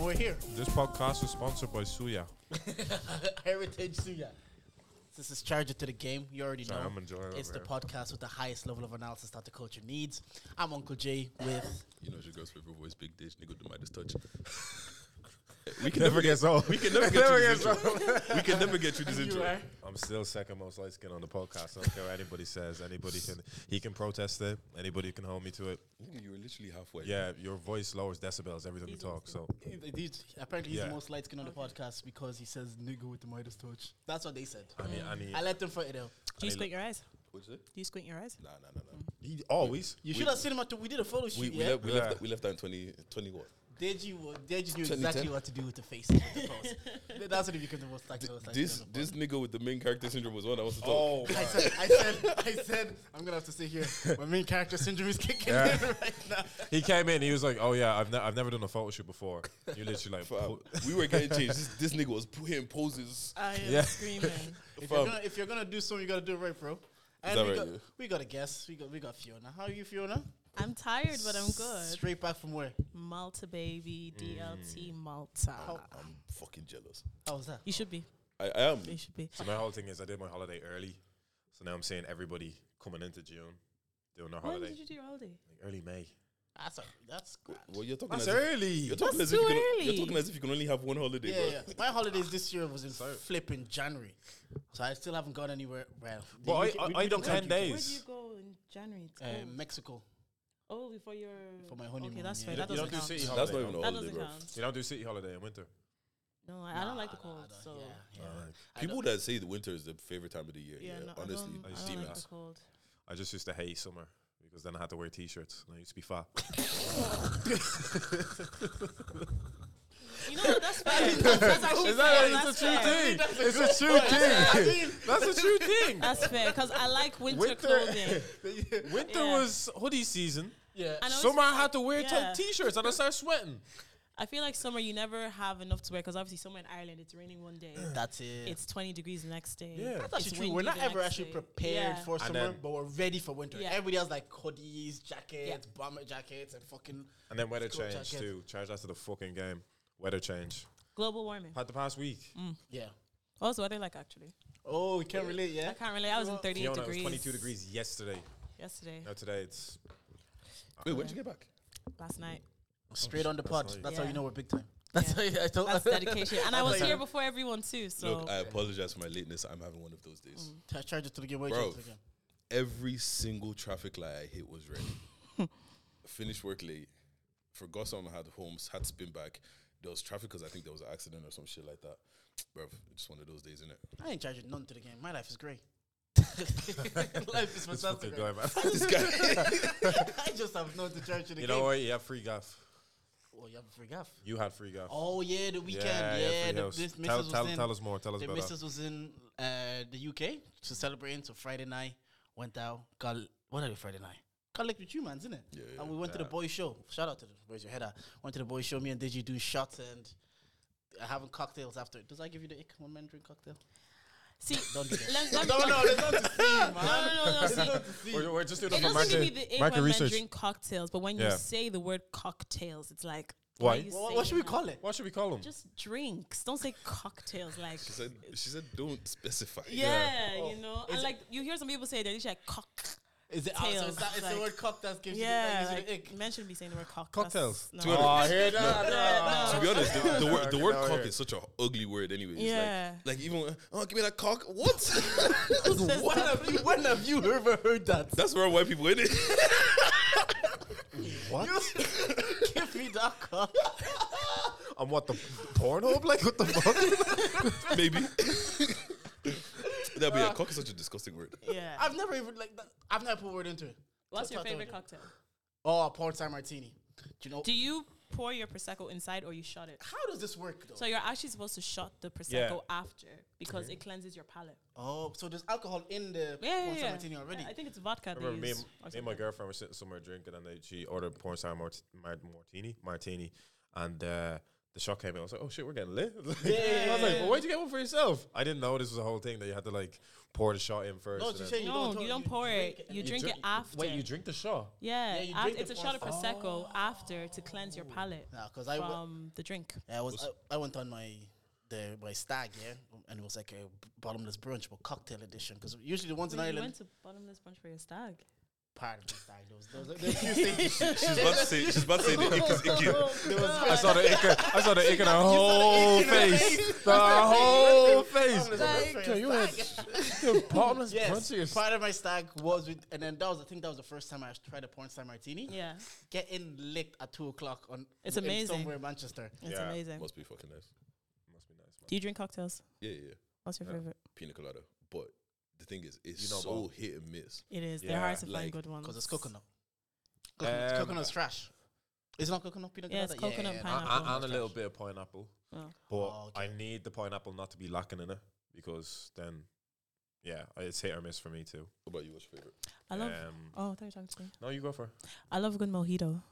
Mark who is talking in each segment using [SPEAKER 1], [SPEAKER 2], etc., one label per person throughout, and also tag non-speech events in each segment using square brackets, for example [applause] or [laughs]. [SPEAKER 1] we're here.
[SPEAKER 2] This podcast is sponsored by Suya.
[SPEAKER 1] [laughs] Heritage Suya. This is Charger to the Game. You already
[SPEAKER 2] Sorry,
[SPEAKER 1] know.
[SPEAKER 2] I'm enjoying it
[SPEAKER 1] It's the
[SPEAKER 2] over
[SPEAKER 1] podcast with the highest level of analysis that the culture needs. I'm Uncle Jay with.
[SPEAKER 3] You know, she goes favorite voice, big dish, nigga, do my this touch.
[SPEAKER 2] We can never get old.
[SPEAKER 3] We
[SPEAKER 2] [laughs]
[SPEAKER 3] can never get you this intro. We can never get you this
[SPEAKER 1] You
[SPEAKER 3] intro.
[SPEAKER 1] are.
[SPEAKER 2] I'm still second most light skin on the podcast. I don't care what anybody says. Anybody can he can protest it. Anybody can hold me to it.
[SPEAKER 3] [laughs] Nigga, You were literally halfway.
[SPEAKER 2] Yeah, your voice lowers decibels every time you talk. So
[SPEAKER 1] He's- apparently, he's
[SPEAKER 2] Yeah.
[SPEAKER 1] the most light skin on the podcast because he says nigga with the Midas touch. That's what they said.
[SPEAKER 2] I mean, I mean,
[SPEAKER 1] I let them fight it out.
[SPEAKER 4] Do you
[SPEAKER 2] I
[SPEAKER 4] squint your eyes?
[SPEAKER 3] What'd you say?
[SPEAKER 4] Do you squint your eyes?
[SPEAKER 3] Nah, nah, nah, nah.
[SPEAKER 2] he always.
[SPEAKER 1] You should have seen him after we did a photo shoot.
[SPEAKER 3] We, we,
[SPEAKER 1] yeah,
[SPEAKER 3] left, we, left
[SPEAKER 2] Yeah.
[SPEAKER 3] that, we left that in 20, 20 what?
[SPEAKER 1] Deji, wa- Deji knew
[SPEAKER 3] 10.
[SPEAKER 1] exactly what to do with the face. and with the pose. [laughs] Th- That's when he became the most light skin. on the
[SPEAKER 3] This
[SPEAKER 1] podcast.
[SPEAKER 3] this nigga with the main character syndrome was one I was to talk.
[SPEAKER 2] Oh.
[SPEAKER 1] I said, I said, I said, I'm gonna have
[SPEAKER 2] [laughs]
[SPEAKER 1] to sit here. My main character syndrome is kicking
[SPEAKER 2] Yeah.
[SPEAKER 1] in right now.
[SPEAKER 2] [laughs] He came in. He was like, "Oh yeah, I've ne- I've never done a photo shoot before." You literally like,
[SPEAKER 3] Fam,
[SPEAKER 2] put-
[SPEAKER 3] we were getting changed. This, this nigga was pu- hitting poses.
[SPEAKER 4] I am
[SPEAKER 2] Yeah.
[SPEAKER 4] screaming.
[SPEAKER 2] [laughs]
[SPEAKER 1] If
[SPEAKER 3] Fam.
[SPEAKER 1] you're, gonna, if you're gonna do something, you gotta do it right, bro.
[SPEAKER 3] that
[SPEAKER 1] And we,
[SPEAKER 3] right,
[SPEAKER 1] got,
[SPEAKER 3] yeah?
[SPEAKER 1] we got a guest. We got we got Fiona. How are you, Fiona?
[SPEAKER 4] I'm tired, but I'm good.
[SPEAKER 1] Straight back from where?
[SPEAKER 4] Malta, baby.
[SPEAKER 2] Mm.
[SPEAKER 4] DLT Malta.
[SPEAKER 3] I'm fucking jealous.
[SPEAKER 1] How was that?
[SPEAKER 4] You should be.
[SPEAKER 3] I, I am.
[SPEAKER 4] You should be.
[SPEAKER 2] So my whole thing is, I did my holiday early. So now I'm seeing everybody coming into June doing their
[SPEAKER 4] When
[SPEAKER 2] holiday
[SPEAKER 4] did you do your holiday?
[SPEAKER 2] Like, early May.
[SPEAKER 4] Ah,
[SPEAKER 1] That's a, that's grand.
[SPEAKER 3] Well, you're talking,
[SPEAKER 2] That's
[SPEAKER 3] as if,
[SPEAKER 2] early.
[SPEAKER 3] you're, talking as
[SPEAKER 4] That's
[SPEAKER 3] if you
[SPEAKER 4] too
[SPEAKER 3] can, you're
[SPEAKER 4] early.
[SPEAKER 3] talking as if you can only have one holiday,
[SPEAKER 1] Yeah,
[SPEAKER 3] bro.
[SPEAKER 1] yeah. My holidays this year was in
[SPEAKER 2] Sorry.
[SPEAKER 1] flipping January, so I still haven't gone anywhere. Well, the
[SPEAKER 2] Well, I-
[SPEAKER 1] UK
[SPEAKER 2] I-
[SPEAKER 1] we-
[SPEAKER 2] I
[SPEAKER 1] we
[SPEAKER 2] done
[SPEAKER 1] don't
[SPEAKER 2] 10
[SPEAKER 1] count UK.
[SPEAKER 2] days.
[SPEAKER 4] Where do you go in January? It's
[SPEAKER 1] Uh,
[SPEAKER 4] cold.
[SPEAKER 1] Mexico.
[SPEAKER 4] oh, before your.
[SPEAKER 1] For my honeymoon,
[SPEAKER 4] Okay, that's
[SPEAKER 1] yeah.
[SPEAKER 4] fair.
[SPEAKER 2] You
[SPEAKER 4] That
[SPEAKER 2] don't- you don't
[SPEAKER 4] doesn't
[SPEAKER 2] do
[SPEAKER 4] count.
[SPEAKER 2] city
[SPEAKER 3] That's not
[SPEAKER 2] holiday.
[SPEAKER 3] even a
[SPEAKER 4] that
[SPEAKER 3] holiday,
[SPEAKER 4] doesn't
[SPEAKER 3] bro.
[SPEAKER 4] count.
[SPEAKER 2] You don't do city holiday in winter.
[SPEAKER 4] No, I, I don't like the
[SPEAKER 1] Nah,
[SPEAKER 4] cold.
[SPEAKER 1] nah, nah,
[SPEAKER 4] so
[SPEAKER 1] Ah, yeah, yeah.
[SPEAKER 2] Alright.
[SPEAKER 1] I
[SPEAKER 3] People
[SPEAKER 1] don't-
[SPEAKER 3] that say the winter is the favorite time of the year, yeah,
[SPEAKER 4] yeah, no,
[SPEAKER 3] honestly,
[SPEAKER 4] I
[SPEAKER 2] it's
[SPEAKER 4] don't, I don't like
[SPEAKER 2] demons.
[SPEAKER 4] the [laughs] cold.
[SPEAKER 2] I just used to hate summer because then I had to wear t-shirts and I used to be fat.
[SPEAKER 4] You know what? That's fair. that's, that's actually fair. That's fair.
[SPEAKER 2] It's a true thing. [laughs] That's a true thing.
[SPEAKER 4] That's fair because I like winter,
[SPEAKER 2] Winter.
[SPEAKER 4] clothing.
[SPEAKER 2] Winter
[SPEAKER 4] Yeah.
[SPEAKER 2] was hoodie season.
[SPEAKER 1] yeah.
[SPEAKER 4] I know it's
[SPEAKER 2] Summer I had to wear
[SPEAKER 4] yeah.
[SPEAKER 2] t- t-shirts and I started sweating.
[SPEAKER 4] I feel like summer you never have enough to wear because obviously summer in Ireland it's raining one
[SPEAKER 1] [clears throat]
[SPEAKER 4] day,
[SPEAKER 1] That's it.
[SPEAKER 4] it's 20 degrees the next day.
[SPEAKER 2] Yeah. That's
[SPEAKER 1] That's
[SPEAKER 4] it's
[SPEAKER 1] actually true. We're
[SPEAKER 4] windy
[SPEAKER 1] not
[SPEAKER 4] the
[SPEAKER 1] ever
[SPEAKER 4] next
[SPEAKER 1] actually
[SPEAKER 4] day.
[SPEAKER 1] prepared
[SPEAKER 4] Yeah.
[SPEAKER 1] for
[SPEAKER 2] And
[SPEAKER 1] summer,
[SPEAKER 2] then-
[SPEAKER 1] but we're ready for winter.
[SPEAKER 4] Yeah.
[SPEAKER 1] Everybody else like hoodies, jackets, bomber jackets, and fucking.
[SPEAKER 2] And then weather
[SPEAKER 1] Let's go
[SPEAKER 2] change
[SPEAKER 1] jacket.
[SPEAKER 2] too. Charge that to the fucking game. Weather change.
[SPEAKER 4] global warming.
[SPEAKER 2] Had the past week.
[SPEAKER 1] Yeah.
[SPEAKER 4] What was the weather like actually?
[SPEAKER 1] Oh, we can't relate, yeah?
[SPEAKER 4] I can't really. I was in 38
[SPEAKER 2] Fiona, it was
[SPEAKER 4] degrees
[SPEAKER 2] 22 degrees yesterday.
[SPEAKER 4] yesterday,
[SPEAKER 2] Now today it's
[SPEAKER 3] Wait, when did you get back?
[SPEAKER 1] [laughs]
[SPEAKER 4] last night.
[SPEAKER 1] Straight on the pod. That's, how you
[SPEAKER 4] Yeah.
[SPEAKER 1] know we're big time. That's how you, I told [laughs]
[SPEAKER 4] That's dedication, and I was
[SPEAKER 1] like-
[SPEAKER 4] here before everyone too. So Mm.
[SPEAKER 3] Look, I apologize for my lateness. I'm having one of those days.
[SPEAKER 1] I charge it to the game. Where
[SPEAKER 3] Bro.
[SPEAKER 1] to the game?
[SPEAKER 3] Every single traffic light I hit was red.
[SPEAKER 4] [laughs]
[SPEAKER 3] Finished work late, forgot something, had homes, had to spin back. There was traffic because I think there was an accident or some shit like that. Bro, just one of those days, innit?
[SPEAKER 1] I ain't charging none to the game. My life is [laughs] great. life
[SPEAKER 2] [laughs]
[SPEAKER 1] is
[SPEAKER 2] it's fucking
[SPEAKER 1] fantastic. right?
[SPEAKER 2] going, man.
[SPEAKER 3] This guy,
[SPEAKER 1] [laughs] I just have none to charge to the
[SPEAKER 2] You
[SPEAKER 1] game.
[SPEAKER 2] know what? You have free gaff.
[SPEAKER 1] Oh, you have a free gaff.
[SPEAKER 2] You had free gaff.
[SPEAKER 1] Oh, yeah, the weekend. Yeah,
[SPEAKER 2] free
[SPEAKER 1] the,
[SPEAKER 2] house.
[SPEAKER 1] this missus
[SPEAKER 2] tell,
[SPEAKER 1] was
[SPEAKER 2] tell,
[SPEAKER 1] in.
[SPEAKER 2] tell us more. Tell us
[SPEAKER 1] The
[SPEAKER 2] about that.
[SPEAKER 1] missus was in uh, the UK to celebrate, so Friday night went out. Got what are we Friday night? Got licked with you, man, isn't it?
[SPEAKER 3] Yeah,
[SPEAKER 1] And we went to the boys' show. Shout out to the where's your head at? Went to the boys' show. Me and Digi doing shots and having cocktails after. Does that give you the ick when men drink cocktail?
[SPEAKER 4] see,
[SPEAKER 1] [laughs] Don't do that.
[SPEAKER 4] let, let
[SPEAKER 1] no,
[SPEAKER 4] me-
[SPEAKER 1] no, there's not to see,
[SPEAKER 4] [laughs] no,
[SPEAKER 1] man.
[SPEAKER 4] no, no, no, see,
[SPEAKER 2] We're, we're just doing
[SPEAKER 4] It
[SPEAKER 2] it for
[SPEAKER 4] doesn't give
[SPEAKER 2] market,
[SPEAKER 4] you the ick
[SPEAKER 2] market
[SPEAKER 4] when men
[SPEAKER 2] research.
[SPEAKER 4] drink cocktails, but when
[SPEAKER 2] Yeah.
[SPEAKER 4] you say the word cocktails, it's like
[SPEAKER 2] Why?
[SPEAKER 4] why are you
[SPEAKER 1] Well, what should we
[SPEAKER 4] saying that?
[SPEAKER 1] call it?
[SPEAKER 2] What should we call them?
[SPEAKER 4] Just drinks. Don't say cocktails. Like
[SPEAKER 3] she said, she said, don't specify.
[SPEAKER 4] yeah,
[SPEAKER 1] Oh,
[SPEAKER 4] you know,
[SPEAKER 1] is
[SPEAKER 4] and
[SPEAKER 1] it-
[SPEAKER 4] like you hear some people say they're literally like cock.
[SPEAKER 1] Is it? Oh, so
[SPEAKER 4] Tails,
[SPEAKER 1] is that, it's the
[SPEAKER 4] like-
[SPEAKER 1] word cock that gives
[SPEAKER 4] Yeah,
[SPEAKER 1] you the, that gives you
[SPEAKER 4] like,
[SPEAKER 1] the ick? Oh,
[SPEAKER 4] men shouldn't be saying the word cock.
[SPEAKER 2] Cocktails.
[SPEAKER 4] That's-
[SPEAKER 3] To
[SPEAKER 4] No.
[SPEAKER 3] an-
[SPEAKER 2] I hear
[SPEAKER 4] Yeah,
[SPEAKER 3] To
[SPEAKER 4] no.
[SPEAKER 3] be honest, the, the, word, the word
[SPEAKER 2] No,
[SPEAKER 3] cock
[SPEAKER 2] yeah.
[SPEAKER 3] is such an ugly word, anyway. It's
[SPEAKER 4] Yeah.
[SPEAKER 3] Like, like, even, when, oh, give me that cock. What? [laughs]
[SPEAKER 4] [laughs] Says
[SPEAKER 1] When
[SPEAKER 4] that.
[SPEAKER 1] have you when have you ever heard that?
[SPEAKER 3] That's where white people in it. [laughs]
[SPEAKER 2] What?
[SPEAKER 1] [laughs] Give me that cock.
[SPEAKER 2] And what the Pornhub? Like what the fuck?
[SPEAKER 3] Maybe. [laughs] That'd be
[SPEAKER 4] Uh.
[SPEAKER 3] a cock is such a disgusting word.
[SPEAKER 4] Yeah.
[SPEAKER 1] [laughs] I've never even like that. I've never put a word into it.
[SPEAKER 4] What's
[SPEAKER 1] That's
[SPEAKER 4] your
[SPEAKER 1] what I told
[SPEAKER 4] favorite
[SPEAKER 1] you.
[SPEAKER 4] cocktail?
[SPEAKER 1] Oh, a porn star martini. Do you know
[SPEAKER 4] Do you pour your prosecco inside or you shot it?
[SPEAKER 1] how does this work though?
[SPEAKER 4] So you're actually supposed to shot the prosecco after because it cleanses your palate.
[SPEAKER 1] oh, so there's alcohol in the
[SPEAKER 4] Yeah,
[SPEAKER 1] porn
[SPEAKER 4] yeah,
[SPEAKER 1] star
[SPEAKER 4] yeah.
[SPEAKER 1] martini already.
[SPEAKER 4] I think it's vodka.
[SPEAKER 2] I
[SPEAKER 4] They
[SPEAKER 2] remember me
[SPEAKER 4] use
[SPEAKER 2] and,
[SPEAKER 4] or
[SPEAKER 2] me and my
[SPEAKER 4] something.
[SPEAKER 2] girlfriend were sitting somewhere drinking, and they, she ordered porn star mart- mar- martini, martini, and uh, the shock came in. I was like, oh shit, we're getting lit. [laughs] I was like,
[SPEAKER 1] Yeah.
[SPEAKER 2] well, why'd you get one for yourself? I didn't know this was a whole thing that you had to like pour the shot in first.
[SPEAKER 1] No,
[SPEAKER 2] and
[SPEAKER 1] you
[SPEAKER 2] then-
[SPEAKER 1] say you
[SPEAKER 4] No,
[SPEAKER 1] don't.
[SPEAKER 4] you don't
[SPEAKER 1] you
[SPEAKER 4] pour
[SPEAKER 1] drink
[SPEAKER 4] it. You
[SPEAKER 2] You
[SPEAKER 4] drink it
[SPEAKER 2] drink-
[SPEAKER 4] after.
[SPEAKER 2] Wait, you drink the shot?
[SPEAKER 4] yeah,
[SPEAKER 1] Yeah, you
[SPEAKER 4] af-
[SPEAKER 1] drink
[SPEAKER 4] it's
[SPEAKER 1] the
[SPEAKER 4] a shot of
[SPEAKER 1] first- Oh.
[SPEAKER 4] prosecco after to cleanse your palate
[SPEAKER 1] Nah, because I,
[SPEAKER 4] from
[SPEAKER 1] w-
[SPEAKER 4] the drink.
[SPEAKER 1] I was I, I went on my the my stag yeah, and it was like a b- bottomless brunch but cocktail edition because usually the ones in
[SPEAKER 4] Wait, you
[SPEAKER 1] Ireland
[SPEAKER 4] went to bottomless brunch for your stag.
[SPEAKER 1] part of the stag there was there
[SPEAKER 4] [laughs]
[SPEAKER 1] was, there was a few things.
[SPEAKER 2] She's about to say, she's about to say the
[SPEAKER 4] Oh,
[SPEAKER 2] ick is icky.
[SPEAKER 1] There was
[SPEAKER 2] I saw the ick, I saw the ick in her whole face. The whole face. Yo, you had [laughs] your bottomless
[SPEAKER 1] Yes,
[SPEAKER 2] brunch.
[SPEAKER 1] part of my stack was with, and then that was I think that was the first time I tried a porn star martini.
[SPEAKER 4] Yeah,
[SPEAKER 1] Getting licked at two o'clock on
[SPEAKER 4] It's
[SPEAKER 1] in
[SPEAKER 4] amazing.
[SPEAKER 1] somewhere in Manchester.
[SPEAKER 4] it's
[SPEAKER 2] Yeah.
[SPEAKER 4] [laughs] amazing.
[SPEAKER 3] Must be fucking nice.
[SPEAKER 2] Must be nice.
[SPEAKER 4] Do you drink cocktails?
[SPEAKER 3] Yeah, yeah, yeah.
[SPEAKER 4] What's your
[SPEAKER 2] Yeah.
[SPEAKER 4] favorite?
[SPEAKER 3] Pina colada. But the thing is, it's
[SPEAKER 2] You know
[SPEAKER 3] so
[SPEAKER 2] about-
[SPEAKER 3] hit and miss.
[SPEAKER 4] It is.
[SPEAKER 2] Yeah,
[SPEAKER 4] They're hard to
[SPEAKER 3] like-
[SPEAKER 4] find good ones.
[SPEAKER 1] Because it's coconut. Coconut,
[SPEAKER 2] Um,
[SPEAKER 1] coconut's trash. Is it not coconut peanut
[SPEAKER 4] Yeah, it's
[SPEAKER 1] butter?
[SPEAKER 4] coconut
[SPEAKER 1] yeah,
[SPEAKER 4] pineapple.
[SPEAKER 2] I, I, and a little bit of pineapple,
[SPEAKER 4] Oh.
[SPEAKER 2] but
[SPEAKER 1] Oh, okay.
[SPEAKER 2] I need the pineapple not to be lacking in it because then, yeah, I- it's hit or miss for me too.
[SPEAKER 3] What about you? What's your favorite?
[SPEAKER 4] I love.
[SPEAKER 2] Um,
[SPEAKER 4] Oh, they're talking to me.
[SPEAKER 2] no, you go for. it.
[SPEAKER 4] I love a good mojito.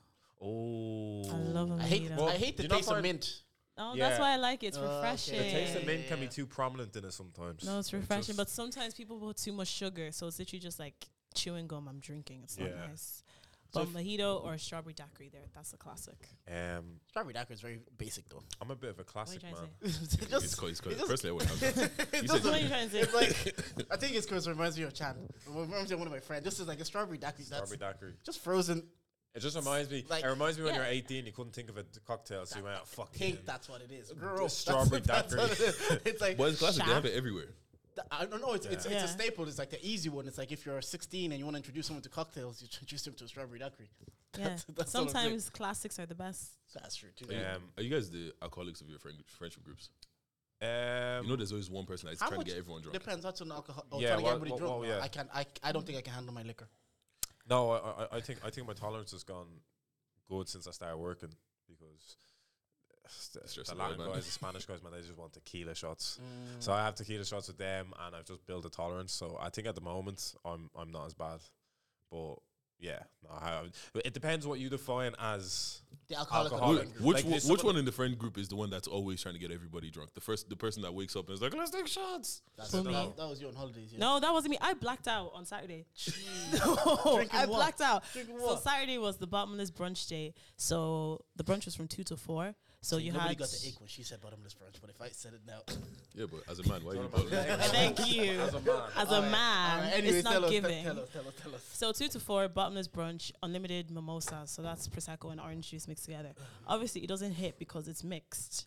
[SPEAKER 2] Oh,
[SPEAKER 4] I love a
[SPEAKER 1] I hate,
[SPEAKER 4] mojito.
[SPEAKER 2] Well,
[SPEAKER 1] I hate the
[SPEAKER 2] do you not
[SPEAKER 1] taste of
[SPEAKER 2] find-
[SPEAKER 1] mint.
[SPEAKER 4] Oh,
[SPEAKER 2] Yeah.
[SPEAKER 4] that's why I like it. It's
[SPEAKER 1] Oh, okay.
[SPEAKER 4] refreshing.
[SPEAKER 2] the taste of
[SPEAKER 1] mint.
[SPEAKER 2] men can be
[SPEAKER 1] Yeah.
[SPEAKER 2] too prominent in it sometimes.
[SPEAKER 4] No, it's refreshing.
[SPEAKER 2] just-
[SPEAKER 4] but sometimes people put too much sugar, so it's literally just like chewing gum. I'm drinking. It's not
[SPEAKER 2] Yeah.
[SPEAKER 4] nice.
[SPEAKER 1] So
[SPEAKER 4] But mojito or strawberry daiquiri, there. That's a classic.
[SPEAKER 2] um,
[SPEAKER 1] Strawberry daiquiri is very basic
[SPEAKER 2] [laughs]
[SPEAKER 1] though.
[SPEAKER 2] I'm a bit of a classic
[SPEAKER 4] trying
[SPEAKER 2] man.
[SPEAKER 4] to
[SPEAKER 1] It's
[SPEAKER 3] it's
[SPEAKER 1] just-
[SPEAKER 3] called, it's called,
[SPEAKER 1] just-
[SPEAKER 3] personally, I wouldn't have
[SPEAKER 1] [laughs]
[SPEAKER 3] that.
[SPEAKER 1] it
[SPEAKER 3] You
[SPEAKER 4] That's what
[SPEAKER 1] doesn't-
[SPEAKER 4] you're trying to
[SPEAKER 1] [laughs]
[SPEAKER 4] say.
[SPEAKER 1] It's like I think it's because it reminds me of Chan. It reminds me of one of my friends. This is like a strawberry daiquiri. That's
[SPEAKER 2] Strawberry daiquiri.
[SPEAKER 1] just frozen
[SPEAKER 2] It just reminds me.
[SPEAKER 1] Like-
[SPEAKER 2] it reminds me when
[SPEAKER 4] Yeah.
[SPEAKER 2] you're 18, you couldn't think of a d- cocktail, so you went, "Ah, "Fuck
[SPEAKER 1] cake.
[SPEAKER 2] it."
[SPEAKER 1] That's what it is. Girl,
[SPEAKER 2] strawberry
[SPEAKER 1] [laughs] that's, that's what it
[SPEAKER 2] daiquiri.
[SPEAKER 1] is. It's like
[SPEAKER 3] Well, it's classic. They
[SPEAKER 1] Shaq.
[SPEAKER 3] have it everywhere.
[SPEAKER 1] Th- I don't know. It's, it's, it's
[SPEAKER 4] Yeah.
[SPEAKER 1] a staple. It's like the easy one. It's like if you're 16 and you want to introduce someone to cocktails, you [laughs] introduce them to a strawberry daiquiri.
[SPEAKER 4] Yeah.
[SPEAKER 1] That's- that's what I'm saying.
[SPEAKER 4] Sometimes classics are the best.
[SPEAKER 1] That's true too.
[SPEAKER 2] Yeah.
[SPEAKER 3] Yeah.
[SPEAKER 2] Um,
[SPEAKER 3] Are you guys the alcoholics of your friend, friendship groups?
[SPEAKER 2] Um,
[SPEAKER 3] You know, there's always one person that's
[SPEAKER 1] How
[SPEAKER 3] trying to
[SPEAKER 1] much
[SPEAKER 3] get everyone drunk.
[SPEAKER 1] Depends. That's on alcohol. Oh,
[SPEAKER 2] Yeah,
[SPEAKER 1] trying to
[SPEAKER 2] well-
[SPEAKER 1] get everybody
[SPEAKER 2] well-
[SPEAKER 1] drunk.
[SPEAKER 2] well,
[SPEAKER 1] No,
[SPEAKER 2] yeah.
[SPEAKER 1] I can. I, I don't think I can handle my liquor.
[SPEAKER 2] No, I, I- I think I think my tolerance has gone good since I started working because the,
[SPEAKER 3] It's just
[SPEAKER 2] the
[SPEAKER 3] a
[SPEAKER 2] Latin
[SPEAKER 3] man.
[SPEAKER 2] guys, the Spanish guys, man, they just want tequila
[SPEAKER 3] Mm.
[SPEAKER 2] shots. So I have tequila shots with them, and I've just built a tolerance. So I think at the moment I'm I'm not as bad, but yeah, no, I have, it depends what you define as.
[SPEAKER 1] The alcoholic.
[SPEAKER 2] Alcohol.
[SPEAKER 1] alcoholic
[SPEAKER 3] Wh-
[SPEAKER 1] group.
[SPEAKER 3] Which
[SPEAKER 2] Like,
[SPEAKER 3] one,
[SPEAKER 2] there's
[SPEAKER 3] which
[SPEAKER 2] someone-
[SPEAKER 3] one in the friend group is the one that's always trying to get everybody drunk? The first, the person that wakes up and is like, "Let's take shots."
[SPEAKER 1] That's
[SPEAKER 4] For
[SPEAKER 1] that,
[SPEAKER 4] me.
[SPEAKER 1] that was you on holidays. Yeah.
[SPEAKER 4] No, that wasn't me. I blacked out on Saturday. [laughs]
[SPEAKER 1] Drinking
[SPEAKER 4] I
[SPEAKER 1] what?
[SPEAKER 4] blacked out.
[SPEAKER 1] Drinking
[SPEAKER 4] So
[SPEAKER 1] what?
[SPEAKER 4] Saturday was the bottomless brunch day. So the brunch was from two to four. So you
[SPEAKER 1] Nobody
[SPEAKER 4] had.
[SPEAKER 1] got the ick when she said bottomless brunch, but if I said it now,
[SPEAKER 3] Yeah, but [laughs] as a man, why are you
[SPEAKER 2] about
[SPEAKER 3] bothering?
[SPEAKER 4] Thank you.
[SPEAKER 2] As a man,
[SPEAKER 1] [laughs]
[SPEAKER 4] As
[SPEAKER 1] All
[SPEAKER 4] a
[SPEAKER 1] right,
[SPEAKER 4] man,
[SPEAKER 1] all right, anyways,
[SPEAKER 4] it's not
[SPEAKER 1] tell us,
[SPEAKER 4] giving.
[SPEAKER 1] Tell us, tell us, tell us.
[SPEAKER 4] So two to four, bottomless brunch, unlimited mimosas. So that's prosecco and orange juice mixed together. Obviously, it doesn't hit because it's mixed.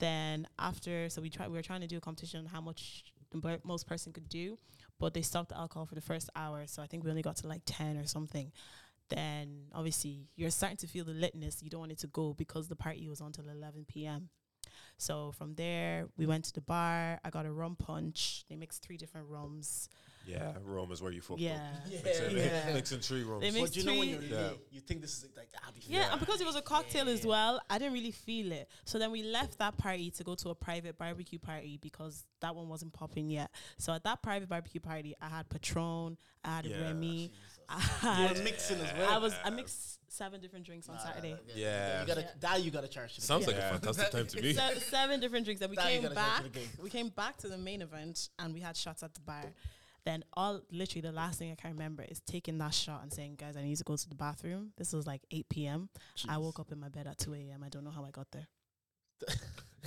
[SPEAKER 4] Then after, so we try we were trying to do a competition on how much the mo- most person could do, but they stopped the alcohol for the first hour. So I think we only got to like ten or something. Then obviously you're starting to feel the litness. You don't want it to go because the party was until eleven p.m. So from there we went to the bar. I got a rum punch. They mixed three different rums.
[SPEAKER 2] yeah, Rome is where you fucked
[SPEAKER 4] Yeah.
[SPEAKER 2] up.
[SPEAKER 1] Oh, Yeah,
[SPEAKER 2] Mixing,
[SPEAKER 4] yeah.
[SPEAKER 2] mixing three rooms.
[SPEAKER 4] They
[SPEAKER 1] But
[SPEAKER 4] mixed
[SPEAKER 1] you know when
[SPEAKER 4] three-
[SPEAKER 1] you're
[SPEAKER 2] Yeah.
[SPEAKER 1] late, you think this is like I'll be
[SPEAKER 4] Yeah,
[SPEAKER 1] fine.
[SPEAKER 4] and because it was a cocktail as
[SPEAKER 1] Yeah.
[SPEAKER 4] well, I didn't really feel it. So then we left that party to go to a private barbecue party because that one wasn't popping yet. So at that private barbecue party, I had Patron, I had
[SPEAKER 2] Yeah.
[SPEAKER 4] Remy, I
[SPEAKER 1] You were
[SPEAKER 4] had,
[SPEAKER 1] mixing as well. Ah,
[SPEAKER 4] I was I mixed
[SPEAKER 1] [laughs]
[SPEAKER 4] seven different drinks on Saturday.
[SPEAKER 2] Yeah.
[SPEAKER 1] You gotta that you gotta charge to the
[SPEAKER 3] Sounds like
[SPEAKER 2] Yeah.
[SPEAKER 3] a
[SPEAKER 1] [laughs]
[SPEAKER 3] fantastic time
[SPEAKER 4] [laughs]
[SPEAKER 3] to me.
[SPEAKER 4] Se- seven different drinks. Then we
[SPEAKER 1] That you
[SPEAKER 4] came
[SPEAKER 1] gotta
[SPEAKER 4] back.
[SPEAKER 1] go to the game.
[SPEAKER 4] We came back to the main event and we had shots at the bar. Then all literally the last thing I can remember is taking that shot and saying, "Guys, I need to go to the bathroom." This was like 8 p.m. I
[SPEAKER 1] [laughs]
[SPEAKER 4] woke up in my bed at 2 a.m. I don't know how I got there.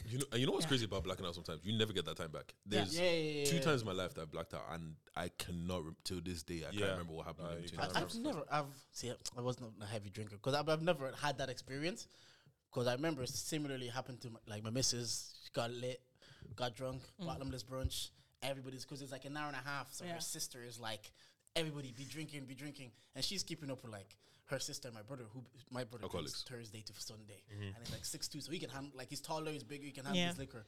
[SPEAKER 3] You know, and you know what's
[SPEAKER 4] Yeah.
[SPEAKER 3] crazy about blacking out? Sometimes you never get that time back. There's
[SPEAKER 1] Yeah, yeah, yeah,
[SPEAKER 3] two
[SPEAKER 1] yeah.
[SPEAKER 3] times in my life that I blacked out, and I cannot rem- till this day. I
[SPEAKER 2] Yeah.
[SPEAKER 3] can't remember what happened.
[SPEAKER 2] No,
[SPEAKER 3] in
[SPEAKER 2] you
[SPEAKER 3] between
[SPEAKER 2] can't
[SPEAKER 3] that
[SPEAKER 1] I, Uh, I've
[SPEAKER 3] time.
[SPEAKER 1] never, I've see, I wasn't a heavy drinker because I've, I've never had that experience. Because I remember similarly happened to my, like my missus. She got lit, got drunk, bottomless brunch. Everybody's because it's like an hour and a half. So
[SPEAKER 4] Mm. Yeah.
[SPEAKER 1] her sister is like, everybody be drinking, be drinking, and she's keeping up with like her sister and my brother. Who my brother drinks
[SPEAKER 3] Alcoholics.
[SPEAKER 1] Thursday to Sunday, and it's like six two, so he can handle like he's taller, he's bigger, he can handle
[SPEAKER 4] Yeah.
[SPEAKER 1] his liquor.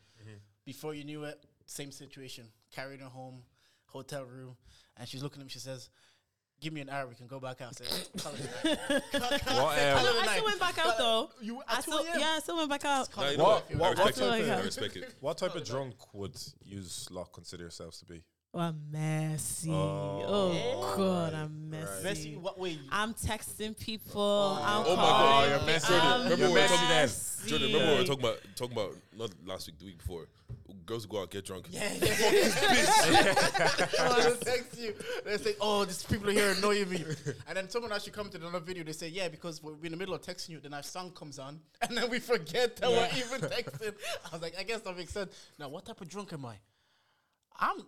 [SPEAKER 1] Before you knew it, same situation. Carried her home, hotel room, and she's looking at me. She says, "Give me an hour. We can go back out." I said, "Call it a night."
[SPEAKER 2] What,
[SPEAKER 1] Call
[SPEAKER 2] um,
[SPEAKER 1] it a
[SPEAKER 4] I
[SPEAKER 1] night.
[SPEAKER 4] still went back out though.
[SPEAKER 1] You
[SPEAKER 4] I
[SPEAKER 1] at two
[SPEAKER 4] still,
[SPEAKER 1] a.m.
[SPEAKER 4] yeah, I still went back out.
[SPEAKER 1] Call
[SPEAKER 3] No,
[SPEAKER 1] it
[SPEAKER 3] you
[SPEAKER 1] a
[SPEAKER 3] know
[SPEAKER 1] night.
[SPEAKER 2] What-
[SPEAKER 3] what?
[SPEAKER 2] what-
[SPEAKER 3] I respect
[SPEAKER 4] what-
[SPEAKER 3] it.
[SPEAKER 4] Yeah.
[SPEAKER 3] I respect it.
[SPEAKER 2] what type of drunk would you s- lot consider yourselves to be?
[SPEAKER 4] Oh, I'm messy.
[SPEAKER 2] Oh,
[SPEAKER 4] Oh, God, I'm messy.
[SPEAKER 2] right.
[SPEAKER 1] Messi, what way?
[SPEAKER 4] I'm texting people. I'm
[SPEAKER 3] Oh my
[SPEAKER 4] calling.
[SPEAKER 3] God, you're messy.
[SPEAKER 4] I'm
[SPEAKER 3] Jordan, remember we were talking-
[SPEAKER 4] messy.
[SPEAKER 3] Jordan, remember we were talking about talking about not last week, the week before. Girls go out get [laughs] drunk.
[SPEAKER 1] Yeah, yeah, yeah. [laughs] oh, they'll text you. They say, "Oh, these people here annoying me," and then someone actually comes to another video. They say, "Yeah, because we're in the middle of texting you." Then our song comes on, [laughs] and then we forget that we're even texting. I was like, "I guess that makes sense." Now, what type of drunk am I? I'm.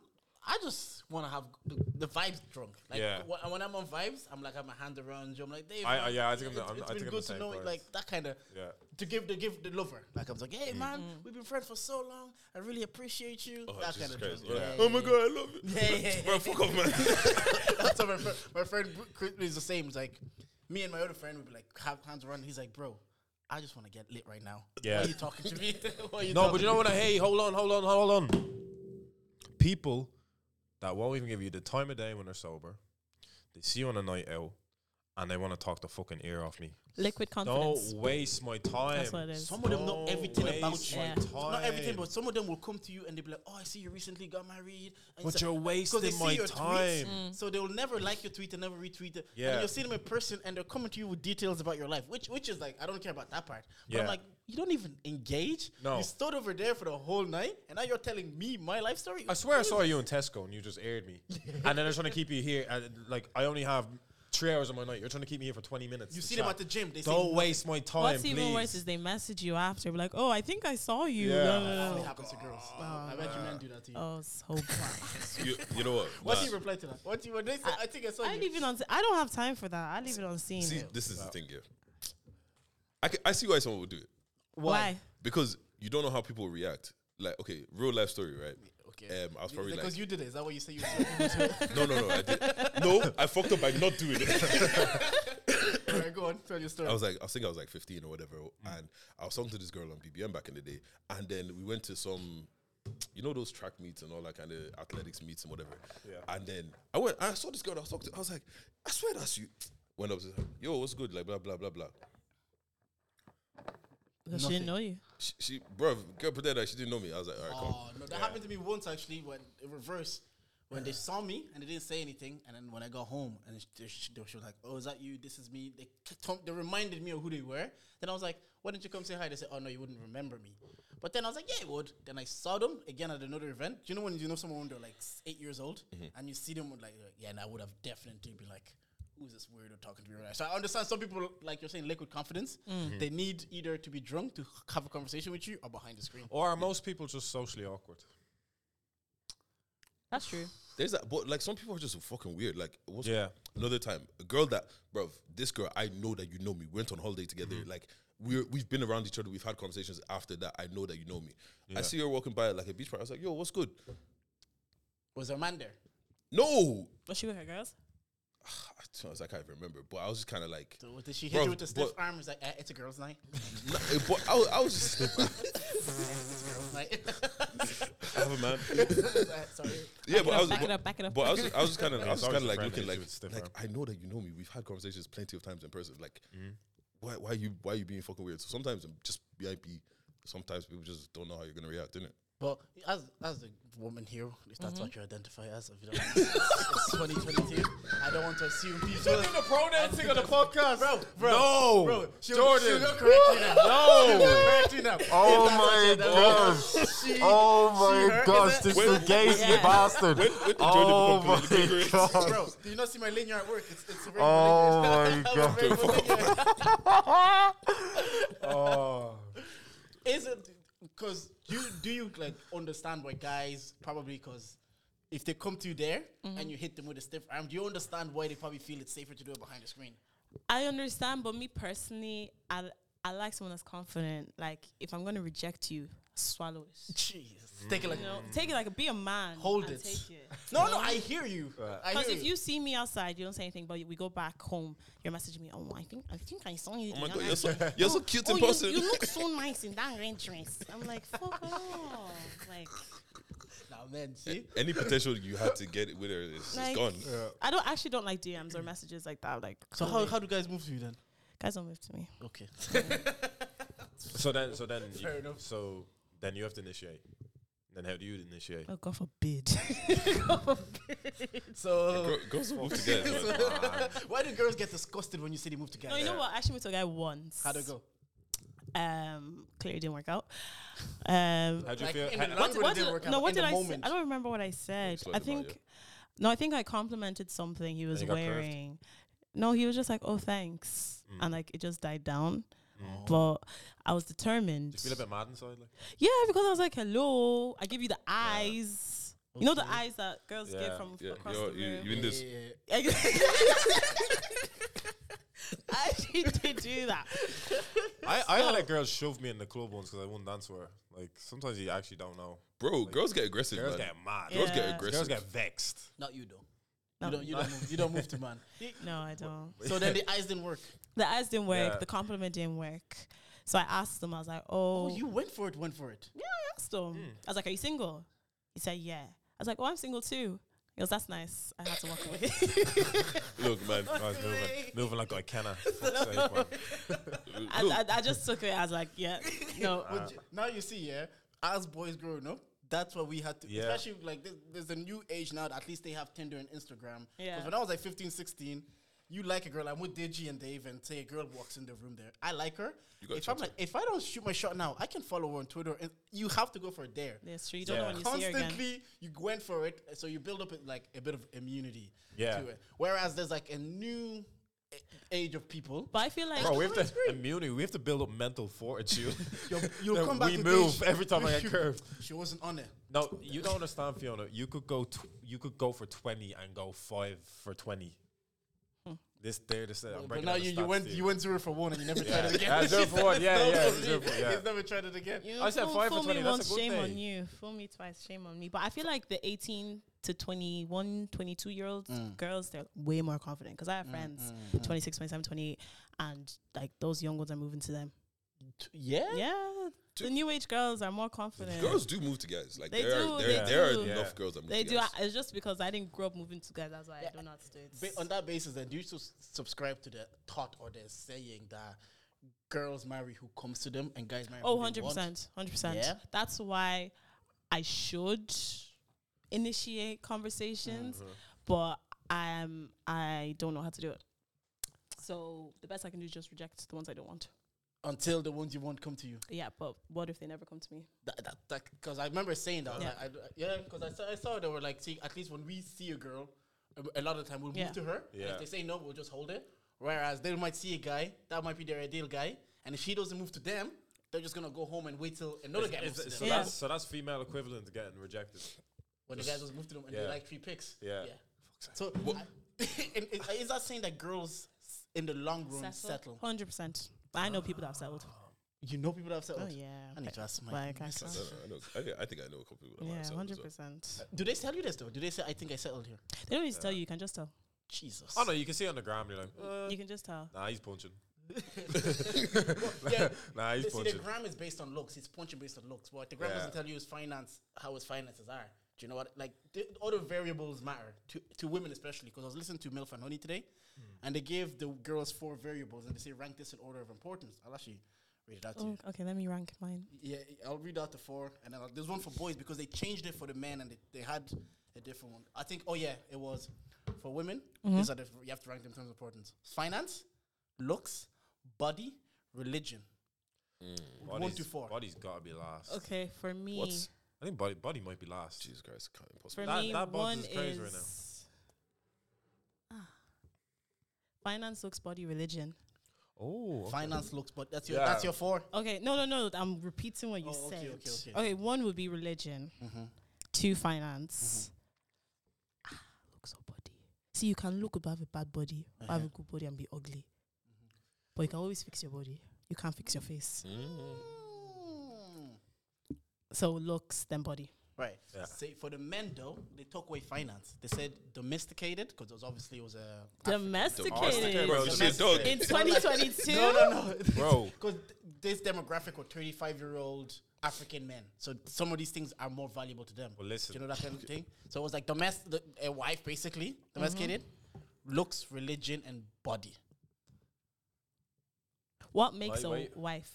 [SPEAKER 1] I just want to have the, the vibes drunk. Like
[SPEAKER 2] Yeah.
[SPEAKER 1] wh- when I'm on vibes, I'm like I'm a hand around you. I'm like, Dave.
[SPEAKER 2] I- I-
[SPEAKER 1] man,
[SPEAKER 2] yeah, I think I'm the-
[SPEAKER 1] it's-
[SPEAKER 2] I'm-
[SPEAKER 1] it's
[SPEAKER 2] I
[SPEAKER 1] been
[SPEAKER 2] think I'm
[SPEAKER 1] good
[SPEAKER 2] the
[SPEAKER 1] to
[SPEAKER 2] same
[SPEAKER 1] know,
[SPEAKER 2] person.
[SPEAKER 1] like that kind of
[SPEAKER 2] Yeah. Mm.
[SPEAKER 1] to give the give the lover. Like I was like, hey man, we've been friends for so long. I really appreciate you.
[SPEAKER 3] Oh,
[SPEAKER 1] that
[SPEAKER 3] Jesus
[SPEAKER 1] kind
[SPEAKER 3] Christ,
[SPEAKER 1] of
[SPEAKER 3] bro.
[SPEAKER 1] drink.
[SPEAKER 3] Oh my god, I love it.
[SPEAKER 2] [laughs]
[SPEAKER 1] Yeah, yeah, yeah.
[SPEAKER 3] Bro, fuck off,
[SPEAKER 1] [laughs]
[SPEAKER 3] man.
[SPEAKER 1] That's what my friend. My friend Bru- Chris is the same. It's like me and my other friend would be like have hands around. He's like, bro, I just want to get lit right now.
[SPEAKER 2] Yeah.
[SPEAKER 1] Why are you talking to me? [laughs] Why you
[SPEAKER 2] No,
[SPEAKER 1] talking
[SPEAKER 2] but you know what? I- Hey, hold on, hold on, hold on. People that won't even give you the time of day when they're sober, they see you on a night out, and they want to talk the fucking ear off me.
[SPEAKER 4] Liquid confidence.
[SPEAKER 2] Don't waste my time.
[SPEAKER 4] That's what it is.
[SPEAKER 1] Some of them know
[SPEAKER 2] Don't
[SPEAKER 1] everything
[SPEAKER 2] waste
[SPEAKER 1] about you.
[SPEAKER 2] my
[SPEAKER 4] Yeah.
[SPEAKER 2] Time.
[SPEAKER 1] Not everything, but some of them will come to you and they'll be like, "Oh, I see you recently got married." And
[SPEAKER 2] But
[SPEAKER 1] it's
[SPEAKER 2] you're
[SPEAKER 1] like- 'cause they
[SPEAKER 2] wasting
[SPEAKER 1] see
[SPEAKER 2] my
[SPEAKER 1] your tweets,
[SPEAKER 2] time.
[SPEAKER 1] so they will never like your tweet and never retweet it.
[SPEAKER 2] Yeah.
[SPEAKER 1] and you're seeing them in person and they're coming to you with details about your life, which which is like I don't care about that part. But I'm
[SPEAKER 2] Yeah.
[SPEAKER 1] like, you don't even engage.
[SPEAKER 2] No.
[SPEAKER 1] you stood over there for the whole night, and now you're telling me my life story.
[SPEAKER 2] I swear I saw you in Tesco and you just aired
[SPEAKER 1] [laughs]
[SPEAKER 2] me, and then they're trying to keep you here. And like I only have three hours of my night. You're trying to keep me here for twenty minutes.
[SPEAKER 1] You
[SPEAKER 2] to
[SPEAKER 1] see them
[SPEAKER 2] chat.
[SPEAKER 1] at the gym. They say
[SPEAKER 2] Don't
[SPEAKER 1] nothing.
[SPEAKER 2] waste my time.
[SPEAKER 4] What's
[SPEAKER 2] please.
[SPEAKER 4] even worse is they message you after, be like, "Oh, I think I saw you."
[SPEAKER 2] Yeah.
[SPEAKER 4] Blah, blah,
[SPEAKER 1] That
[SPEAKER 4] blah.
[SPEAKER 1] only happens to girls. I bet you men do that to you.
[SPEAKER 3] [laughs]
[SPEAKER 4] Oh, so bad.
[SPEAKER 3] You, you know what?
[SPEAKER 1] What
[SPEAKER 3] Nah.
[SPEAKER 1] do you reply to that? What do you? When they say, I, think I saw
[SPEAKER 4] I
[SPEAKER 1] you.
[SPEAKER 4] leave it on. I don't have time for that. I leave it on scene.
[SPEAKER 3] See, this is the thing here. I, ca- I see why someone would do it
[SPEAKER 4] Why?
[SPEAKER 3] because you don't know how people react. Like, okay, real life story, right?
[SPEAKER 1] Okay.
[SPEAKER 3] Um, I
[SPEAKER 1] Is
[SPEAKER 3] was
[SPEAKER 1] it
[SPEAKER 3] probably
[SPEAKER 1] because
[SPEAKER 3] like,
[SPEAKER 1] you did [laughs] it. Is that what you say? You saw people do?
[SPEAKER 3] no, no, no, I did. no, I fucked up by not doing it. [laughs]
[SPEAKER 1] Alright, go on. Tell your story.
[SPEAKER 3] I was like, I think I was like 15 or whatever, and I was talking to this girl on BBM back in the day, and then we went to some, you know, those track meets and all that kind of athletics meets and whatever. Yeah. And then I went, I saw this girl. that I was talking to. I was like, I swear that's you. Went up to her, yo, what's good? Like blah blah blah blah.
[SPEAKER 4] Because she didn't know you.
[SPEAKER 3] She, she bro, girl pretended like she didn't know me. I was like, all right, cool.
[SPEAKER 1] Oh no, that happened to me once actually when in reverse. When they saw me and they didn't say anything, and then when I got home and sh- they sh- they was like, "Oh, is that you? This is me." They k- tom- they reminded me of who they were. Then I was like, "Why didn't you come say hi?" They said, "Oh no, you wouldn't remember me." But then I was like, "Yeah, it would." Then I saw them again at another event. Do you know when you know someone when they're like s- eight years old and you see them with like, you're like, "Yeah," and I would have definitely been like, who's this weirdo talking to me right now? So I understand some people, like you're saying, liquid confidence. They need either to be drunk to h- have a conversation with you or behind the screen.
[SPEAKER 2] Or are most people just socially awkward?
[SPEAKER 4] That's true.
[SPEAKER 3] There's that, but like some people are just fucking weird. Like, what's
[SPEAKER 2] Yeah.
[SPEAKER 3] Another time, a girl that, bro, this girl I know that you know me. Went on holiday together. Like we're we've been around each other. We've had conversations after that. I know that you know me. I see her walking by like a beach party. I was like, yo, what's good?
[SPEAKER 1] Was there a man there?
[SPEAKER 3] No,
[SPEAKER 4] Was she with her girls?
[SPEAKER 3] I, to be honest, I can't even remember. But I was just kind of
[SPEAKER 4] [laughs]
[SPEAKER 3] like,
[SPEAKER 1] So what did she hit
[SPEAKER 3] Bro,
[SPEAKER 1] you with a stiff
[SPEAKER 3] but-
[SPEAKER 1] arm? It's like eh, it's a girls'
[SPEAKER 2] [laughs]
[SPEAKER 1] night.
[SPEAKER 3] nah, eh, but I, was- I was just,
[SPEAKER 1] Girls' night.
[SPEAKER 3] I have
[SPEAKER 2] [laughs]
[SPEAKER 3] a man.
[SPEAKER 1] [laughs] Sorry.
[SPEAKER 3] Yeah, but I was,
[SPEAKER 4] back it
[SPEAKER 3] but,
[SPEAKER 4] up. Back it up.
[SPEAKER 3] but I was, just- I was just kind of,
[SPEAKER 2] Yeah,
[SPEAKER 3] I was
[SPEAKER 2] it's
[SPEAKER 3] kind of
[SPEAKER 2] always
[SPEAKER 3] like
[SPEAKER 2] the
[SPEAKER 3] looking
[SPEAKER 2] friendly
[SPEAKER 3] like,
[SPEAKER 2] issue, it's
[SPEAKER 3] like
[SPEAKER 2] different. Mm-hmm.
[SPEAKER 3] I know that you know me. We've had conversations plenty of times in person. Like, why, why you, why you being fucking weird? So sometimes I'm just VIP. Sometimes people just don't know how you're gonna react, innit?
[SPEAKER 1] But as as a woman here, if that's
[SPEAKER 2] Mm-hmm.
[SPEAKER 1] what you identify as, if you don't it's 2022. I don't want to assume people.
[SPEAKER 2] the pronoun thing on the podcast, bro.
[SPEAKER 1] Bro,
[SPEAKER 2] No,
[SPEAKER 1] bro, she'll,
[SPEAKER 2] Jordan.
[SPEAKER 1] she'll go correct you now. She'll go
[SPEAKER 2] No.
[SPEAKER 1] correct you now.
[SPEAKER 2] Oh
[SPEAKER 1] If that's what
[SPEAKER 2] my
[SPEAKER 1] you identify
[SPEAKER 2] gosh.
[SPEAKER 1] as, she-
[SPEAKER 2] Oh
[SPEAKER 1] she
[SPEAKER 2] my
[SPEAKER 1] her-
[SPEAKER 2] gosh,
[SPEAKER 1] is
[SPEAKER 2] this
[SPEAKER 1] it-
[SPEAKER 2] is the gayest
[SPEAKER 4] Yeah.
[SPEAKER 2] bastard. Oh my god.
[SPEAKER 1] Bro, do you not see my linear at work? It's, it's a very
[SPEAKER 2] Oh
[SPEAKER 1] [laughs]
[SPEAKER 2] my
[SPEAKER 1] linear. I have a very linear.
[SPEAKER 2] Oh.
[SPEAKER 1] Is it because you do you like understand why guys probably because if they come to you there
[SPEAKER 4] Mm-hmm.
[SPEAKER 1] and you hit them with a stiff arm, do you understand why they probably feel it's safer to do it behind the screen?
[SPEAKER 4] I understand, but me personally, I I like someone that's confident. Like if I'm gonna reject you, swallow it.
[SPEAKER 2] Mm.
[SPEAKER 1] Jeez, take it like
[SPEAKER 4] You know, take it like a, be a man.
[SPEAKER 1] Hold
[SPEAKER 4] and
[SPEAKER 1] it.
[SPEAKER 4] Take it.
[SPEAKER 1] no, no. I hear you. I
[SPEAKER 4] Because
[SPEAKER 1] hear
[SPEAKER 4] if you see me outside, you don't say anything. But we go back home, you're messaging me. Oh, I think I think I saw you.
[SPEAKER 3] Oh my
[SPEAKER 4] the
[SPEAKER 3] god,
[SPEAKER 4] other
[SPEAKER 3] you're so, you're so cute
[SPEAKER 4] Oh,
[SPEAKER 3] in
[SPEAKER 4] you-
[SPEAKER 3] person.
[SPEAKER 4] You, look so nice in that red dress. I'm like, fuck off. Like,
[SPEAKER 1] now, man, see.
[SPEAKER 3] Any potential you had to get it with her is, is
[SPEAKER 4] Like-
[SPEAKER 3] gone.
[SPEAKER 4] I don't actually don't like DMs or messages like that. Like,
[SPEAKER 1] So
[SPEAKER 4] go
[SPEAKER 1] how,
[SPEAKER 4] away.
[SPEAKER 1] how do guys move to you then?
[SPEAKER 4] guys don't move to me?
[SPEAKER 1] Okay,
[SPEAKER 2] So then, so then, you,
[SPEAKER 1] Fair enough.
[SPEAKER 2] so then you have to initiate. Then how do you initiate? [laughs]
[SPEAKER 4] Oh, God forbid. God forbid.
[SPEAKER 1] So,
[SPEAKER 3] Girl- Girls will move
[SPEAKER 4] [laughs]
[SPEAKER 3] together. but-
[SPEAKER 1] [laughs] why do girls get disgusted when you say they move together?
[SPEAKER 4] no, you know what? I actually went to a guy once.
[SPEAKER 1] How'd it go?
[SPEAKER 4] Um, clearly didn't work out. Um,
[SPEAKER 2] How do you
[SPEAKER 1] Like,
[SPEAKER 2] feel?
[SPEAKER 1] in
[SPEAKER 2] how-
[SPEAKER 1] the
[SPEAKER 2] how-
[SPEAKER 1] long- run
[SPEAKER 4] what,
[SPEAKER 1] it
[SPEAKER 4] what
[SPEAKER 1] didn't
[SPEAKER 4] did-
[SPEAKER 1] work out,
[SPEAKER 4] no,
[SPEAKER 1] but
[SPEAKER 4] what
[SPEAKER 1] in
[SPEAKER 4] did
[SPEAKER 1] the
[SPEAKER 4] I? s-
[SPEAKER 1] moment-
[SPEAKER 4] I don't remember what I said.
[SPEAKER 3] Explain
[SPEAKER 4] I
[SPEAKER 3] about
[SPEAKER 4] think
[SPEAKER 3] you.
[SPEAKER 4] no, I think I complimented something he was
[SPEAKER 2] you got curved?
[SPEAKER 4] wearing. No, he was just like, "Oh, thanks," and like it just died down.
[SPEAKER 2] Mm.
[SPEAKER 4] But I was determined.
[SPEAKER 2] Do you feel a bit mad inside? Like,
[SPEAKER 4] Yeah, because I was like, "Hello," I give you the eyes. You know the
[SPEAKER 1] Okay.
[SPEAKER 4] eyes that girls get
[SPEAKER 2] Yeah.
[SPEAKER 4] from f-
[SPEAKER 3] Yeah,
[SPEAKER 4] across
[SPEAKER 3] you're-
[SPEAKER 4] the
[SPEAKER 3] you-
[SPEAKER 4] room. [laughs]
[SPEAKER 3] you in this?
[SPEAKER 1] Yeah.
[SPEAKER 4] I did do that.
[SPEAKER 2] I, I had a girl shove me in the club once because I wouldn't dance with her. Like sometimes you actually don't know.
[SPEAKER 3] Bro, girls get aggressive,
[SPEAKER 2] Girls
[SPEAKER 3] man.
[SPEAKER 2] get mad.
[SPEAKER 4] Yeah.
[SPEAKER 3] Girls get
[SPEAKER 4] Girls
[SPEAKER 2] Girls
[SPEAKER 3] aggressive.
[SPEAKER 2] get [laughs] vexed.
[SPEAKER 1] Not you though.
[SPEAKER 4] No.
[SPEAKER 1] You don't. You don't. Move, you don't move to [laughs] man.
[SPEAKER 4] No, I don't.
[SPEAKER 1] So then the eyes didn't work.
[SPEAKER 4] The eyes didn't work.
[SPEAKER 2] Yeah.
[SPEAKER 4] The compliment didn't work. So I asked him. I was like,
[SPEAKER 1] Oh,
[SPEAKER 4] "Oh,
[SPEAKER 1] you went for it. Went for it.
[SPEAKER 4] Yeah, I asked him.
[SPEAKER 2] Mm.
[SPEAKER 4] I was like, Are you single? He said, Yeah. I was like, Oh, I'm single too. He goes, That's nice. I had to walk
[SPEAKER 2] [laughs]
[SPEAKER 4] away.
[SPEAKER 3] Look, man.
[SPEAKER 2] I was moving, moving like I can. [laughs] That's
[SPEAKER 4] I, I, I just took it as like, Yeah, no. uh,
[SPEAKER 1] But j- now you see, yeah, as boys growing up, that's what we had to,
[SPEAKER 2] Yeah.
[SPEAKER 1] especially like there's, there's a new age now that at least they have Tinder and Instagram. 'Cause
[SPEAKER 4] Yeah.
[SPEAKER 1] when I was like 15, 16, you like a girl, I'm with Deji and Dave, and say a girl walks in the room there. I like her.
[SPEAKER 3] gotta
[SPEAKER 1] If I'm
[SPEAKER 3] chat
[SPEAKER 1] like, if I don't shoot my shot now, I can follow her on Twitter, and you have to go for it there.
[SPEAKER 4] That's true. You don't know
[SPEAKER 2] Yeah.
[SPEAKER 4] when you see her again.
[SPEAKER 1] Constantly, you went for it, so you build up like a bit of immunity
[SPEAKER 2] Yeah.
[SPEAKER 1] to it. Whereas there's like a new a- age of people.
[SPEAKER 4] But I feel like
[SPEAKER 2] Bro, we have to immunity. We have to build up mental
[SPEAKER 1] [laughs]
[SPEAKER 2] fortitude. [laughs]
[SPEAKER 1] You'll, you'll
[SPEAKER 2] That
[SPEAKER 1] come back.
[SPEAKER 2] we
[SPEAKER 1] to
[SPEAKER 2] move
[SPEAKER 1] Deji,
[SPEAKER 2] every time
[SPEAKER 1] [laughs] "You
[SPEAKER 2] I get
[SPEAKER 1] shoot-
[SPEAKER 2] curved."
[SPEAKER 1] She wasn't on it.
[SPEAKER 2] No, you don't understand, Fiona. You could go, tw- you could go for twenty and go five for twenty.
[SPEAKER 1] Hmm.
[SPEAKER 2] This there, this there. I'm
[SPEAKER 1] But
[SPEAKER 2] breaking
[SPEAKER 1] now
[SPEAKER 2] down the
[SPEAKER 1] you, you
[SPEAKER 2] stats
[SPEAKER 1] went
[SPEAKER 2] to
[SPEAKER 1] you went zero for one and you never tried
[SPEAKER 2] Yeah,
[SPEAKER 1] it again.
[SPEAKER 2] yeah, zero for one. Yeah,
[SPEAKER 1] No,
[SPEAKER 2] yeah,
[SPEAKER 1] no,
[SPEAKER 2] zero for-
[SPEAKER 1] he-
[SPEAKER 2] yeah.
[SPEAKER 1] He's never tried it again.
[SPEAKER 4] You
[SPEAKER 2] I said
[SPEAKER 4] fool,
[SPEAKER 2] five for
[SPEAKER 4] fool
[SPEAKER 2] 20,
[SPEAKER 4] me
[SPEAKER 2] that's a
[SPEAKER 4] once,
[SPEAKER 2] good
[SPEAKER 4] shame on
[SPEAKER 2] day.
[SPEAKER 4] you. Fool me twice, shame on me. But I feel like the 18 to 21, 22 year olds,
[SPEAKER 2] Uh,
[SPEAKER 4] girls, they're way more confident. Because
[SPEAKER 1] Mm,
[SPEAKER 4] I have friends, 26, 27, 28, and like those young ones are moving to them.
[SPEAKER 1] Yeah.
[SPEAKER 4] Yeah. The new age girls are more confident.
[SPEAKER 3] Girls do move to guys. Like
[SPEAKER 4] They
[SPEAKER 3] there
[SPEAKER 4] do,
[SPEAKER 3] are there,
[SPEAKER 4] they
[SPEAKER 3] there are
[SPEAKER 4] do.
[SPEAKER 3] enough
[SPEAKER 2] Yeah.
[SPEAKER 3] girls that move
[SPEAKER 4] They
[SPEAKER 3] to
[SPEAKER 4] do.
[SPEAKER 3] guys.
[SPEAKER 4] I, it's just because I didn't grow up moving to guys. That's why
[SPEAKER 1] Yeah.
[SPEAKER 4] I do not do it.
[SPEAKER 1] Ba- on that basis, then do you sus- subscribe to the thought or the saying that girls marry who comes to them and guys marry?
[SPEAKER 4] oh,
[SPEAKER 1] who they
[SPEAKER 4] 100
[SPEAKER 1] want?
[SPEAKER 4] percent, hundred percent.
[SPEAKER 1] Yeah.
[SPEAKER 4] That's why I should initiate conversations,
[SPEAKER 3] Mm-hmm.
[SPEAKER 4] but um, I don't know how to do it. So the best I can do is just reject the ones I don't want.
[SPEAKER 1] Until the ones you want come to you.
[SPEAKER 4] Yeah, but what if they never come to me?
[SPEAKER 1] That that because I remember saying that. I was
[SPEAKER 4] Yeah.
[SPEAKER 1] like, I d- Yeah, because I, saw I saw they were like, see, at least when we see a girl, um, a, a lot of the time we'll
[SPEAKER 4] Yeah.
[SPEAKER 1] move to her. and
[SPEAKER 2] Yeah.
[SPEAKER 1] If they say no, we'll just hold it. Whereas they might see a guy that might be their ideal guy, and if she doesn't move to them, they're just gonna go home and wait till another guy
[SPEAKER 2] Is-
[SPEAKER 1] moves
[SPEAKER 2] is-
[SPEAKER 1] to them.
[SPEAKER 2] so,
[SPEAKER 4] Yeah.
[SPEAKER 2] that's, so that's female equivalent to getting rejected.
[SPEAKER 1] when the guys just moved to them and they
[SPEAKER 2] yeah.
[SPEAKER 1] like three picks.
[SPEAKER 2] Yeah.
[SPEAKER 1] So I- [laughs] and, is- is that saying that girls s- in the long run settle?
[SPEAKER 4] Hundred percent. I know people that have settled.
[SPEAKER 1] You know people that have settled.
[SPEAKER 4] Oh yeah.
[SPEAKER 1] Ah. I need to ask my.
[SPEAKER 4] Like I
[SPEAKER 1] missus.
[SPEAKER 4] can't.
[SPEAKER 3] I, know, I, know, I, think I know a couple people. that
[SPEAKER 4] Yeah,
[SPEAKER 3] myself as well.
[SPEAKER 4] hundred percent.
[SPEAKER 1] Do they tell you this though? Do they say I think I settled here?
[SPEAKER 4] They don't need to tell you. You can just tell.
[SPEAKER 1] Jesus.
[SPEAKER 2] Oh no, you can see on the gram. You're like, uh,
[SPEAKER 4] You can just tell.
[SPEAKER 2] nah, he's punching.
[SPEAKER 1] yeah.
[SPEAKER 2] Nah, [laughs] he's
[SPEAKER 1] They See, the
[SPEAKER 2] punching.
[SPEAKER 1] gram is based on looks. It's punching based on looks. What the gram
[SPEAKER 2] Yeah.
[SPEAKER 1] doesn't tell you is finance, how his finances are. Do you know what? Like the other variables matter to, to women especially. Because I was listening to Milf and Honey today,
[SPEAKER 2] Hmm.
[SPEAKER 1] and they gave the girls four variables and they say rank this in order of importance. I'll actually read it out to you.
[SPEAKER 4] Oh, okay, let me rank mine.
[SPEAKER 1] Yeah, I'll read out the four, and then I'll, there's one for boys because they changed it for the men, and they, they had a different one. I think. Oh yeah, it was for women. These are the you have to rank them in terms of importance: finance, looks, body, religion. One to
[SPEAKER 2] Body's-
[SPEAKER 1] four.
[SPEAKER 2] Body's gotta be last.
[SPEAKER 4] Okay, for me.
[SPEAKER 3] What's-
[SPEAKER 2] I think body body might be last.
[SPEAKER 3] Jesus Christ, can't-
[SPEAKER 4] For
[SPEAKER 3] impossible.
[SPEAKER 2] That-
[SPEAKER 4] me,
[SPEAKER 2] that box
[SPEAKER 4] one
[SPEAKER 2] is
[SPEAKER 4] is,
[SPEAKER 2] crazy right now.
[SPEAKER 4] Ah. finance, looks, body, religion.
[SPEAKER 2] Oh,
[SPEAKER 1] Finance, looks, but that's your
[SPEAKER 2] Yeah.
[SPEAKER 1] that's your four.
[SPEAKER 4] Okay, no, no, no. I'm repeating what you
[SPEAKER 1] Oh, okay,
[SPEAKER 4] said.
[SPEAKER 1] okay, okay.
[SPEAKER 4] one would be religion.
[SPEAKER 1] Mm-hmm.
[SPEAKER 4] Two, finance.
[SPEAKER 3] Mm-hmm.
[SPEAKER 4] Ah, looks or body. See, you can look good but have a bad body, or
[SPEAKER 1] Uh-huh.
[SPEAKER 4] have a good body and be ugly,
[SPEAKER 1] Mm-hmm.
[SPEAKER 4] but you can always fix your body. You can't fix your face.
[SPEAKER 2] Mm.
[SPEAKER 1] Mm.
[SPEAKER 4] So looks, then body.
[SPEAKER 1] Right.
[SPEAKER 2] Yeah.
[SPEAKER 1] Say for the men though, they took away finance. They said domesticated because it was obviously it was a
[SPEAKER 4] Domesticated.
[SPEAKER 3] Bro,
[SPEAKER 1] African-
[SPEAKER 3] she a dog.
[SPEAKER 4] In 2022.
[SPEAKER 1] [laughs] No, no, no.
[SPEAKER 2] bro.
[SPEAKER 1] Because this demographic of 35 year old African men. So some of these things are more valuable to them.
[SPEAKER 2] Well,
[SPEAKER 1] Do you know
[SPEAKER 2] listen.
[SPEAKER 1] that kind of thing? So it was like domestic, a wife basically, domesticated, looks, religion, and body.
[SPEAKER 4] What makes
[SPEAKER 2] Why-
[SPEAKER 4] a
[SPEAKER 2] why-
[SPEAKER 4] wife?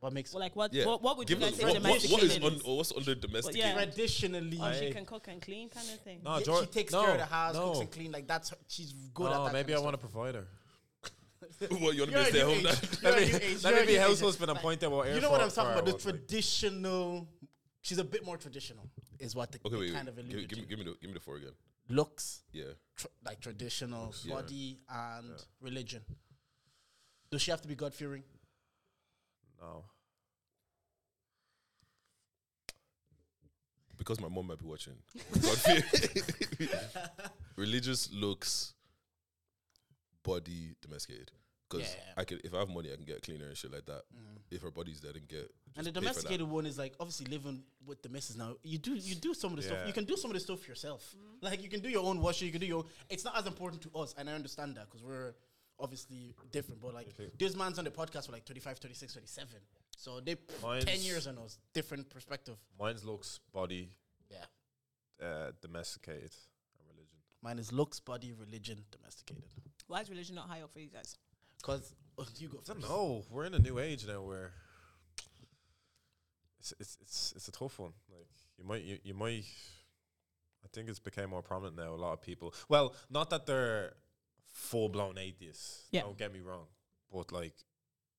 [SPEAKER 1] What makes
[SPEAKER 4] Well, like what?
[SPEAKER 3] Yeah.
[SPEAKER 4] What, what would
[SPEAKER 3] Give
[SPEAKER 4] you
[SPEAKER 3] us
[SPEAKER 4] guys say
[SPEAKER 3] what, what, what
[SPEAKER 4] domesticated
[SPEAKER 3] is un, or what's under domestic?
[SPEAKER 4] yeah.
[SPEAKER 1] traditionally?
[SPEAKER 4] Oh,
[SPEAKER 2] I-
[SPEAKER 4] she can cook and clean, kind of thing.
[SPEAKER 2] No,
[SPEAKER 1] Yeah,
[SPEAKER 2] Jor-
[SPEAKER 1] she takes
[SPEAKER 2] no,
[SPEAKER 1] care of the house, cooks
[SPEAKER 2] no.
[SPEAKER 1] and clean. Like that's her, she's good at
[SPEAKER 2] No,
[SPEAKER 1] that.
[SPEAKER 2] maybe I
[SPEAKER 1] kind
[SPEAKER 2] want a provider.
[SPEAKER 3] [laughs] Well, you want to be
[SPEAKER 1] You're
[SPEAKER 3] a
[SPEAKER 1] a
[SPEAKER 3] stay
[SPEAKER 1] new
[SPEAKER 3] home
[SPEAKER 1] age.
[SPEAKER 3] dad?
[SPEAKER 1] You're a
[SPEAKER 2] Let
[SPEAKER 1] new
[SPEAKER 2] me, [laughs] let
[SPEAKER 1] age, you're
[SPEAKER 2] me
[SPEAKER 1] a
[SPEAKER 2] be
[SPEAKER 1] new age.
[SPEAKER 2] house husband and
[SPEAKER 1] But
[SPEAKER 2] point out what
[SPEAKER 1] You
[SPEAKER 2] air
[SPEAKER 1] know what
[SPEAKER 2] for-
[SPEAKER 1] I'm
[SPEAKER 2] for
[SPEAKER 1] talking about? The
[SPEAKER 2] what-
[SPEAKER 1] traditional. She's a bit more traditional, is what the
[SPEAKER 3] [laughs] Okay,
[SPEAKER 1] they
[SPEAKER 3] wait,
[SPEAKER 1] kind of
[SPEAKER 3] wait. Give,
[SPEAKER 1] alluded
[SPEAKER 3] give, me,
[SPEAKER 1] to.
[SPEAKER 3] give me the give me the four again.
[SPEAKER 1] Looks
[SPEAKER 3] Yeah,
[SPEAKER 1] tr- like traditional
[SPEAKER 3] Yeah.
[SPEAKER 1] body and religion. Does she have to be God fearing?
[SPEAKER 2] No.
[SPEAKER 3] because my mom might be watching. [laughs]
[SPEAKER 4] [laughs]
[SPEAKER 3] God fear. Religious looks, body domesticated. Because
[SPEAKER 1] Yeah.
[SPEAKER 3] I could, if I have money, I can get a cleaner and shit like that. If her body's there, then get.
[SPEAKER 1] Mm. And the
[SPEAKER 3] just pay for that.
[SPEAKER 1] domesticated one is like obviously living with the missus now. You do you do some of the
[SPEAKER 2] Yeah.
[SPEAKER 1] stuff. You can do some of the stuff yourself. Like you can do your own washing. You can do your. Own, it's not as important to us, and I understand that because we're obviously different. But like this man's on the podcast were like 35, 36, 37. So they p- ten
[SPEAKER 2] Mine's-
[SPEAKER 1] years on us, different perspective.
[SPEAKER 2] Mine's looks, body,
[SPEAKER 1] Yeah,
[SPEAKER 2] uh, domesticated, and religion.
[SPEAKER 1] mine is looks, body, religion, domesticated.
[SPEAKER 4] Why is religion not high up for you guys?
[SPEAKER 1] Because you go
[SPEAKER 2] I don't
[SPEAKER 1] first.
[SPEAKER 2] know. We're in a new age now where it's it's it's, it's a tough one. Like you might you, you might I think it's became more prominent now. A lot of people. Well, not that they're full blown atheists.
[SPEAKER 4] Yeah.
[SPEAKER 2] Don't get me wrong, but like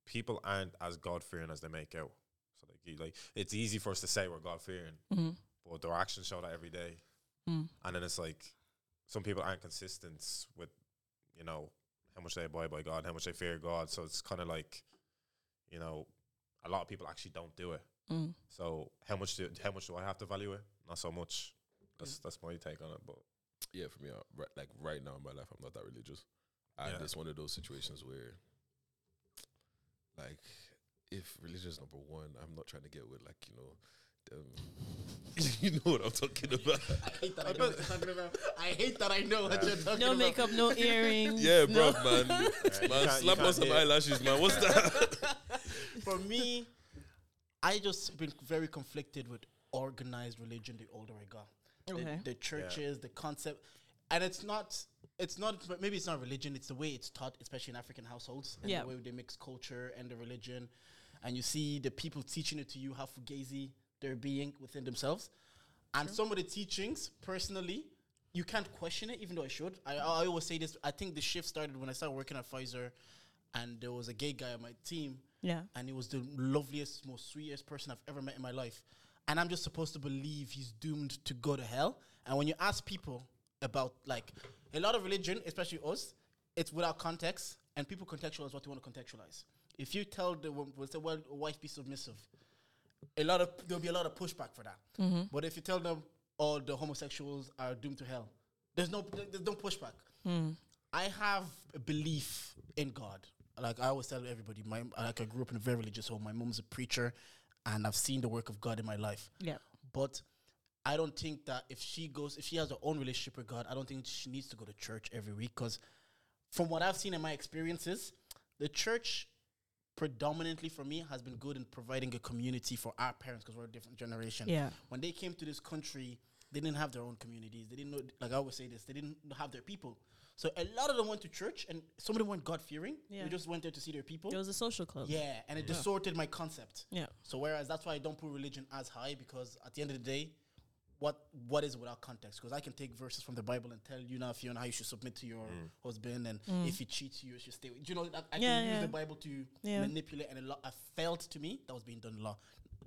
[SPEAKER 2] people aren't as God fearing as they make out. So like you, like it's easy for us to say we're God fearing,
[SPEAKER 4] Mm.
[SPEAKER 2] but their actions show that every day.
[SPEAKER 4] Mm-hmm.
[SPEAKER 2] And then it's like some people aren't consistent with, you know, how much they abide by God, how much they fear God. So it's kind of like, you know, a lot of people actually don't do it.
[SPEAKER 4] Mm.
[SPEAKER 2] So how much do how much do I have to value it? Not so much. That's that's my take on it. But
[SPEAKER 3] yeah, for me, I, right, like right now in my life, I'm not that religious, and
[SPEAKER 2] Yeah.
[SPEAKER 3] it's one of those situations where, like, if religion is number one, I'm not trying to get with like you know, them. [laughs] you know what I'm talking about?
[SPEAKER 1] I hate that. I, know what you're talking about. I hate that. I know what you're talking
[SPEAKER 4] No
[SPEAKER 1] about.
[SPEAKER 4] makeup,
[SPEAKER 1] [laughs]
[SPEAKER 4] no earrings.
[SPEAKER 3] yeah, bro, man,
[SPEAKER 4] [laughs]
[SPEAKER 2] you
[SPEAKER 3] man,
[SPEAKER 2] can't- you
[SPEAKER 3] slap on
[SPEAKER 2] can't
[SPEAKER 3] some
[SPEAKER 2] hear.
[SPEAKER 3] eyelashes, man. What's
[SPEAKER 2] [laughs]
[SPEAKER 3] that?
[SPEAKER 1] for me, I just been very conflicted with organized religion the older I got. The-
[SPEAKER 4] Okay.
[SPEAKER 1] The, churches, the concept, and it's not. It's not. but Maybe it's not religion. It's the way it's taught, especially in African households, and
[SPEAKER 4] Yeah.
[SPEAKER 1] the way they mix culture and the religion, and you see the people teaching it to you how fugazi they're being within themselves, and some of the teachings personally. You can't question it, even though I should. I, I always say this. I think the shift started when I started working at Pfizer, and there was a gay guy on my team,
[SPEAKER 4] Yeah.
[SPEAKER 1] and he was the loveliest, most sweetest person I've ever met in my life. And I'm just supposed to believe he's doomed to go to hell. And when you ask people about like a lot of religion, especially us, it's without context, and people contextualize what they want to contextualize. If you tell the woman, well, say, well, a wife be submissive, a lot of there'll be a lot of pushback for that. But if you tell them, oh, the homosexuals are doomed to hell, there's no there's no pushback. I have a belief in God. Like I always tell everybody, my like I grew up in a very religious home. My mom's a preacher, and I've seen the work of God in my life.
[SPEAKER 4] Yeah.
[SPEAKER 1] But I don't think that if she goes, if she has her own relationship with God, I don't think she needs to go to church every week. Because from what I've seen in my experiences, the church predominantly for me has been good in providing a community for our parents because we're a different generation.
[SPEAKER 4] Yeah.
[SPEAKER 1] When they came to this country, they didn't have their own communities. They didn't know, like I always say this, they didn't have their people. So a lot of them went to church and some of them weren't God fearing.
[SPEAKER 4] Yeah.
[SPEAKER 1] They just went there to see their people.
[SPEAKER 4] It was a social club.
[SPEAKER 1] yeah. And it distorted my concept.
[SPEAKER 4] Yeah.
[SPEAKER 1] So whereas that's why I don't put religion as high because at the end of the day, what what is without context? Because I can take verses from the Bible and tell you now, Fiona, how you should submit to your
[SPEAKER 2] Mm.
[SPEAKER 1] husband, and if he cheats you, you should stay. With. You know, that I
[SPEAKER 4] Mm. Yeah,
[SPEAKER 1] can use
[SPEAKER 4] yeah.
[SPEAKER 1] the Bible to
[SPEAKER 4] Yeah.
[SPEAKER 1] manipulate, and a lot. I felt to me that was being done a lot.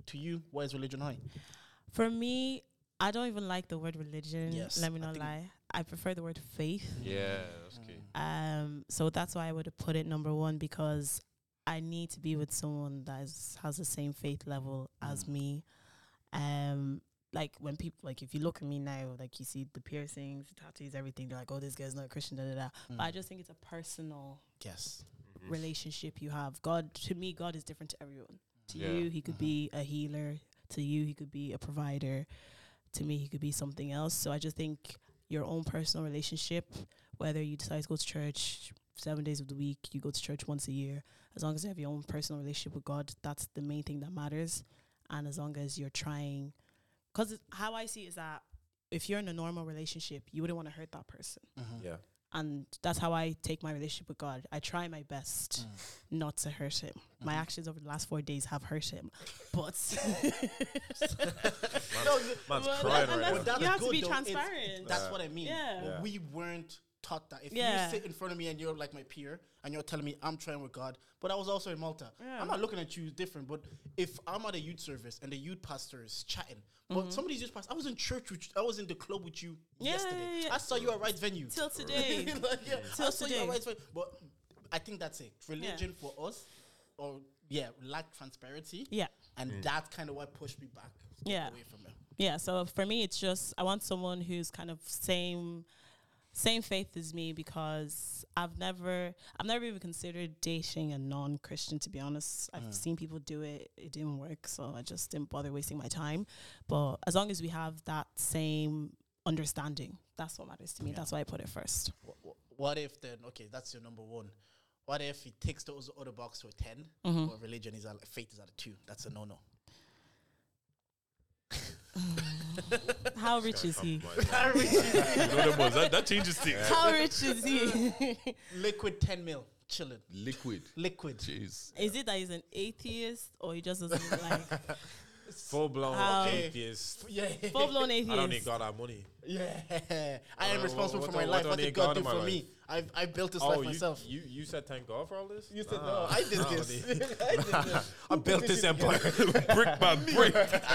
[SPEAKER 1] To you, why is religion high?
[SPEAKER 4] For me, I don't even like the word religion.
[SPEAKER 1] Yes,
[SPEAKER 4] Let me
[SPEAKER 1] I
[SPEAKER 4] not
[SPEAKER 1] think-
[SPEAKER 4] lie. I prefer the word faith.
[SPEAKER 2] yeah, that's key.
[SPEAKER 1] Mm.
[SPEAKER 4] Um, so that's why I would have put it number one because I need to be with someone that is, has the same faith level as me. Um, like when people like if you look at me now, like you see the piercings, tattoos, everything. They're like, oh, this guy's not a Christian, da da da. But I just think it's a personal
[SPEAKER 1] Yes,
[SPEAKER 4] Mm-hmm.
[SPEAKER 2] Mm-hmm.
[SPEAKER 4] relationship you have. God to me, God is different to everyone. To
[SPEAKER 2] Yeah.
[SPEAKER 4] you, He could be a healer. To you, He could be a provider. To me, He could be something else. So I just think your own personal relationship, whether you decide to go to church seven days of the week, you go to church once a year, as long as you have your own personal relationship with God, that's the main thing that matters. And as long as you're trying,
[SPEAKER 1] Mm-hmm. [laughs]
[SPEAKER 4] because how I see it is that if you're in a normal relationship, you wouldn't want to hurt that person
[SPEAKER 2] Yeah,
[SPEAKER 4] And that's how I take my relationship with God. I try my best not to hurt him. My actions over the last four days have hurt him. But [laughs]
[SPEAKER 1] No,
[SPEAKER 2] Man's
[SPEAKER 4] Well,
[SPEAKER 2] crying right
[SPEAKER 4] and that's-
[SPEAKER 2] now.
[SPEAKER 1] that's
[SPEAKER 4] you have
[SPEAKER 1] good
[SPEAKER 4] to be
[SPEAKER 1] though. It's-
[SPEAKER 4] transparent.
[SPEAKER 1] that's what I mean.
[SPEAKER 4] Yeah.
[SPEAKER 2] Yeah.
[SPEAKER 1] We weren't taught that. If
[SPEAKER 4] Yeah.
[SPEAKER 1] you sit in front of me and you're like my peer and you're telling me I'm trying with God, but I was also in Malta. I'm not looking at you different, but if I'm at a youth service and the youth pastor is chatting, but some of these youth pastors, I was in church with you, I was in the club with you
[SPEAKER 4] Mm-hmm. Yeah,
[SPEAKER 1] yesterday.
[SPEAKER 4] yeah, yeah.
[SPEAKER 1] I saw you at Rights Venue.
[SPEAKER 4] Till today.
[SPEAKER 1] [laughs] Like, yeah,
[SPEAKER 4] Till
[SPEAKER 1] I saw you at
[SPEAKER 4] today.
[SPEAKER 1] Rights Venue. But I think that's it. Religion for us, or yeah, lack transparency.
[SPEAKER 4] yeah.
[SPEAKER 1] And that's kind of what pushed me back
[SPEAKER 4] Yeah.
[SPEAKER 1] away from it.
[SPEAKER 4] yeah so for me it's just i want someone who's kind of same same faith as me because i've never i've never even considered dating a non-christian to be honest i've seen people do it it didn't work so i just didn't bother wasting my time but as long as we have that same understanding that's what matters to me that's why i put it first
[SPEAKER 1] Wha- wha- what if then okay that's your number one what if he takes those other box to a 10
[SPEAKER 2] Mm-hmm.
[SPEAKER 4] Mm-hmm.
[SPEAKER 1] but religion is at faith is at a 2 that's a [laughs] no-no
[SPEAKER 4] how rich is he
[SPEAKER 1] [laughs]
[SPEAKER 3] that, that changes things.
[SPEAKER 4] how rich is
[SPEAKER 1] [laughs]
[SPEAKER 4] he
[SPEAKER 1] liquid 10 mil chilling
[SPEAKER 3] Liquid.
[SPEAKER 1] liquid
[SPEAKER 3] Jeez.
[SPEAKER 4] is it that he's an atheist or he just doesn't
[SPEAKER 1] [laughs]
[SPEAKER 4] like
[SPEAKER 2] Full blown
[SPEAKER 4] How-
[SPEAKER 2] atheist.
[SPEAKER 1] yeah
[SPEAKER 4] full-blown atheist
[SPEAKER 2] I don't need God our money.
[SPEAKER 1] yeah i am
[SPEAKER 2] Wha-
[SPEAKER 1] responsible
[SPEAKER 2] wha-
[SPEAKER 1] for
[SPEAKER 2] Uh, what
[SPEAKER 1] my
[SPEAKER 2] do- what
[SPEAKER 1] life
[SPEAKER 2] do I
[SPEAKER 1] what
[SPEAKER 2] need
[SPEAKER 1] did
[SPEAKER 2] God
[SPEAKER 1] god do
[SPEAKER 2] in my
[SPEAKER 1] for
[SPEAKER 2] life?
[SPEAKER 1] me i've i built this
[SPEAKER 2] Oh,
[SPEAKER 1] life
[SPEAKER 2] you,
[SPEAKER 1] myself
[SPEAKER 2] you Ah. you said thank God for all this.
[SPEAKER 1] you said no i did
[SPEAKER 2] [laughs]
[SPEAKER 1] this [laughs] I did this.
[SPEAKER 2] I built this empire [laughs] brick by brick. [laughs]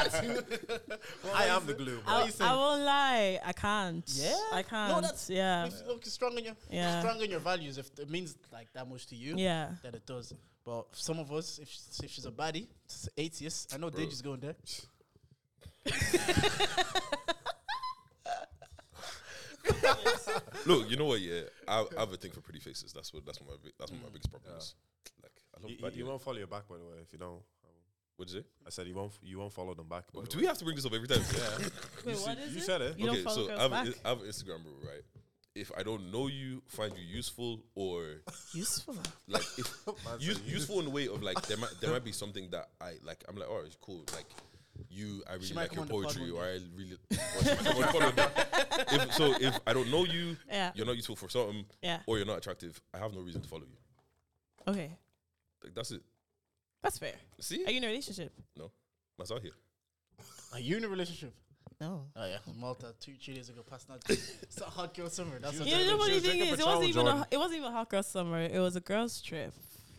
[SPEAKER 2] I am the glue.
[SPEAKER 4] I,
[SPEAKER 2] man.
[SPEAKER 4] I won't lie. I can't.
[SPEAKER 1] Yeah.
[SPEAKER 4] I can't.
[SPEAKER 1] No, that's
[SPEAKER 4] yeah.
[SPEAKER 1] if- Look, strong in your
[SPEAKER 4] Yeah.
[SPEAKER 1] strong in your values. If it means like that much to you,
[SPEAKER 4] Yeah.
[SPEAKER 1] that it does. But some of us, if, she's- if she's a baddie, s- atheist, I know Deji's going there.
[SPEAKER 3] Look, you know what? Yeah, I, I have a thing for pretty faces. That's what. That's what my. bi- That's what my biggest problem is. Like, I
[SPEAKER 2] Mm. You- you,
[SPEAKER 3] love bad.
[SPEAKER 2] you won't follow your back, by the way. If you don't,
[SPEAKER 3] What'd you say?
[SPEAKER 2] I said you won't. f- You won't follow them back. by the
[SPEAKER 3] Do
[SPEAKER 2] way.
[SPEAKER 3] we have to bring this up every time? [laughs]
[SPEAKER 2] Yeah.
[SPEAKER 4] Wait,
[SPEAKER 2] you
[SPEAKER 4] what
[SPEAKER 2] see-
[SPEAKER 4] is
[SPEAKER 2] you
[SPEAKER 4] it?
[SPEAKER 2] said it.
[SPEAKER 4] You don't follow
[SPEAKER 3] so I
[SPEAKER 4] girls
[SPEAKER 3] have,
[SPEAKER 4] back.
[SPEAKER 3] an, I have an Instagram rule, right? If I don't know you, find you useful, or
[SPEAKER 4] Useful.
[SPEAKER 3] like if
[SPEAKER 2] Man
[SPEAKER 3] use,
[SPEAKER 2] said you-
[SPEAKER 3] useful in a way of like there might there might be something that I like. I'm like, oh, it's cool. Like you, I really
[SPEAKER 1] might
[SPEAKER 3] like your
[SPEAKER 1] come on the pod
[SPEAKER 3] poetry,
[SPEAKER 1] one
[SPEAKER 3] or I really. Or she might come on the pod one day. if, so if I don't know you,
[SPEAKER 4] Yeah.
[SPEAKER 3] you're not useful for something,
[SPEAKER 4] Yeah.
[SPEAKER 3] or you're not attractive. I have no reason to follow you.
[SPEAKER 4] Okay.
[SPEAKER 3] Like that's it.
[SPEAKER 4] That's fair.
[SPEAKER 3] See,
[SPEAKER 4] Are you in a relationship?
[SPEAKER 3] no, that's out here.
[SPEAKER 1] Are you in a relationship?
[SPEAKER 4] No.
[SPEAKER 1] Oh yeah, Malta two three days ago, past that. it's a hot girl summer. That's what
[SPEAKER 4] Yeah, you know
[SPEAKER 1] that
[SPEAKER 4] what
[SPEAKER 2] she
[SPEAKER 4] the
[SPEAKER 2] was
[SPEAKER 4] thing
[SPEAKER 2] drinking
[SPEAKER 4] is, it
[SPEAKER 2] Patron,
[SPEAKER 4] wasn't even a,
[SPEAKER 2] Jordan.
[SPEAKER 4] it wasn't even a hot girl summer. It was a girls trip.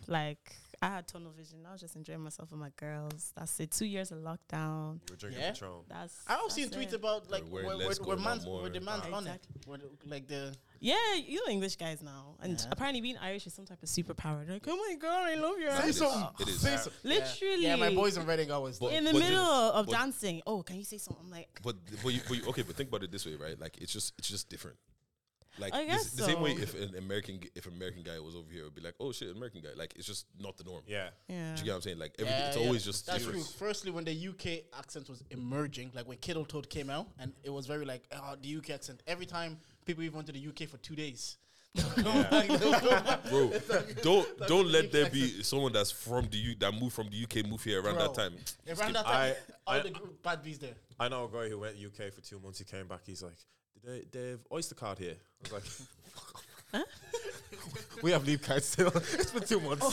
[SPEAKER 4] Like I had tunnel vision. I was just enjoying myself with my girls. That's it. Two years of lockdown.
[SPEAKER 2] We're drinking
[SPEAKER 1] Yeah.
[SPEAKER 2] Patron.
[SPEAKER 4] That's.
[SPEAKER 1] I don't
[SPEAKER 4] that's
[SPEAKER 1] see
[SPEAKER 4] it.
[SPEAKER 1] tweets about like
[SPEAKER 3] Where
[SPEAKER 1] where, where,
[SPEAKER 3] less
[SPEAKER 1] where,
[SPEAKER 3] going on
[SPEAKER 1] man's
[SPEAKER 3] more.
[SPEAKER 1] where the man's
[SPEAKER 4] Ah.
[SPEAKER 1] on it, where the, like the
[SPEAKER 4] Yeah, you know English guys now, and
[SPEAKER 1] Yeah.
[SPEAKER 4] apparently being Irish is some type of superpower. They're Like, oh my god, I love your
[SPEAKER 3] Say
[SPEAKER 4] eyes.
[SPEAKER 3] so. something. It is. Say
[SPEAKER 4] Literally.
[SPEAKER 1] Yeah, my boys in Reading always.
[SPEAKER 3] But-
[SPEAKER 4] in the
[SPEAKER 3] it is.
[SPEAKER 4] middle of
[SPEAKER 3] But-
[SPEAKER 4] dancing. Oh, can you say something? I'm like,
[SPEAKER 3] But th- but you, but you, okay, but think about it this way, right? Like it's just it's just different. Like
[SPEAKER 4] I
[SPEAKER 3] the
[SPEAKER 4] guess
[SPEAKER 3] s- the same way
[SPEAKER 4] so.
[SPEAKER 3] if an American g- if an American guy was over here, it would be like, oh shit, American guy. Like it's just not the norm.
[SPEAKER 2] Yeah.
[SPEAKER 4] yeah.
[SPEAKER 3] Do you get what I'm saying? Like everything,
[SPEAKER 1] Yeah,
[SPEAKER 3] it's
[SPEAKER 1] yeah.
[SPEAKER 3] always just
[SPEAKER 1] that's
[SPEAKER 3] different.
[SPEAKER 1] true. [laughs] Firstly, when the UK accent was emerging, like when Kittle Toad came out, and it was very like oh, the UK accent. Every time people even went to the UK for two days, [laughs]
[SPEAKER 3] [laughs] Bro, don't don't let there be someone that's from the U that moved from the UK move here around that
[SPEAKER 1] Bro.
[SPEAKER 3] time.
[SPEAKER 1] around that time,
[SPEAKER 2] I-
[SPEAKER 1] all
[SPEAKER 2] I-
[SPEAKER 1] the gr- bad bees there.
[SPEAKER 2] I know a guy who went UK for two months. He came back. He's like, "Did they, they have Oyster card here?" I was like, "We have leave card still. [laughs] it's been two [laughs] months.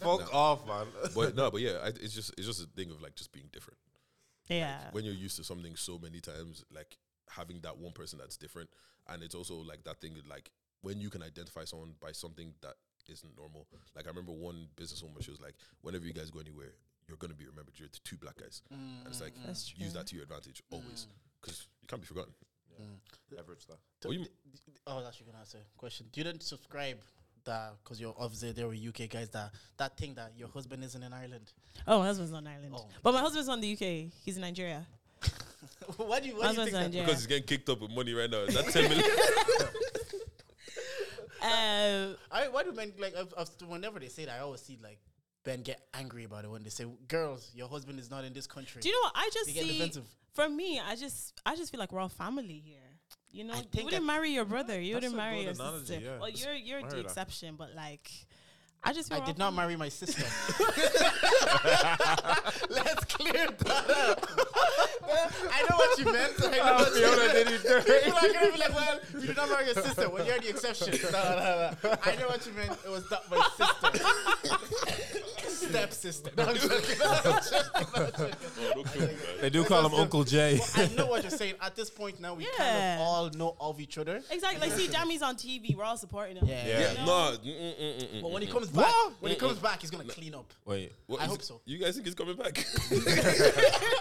[SPEAKER 2] Fuck off, man."
[SPEAKER 3] But
[SPEAKER 1] [laughs]
[SPEAKER 3] no, but yeah, I, it's just it's just a thing of like just being different.
[SPEAKER 4] Yeah.
[SPEAKER 3] When you're used to something so many times, like having that one person that's different, and it's also like that thing of, like when you can identify someone by something that isn't normal. Like I remember one businesswoman, she was like, "Whenever you guys go anywhere, you're gonna be remembered. You're the two black guys." And it's like
[SPEAKER 4] That's
[SPEAKER 3] use
[SPEAKER 4] true.
[SPEAKER 3] that to your advantage always, because you can't be forgotten.
[SPEAKER 2] Leverage that.
[SPEAKER 3] Or you-
[SPEAKER 1] Oh, that's you're gonna answer question. Do you don't subscribe that because you're obviously there with UK guys that that thing that your husband isn't in Ireland? [laughs]
[SPEAKER 4] Oh, my husband's not in Ireland.
[SPEAKER 1] Oh.
[SPEAKER 4] But my husband's not in the UK. He's in Nigeria.
[SPEAKER 1] why do you
[SPEAKER 4] My
[SPEAKER 1] why do you think
[SPEAKER 4] husband's in
[SPEAKER 1] that?
[SPEAKER 4] Nigeria.
[SPEAKER 3] because he's getting kicked up with money right now. That ten million. [laughs]
[SPEAKER 4] Um,
[SPEAKER 1] I why do men like I've, I've, st- whenever they say that I always see like men get angry about it when they say girls your husband is not in this country.
[SPEAKER 4] do you know what? I just
[SPEAKER 1] They get
[SPEAKER 4] see.
[SPEAKER 1] defensive.
[SPEAKER 4] For me, I just I just feel like we're all family here. You know,
[SPEAKER 1] I
[SPEAKER 4] you
[SPEAKER 1] think
[SPEAKER 4] wouldn't
[SPEAKER 1] I-
[SPEAKER 4] marry your brother. You
[SPEAKER 2] That's
[SPEAKER 4] wouldn't
[SPEAKER 2] a
[SPEAKER 4] marry
[SPEAKER 2] good
[SPEAKER 4] your
[SPEAKER 2] analogy,
[SPEAKER 4] sister.
[SPEAKER 2] yeah.
[SPEAKER 4] Well,
[SPEAKER 2] Just
[SPEAKER 4] you're you're the
[SPEAKER 2] marry that.
[SPEAKER 4] exception, but like, I just feel
[SPEAKER 1] I
[SPEAKER 4] we're
[SPEAKER 1] did
[SPEAKER 4] all
[SPEAKER 1] not marry
[SPEAKER 2] [laughs]
[SPEAKER 1] my sister. Let's clear that up. I know what what you meant. I know
[SPEAKER 2] Oh,
[SPEAKER 1] what you
[SPEAKER 2] Fiona,
[SPEAKER 1] meant.
[SPEAKER 2] did you do it?
[SPEAKER 1] People are gonna be like, well, you did not marry your sister. Well, you're the exception. No, no, no. I know what you meant. It was not my sister. Stepsister. No, I'm joking. No, I'm
[SPEAKER 2] [laughs]
[SPEAKER 1] joking. No, I'm joking.
[SPEAKER 3] Oh, don't kill me, man.
[SPEAKER 2] They do call him
[SPEAKER 1] Because the-
[SPEAKER 2] Uncle Jay.
[SPEAKER 1] Well, I know what you're saying. At this point now, we kind
[SPEAKER 4] Yeah.
[SPEAKER 1] of all know of each other.
[SPEAKER 4] Exactly. Like, see, Dammy's on TV. We're all supporting him.
[SPEAKER 1] Yeah.
[SPEAKER 2] Yeah.
[SPEAKER 3] Yeah,
[SPEAKER 4] No.
[SPEAKER 3] no. mm, mm, mm, mm,
[SPEAKER 1] But
[SPEAKER 3] mm.
[SPEAKER 1] when he comes back, when he comes back, he's gonna clean up.
[SPEAKER 2] Wait,
[SPEAKER 3] What
[SPEAKER 1] I
[SPEAKER 3] is
[SPEAKER 1] hope
[SPEAKER 3] it-
[SPEAKER 1] so.
[SPEAKER 3] You guys think he's coming back? [laughs]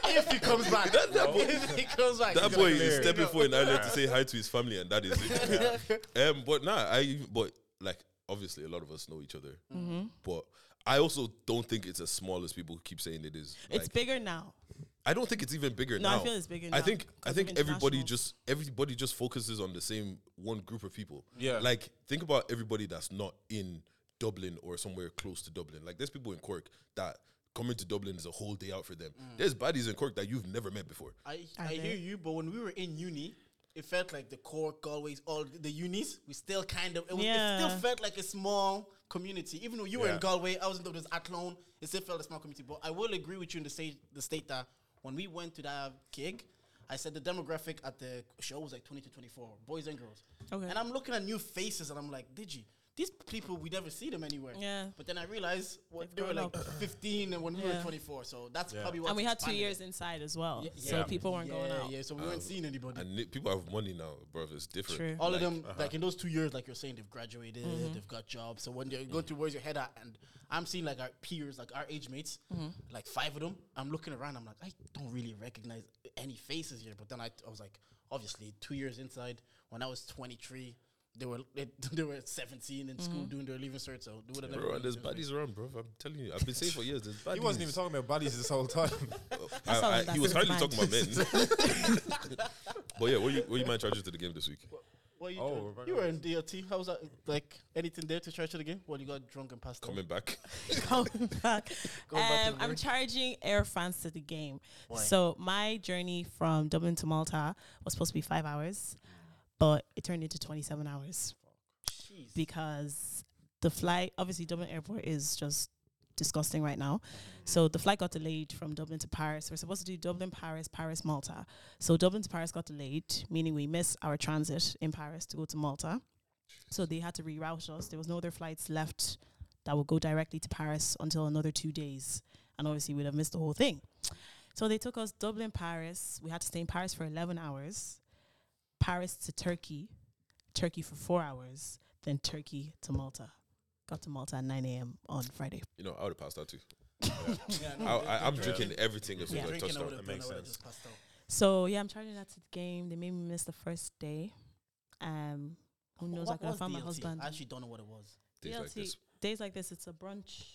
[SPEAKER 1] If he comes
[SPEAKER 2] [laughs]
[SPEAKER 1] back, if he comes back,
[SPEAKER 3] that
[SPEAKER 1] he's gonna
[SPEAKER 3] boy
[SPEAKER 1] clean
[SPEAKER 3] is
[SPEAKER 1] up.
[SPEAKER 3] stepping for an island to say hi to his family, and that is
[SPEAKER 4] [laughs]
[SPEAKER 3] it. um, but nah, I even- but like obviously a lot of us know each other,
[SPEAKER 4] Mm-hmm.
[SPEAKER 3] but I also don't think it's as small as people keep saying it is. Like,
[SPEAKER 4] It's bigger now.
[SPEAKER 3] I don't think it's even bigger
[SPEAKER 4] No, I
[SPEAKER 3] now.
[SPEAKER 4] feel it's bigger
[SPEAKER 3] I
[SPEAKER 4] now
[SPEAKER 3] think I
[SPEAKER 4] 'cause
[SPEAKER 3] think
[SPEAKER 4] of
[SPEAKER 3] everybody
[SPEAKER 4] international.
[SPEAKER 3] just everybody just focuses on the same one group of people.
[SPEAKER 2] Yeah.
[SPEAKER 3] Like think about everybody that's not in Dublin or somewhere close to Dublin. Like there's people in Cork that coming to Dublin is a whole day out for them.
[SPEAKER 4] Mm.
[SPEAKER 3] There's baddies in Cork that you've never met before.
[SPEAKER 1] I,
[SPEAKER 4] Are
[SPEAKER 1] I
[SPEAKER 4] there?
[SPEAKER 1] hear you, but when we were in uni, it felt like the Cork, Galways, all the unis, we still kind of, it, was, it still
[SPEAKER 4] Yeah.
[SPEAKER 1] felt like a small community. Even though you were in
[SPEAKER 2] Yeah.
[SPEAKER 1] Galway, I was in Dublin, Athlone, it still felt a small community. But I will agree with you in the state, the state that when we went to that gig, I said the demographic at the show was like 20 to 24, boys and girls.
[SPEAKER 4] Okay.
[SPEAKER 1] And I'm looking at new faces and I'm like, Digi, these people, we never see them anywhere.
[SPEAKER 4] Yeah.
[SPEAKER 1] But then I realized what,
[SPEAKER 4] They've
[SPEAKER 1] they were
[SPEAKER 4] grown
[SPEAKER 1] like 15 and when we were
[SPEAKER 4] Yeah.
[SPEAKER 1] 24. So that's
[SPEAKER 2] Yeah.
[SPEAKER 1] probably what
[SPEAKER 4] And we had two years inside as well. So
[SPEAKER 2] yeah. Uh,
[SPEAKER 4] people weren't going
[SPEAKER 1] yeah,
[SPEAKER 4] out.
[SPEAKER 1] Yeah, so we weren't seeing anybody.
[SPEAKER 3] And ni- people have money now, bro. It's different.
[SPEAKER 4] True.
[SPEAKER 1] All
[SPEAKER 3] Like,
[SPEAKER 1] of them,
[SPEAKER 2] uh-huh.
[SPEAKER 1] like in those two years, like you're saying, they've graduated,
[SPEAKER 4] Mm-hmm.
[SPEAKER 1] they've got jobs. So when you
[SPEAKER 2] Mm-hmm.
[SPEAKER 1] go to where's your head at, and I'm seeing like our peers, like our age mates,
[SPEAKER 4] Mm-hmm.
[SPEAKER 1] like five of them. I'm looking around, I'm like, I don't really recognize any faces here. But then I, I was like, obviously, two years inside, when I was 23, they were they, [laughs] they were 17 in school
[SPEAKER 4] Mm-hmm.
[SPEAKER 1] doing their leaving cert, so they would have
[SPEAKER 3] Bro,
[SPEAKER 1] never.
[SPEAKER 3] and there's baddies around, bro. I'm telling you, I've been saying for years. There's baddies. Uh,
[SPEAKER 2] he wasn't even talking about bodies this whole time.
[SPEAKER 4] That's all
[SPEAKER 3] I,
[SPEAKER 4] that
[SPEAKER 3] I, he was hardly
[SPEAKER 4] mad.
[SPEAKER 3] talking about men.
[SPEAKER 4] [laughs]
[SPEAKER 3] but yeah, what you what you mind charges to the game this week?
[SPEAKER 1] What you
[SPEAKER 2] Oh,
[SPEAKER 1] doing?
[SPEAKER 2] we're back
[SPEAKER 1] You were in DLT. How was that? Like anything there to try to the game? Well, you got drunk and passed out.
[SPEAKER 3] Coming back.
[SPEAKER 4] [laughs] Going back.
[SPEAKER 1] Going back to
[SPEAKER 4] Um, I'm
[SPEAKER 1] work.
[SPEAKER 4] charging Air France to the game. So my journey from Dublin to Malta was supposed to be five hours, but it turned into 27 hours
[SPEAKER 1] Jeez.
[SPEAKER 4] because the flight, obviously, Dublin airport is just disgusting right now. So the flight got delayed from Dublin to Paris. We're supposed to do Dublin, Paris, Paris, Malta. So Dublin to Paris got delayed, meaning we missed our transit in Paris to go to Malta. So they had to reroute us. There was no other flights left that would go directly to Paris until another two days. And obviously we'd have missed the whole thing. So they took us Dublin, Paris. We had to stay in Paris for eleven hours. Paris to Turkey, Turkey for four hours, then Turkey to Malta. Got to Malta at nine AM on Friday.
[SPEAKER 3] You know, I would have passed out too.
[SPEAKER 1] Yeah,
[SPEAKER 3] I,
[SPEAKER 1] no,
[SPEAKER 3] I, I'm
[SPEAKER 1] drinking-
[SPEAKER 3] drinking everything as soon
[SPEAKER 4] Oh, Yeah.
[SPEAKER 3] as I
[SPEAKER 1] Drinking,
[SPEAKER 3] touched
[SPEAKER 1] I
[SPEAKER 3] out.
[SPEAKER 1] would've
[SPEAKER 2] That
[SPEAKER 1] done, I
[SPEAKER 2] makes
[SPEAKER 1] would've
[SPEAKER 2] sense.
[SPEAKER 1] just passed out.
[SPEAKER 4] So yeah, I'm charging that to the game. They made me miss the first day. Um who knows? I
[SPEAKER 1] What
[SPEAKER 4] could have
[SPEAKER 1] was
[SPEAKER 4] found my
[SPEAKER 1] DLT?
[SPEAKER 4] husband.
[SPEAKER 1] I actually don't know what it was.
[SPEAKER 3] Things like
[SPEAKER 4] DLT
[SPEAKER 3] this.
[SPEAKER 4] days like this, it's a brunch.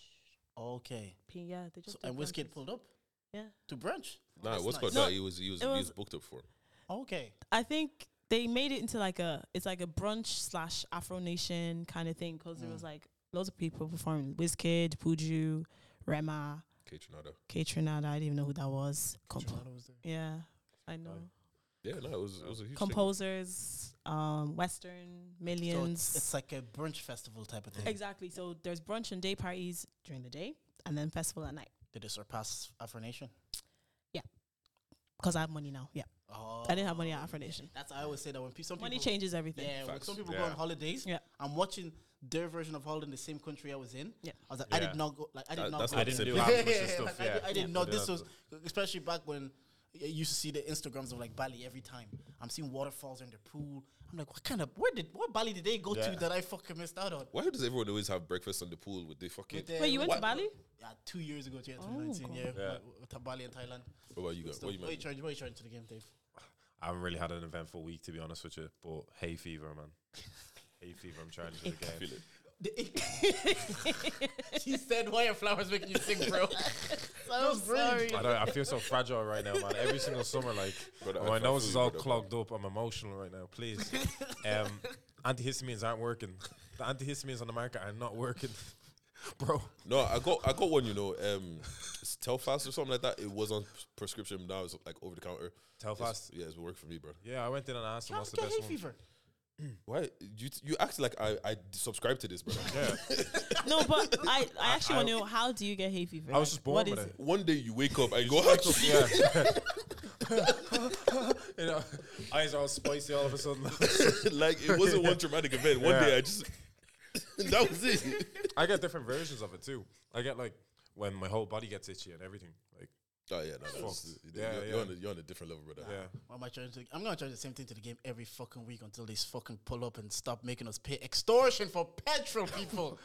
[SPEAKER 1] Okay.
[SPEAKER 4] Yeah, they just
[SPEAKER 1] So,
[SPEAKER 4] do
[SPEAKER 1] and Wizkid
[SPEAKER 4] brunches.
[SPEAKER 1] pulled up
[SPEAKER 4] Yeah.
[SPEAKER 1] to brunch.
[SPEAKER 3] Nah,
[SPEAKER 1] That's
[SPEAKER 3] what's
[SPEAKER 1] nice.
[SPEAKER 3] called
[SPEAKER 4] No,
[SPEAKER 3] that? He was he was,
[SPEAKER 4] it
[SPEAKER 3] he
[SPEAKER 4] was-
[SPEAKER 3] was booked up for.
[SPEAKER 1] Okay.
[SPEAKER 4] I think they made it into like a it's like a brunch slash Afro Nation kind of thing because there
[SPEAKER 1] Mm.
[SPEAKER 4] was like loads of people performing Wizkid, Puju, Rema,
[SPEAKER 3] Okay, Trinada.
[SPEAKER 4] K Trinada. I didn't even know who that was. Compo- yeah, I know.
[SPEAKER 3] Yeah, no, it was it was a huge
[SPEAKER 4] Composers, um, Western
[SPEAKER 1] So
[SPEAKER 4] Millions.
[SPEAKER 1] it's, it's like a brunch festival type of thing.
[SPEAKER 4] exactly. So there's brunch and day parties during the day, and then festival at night.
[SPEAKER 1] Did it surpass Afro Nation?
[SPEAKER 4] Because I have money now. Yeah,
[SPEAKER 1] Oh,
[SPEAKER 4] I didn't have money at Afro Nation.
[SPEAKER 1] That's I always say that when pe- some
[SPEAKER 4] Money
[SPEAKER 1] people,
[SPEAKER 4] changes everything.
[SPEAKER 1] yeah, when
[SPEAKER 2] Facts.
[SPEAKER 1] some people go on
[SPEAKER 2] Yeah.
[SPEAKER 1] holidays.
[SPEAKER 4] Yeah.
[SPEAKER 1] I'm watching their version of holiday in the same country I was in.
[SPEAKER 4] Yeah.
[SPEAKER 1] I was like, I
[SPEAKER 2] Yeah.
[SPEAKER 1] did not go. Like I did
[SPEAKER 3] That-
[SPEAKER 1] not.
[SPEAKER 3] that's
[SPEAKER 1] go
[SPEAKER 2] I
[SPEAKER 3] not
[SPEAKER 1] to
[SPEAKER 3] the
[SPEAKER 2] didn't
[SPEAKER 3] same
[SPEAKER 2] do
[SPEAKER 3] thing.
[SPEAKER 2] half of this
[SPEAKER 1] like,
[SPEAKER 2] stuff.
[SPEAKER 1] I,
[SPEAKER 2] Yeah,
[SPEAKER 1] di- I didn't
[SPEAKER 2] Yeah.
[SPEAKER 1] know
[SPEAKER 2] Yeah.
[SPEAKER 1] this was, especially back when I used to see the Instagrams of like Bali every time. I'm seeing waterfalls in the pool. I'm like, what kind of where did what Bali did they go
[SPEAKER 2] Yeah.
[SPEAKER 1] to that I fucking missed out on?
[SPEAKER 3] Why does everyone always have breakfast on the pool with the fucking?
[SPEAKER 1] With the-
[SPEAKER 4] Wait, you went
[SPEAKER 1] with-
[SPEAKER 4] to Bali? Oh,
[SPEAKER 1] Yeah, two years ago, yeah, 2019. yeah,
[SPEAKER 2] Yeah.
[SPEAKER 1] like, with- with Bali and Thailand.
[SPEAKER 3] What about you guys?
[SPEAKER 1] So
[SPEAKER 3] What you
[SPEAKER 1] what are you
[SPEAKER 3] mean?
[SPEAKER 1] trying? What are you trying to the game, Dave?
[SPEAKER 2] I haven't really had an eventful week, to be honest with you. But hay fever, man. hay fever. I'm trying to do the game.
[SPEAKER 3] Feel it.
[SPEAKER 1] he said, "Why are flowers making you sick, [laughs] bro?"
[SPEAKER 4] So sorry.
[SPEAKER 2] I, don't, I feel so fragile right now, man. Every single summer, like
[SPEAKER 3] Brother, I-
[SPEAKER 2] my
[SPEAKER 3] I
[SPEAKER 2] nose
[SPEAKER 3] feel
[SPEAKER 2] is
[SPEAKER 3] you,
[SPEAKER 2] all
[SPEAKER 3] brother.
[SPEAKER 2] clogged up. I'm emotional right now. Please, um, antihistamines aren't working. The antihistamines on the market are not working, [laughs] bro.
[SPEAKER 3] No, I got I got one. You know, um, it's Telfast or something like that. It was on prescription. Now it's like over the counter.
[SPEAKER 2] Telfast.
[SPEAKER 3] Yeah, it's worked for me, bro.
[SPEAKER 2] Yeah, I went in and asked him
[SPEAKER 1] How
[SPEAKER 2] what's
[SPEAKER 1] to
[SPEAKER 2] the
[SPEAKER 1] get hay
[SPEAKER 2] best one.
[SPEAKER 1] fever?
[SPEAKER 3] Why you you act like I I subscribe to this, bro? [laughs]
[SPEAKER 2] Yeah.
[SPEAKER 4] No, but I, I actually
[SPEAKER 2] I-
[SPEAKER 4] want to know how do you get hay fever?
[SPEAKER 2] I was
[SPEAKER 4] [laughs]
[SPEAKER 2] just born
[SPEAKER 4] What
[SPEAKER 2] with
[SPEAKER 4] is
[SPEAKER 2] it.
[SPEAKER 3] One day you wake up and you go, "Ah, actually, yeah.
[SPEAKER 2] you know, [laughs] eyes are all spicy all of a sudden. [laughs]
[SPEAKER 3] [laughs] like it wasn't one traumatic event. One
[SPEAKER 2] Yeah.
[SPEAKER 3] day I just [laughs] that
[SPEAKER 2] [laughs]
[SPEAKER 3] was it.
[SPEAKER 2] I get different versions of it too. I get like when my whole body gets itchy and everything. Like,
[SPEAKER 3] Oh yeah, no, that's,
[SPEAKER 2] Fuck.
[SPEAKER 3] yeah,
[SPEAKER 2] Yeah,
[SPEAKER 3] you're,
[SPEAKER 2] yeah.
[SPEAKER 3] you're, on a, you're on a different level, brother.
[SPEAKER 2] yeah.
[SPEAKER 1] What am I trying to? I'm gonna charge the same thing to the game every fucking week until they fucking pull up and stop making us pay extortion for petrol, people.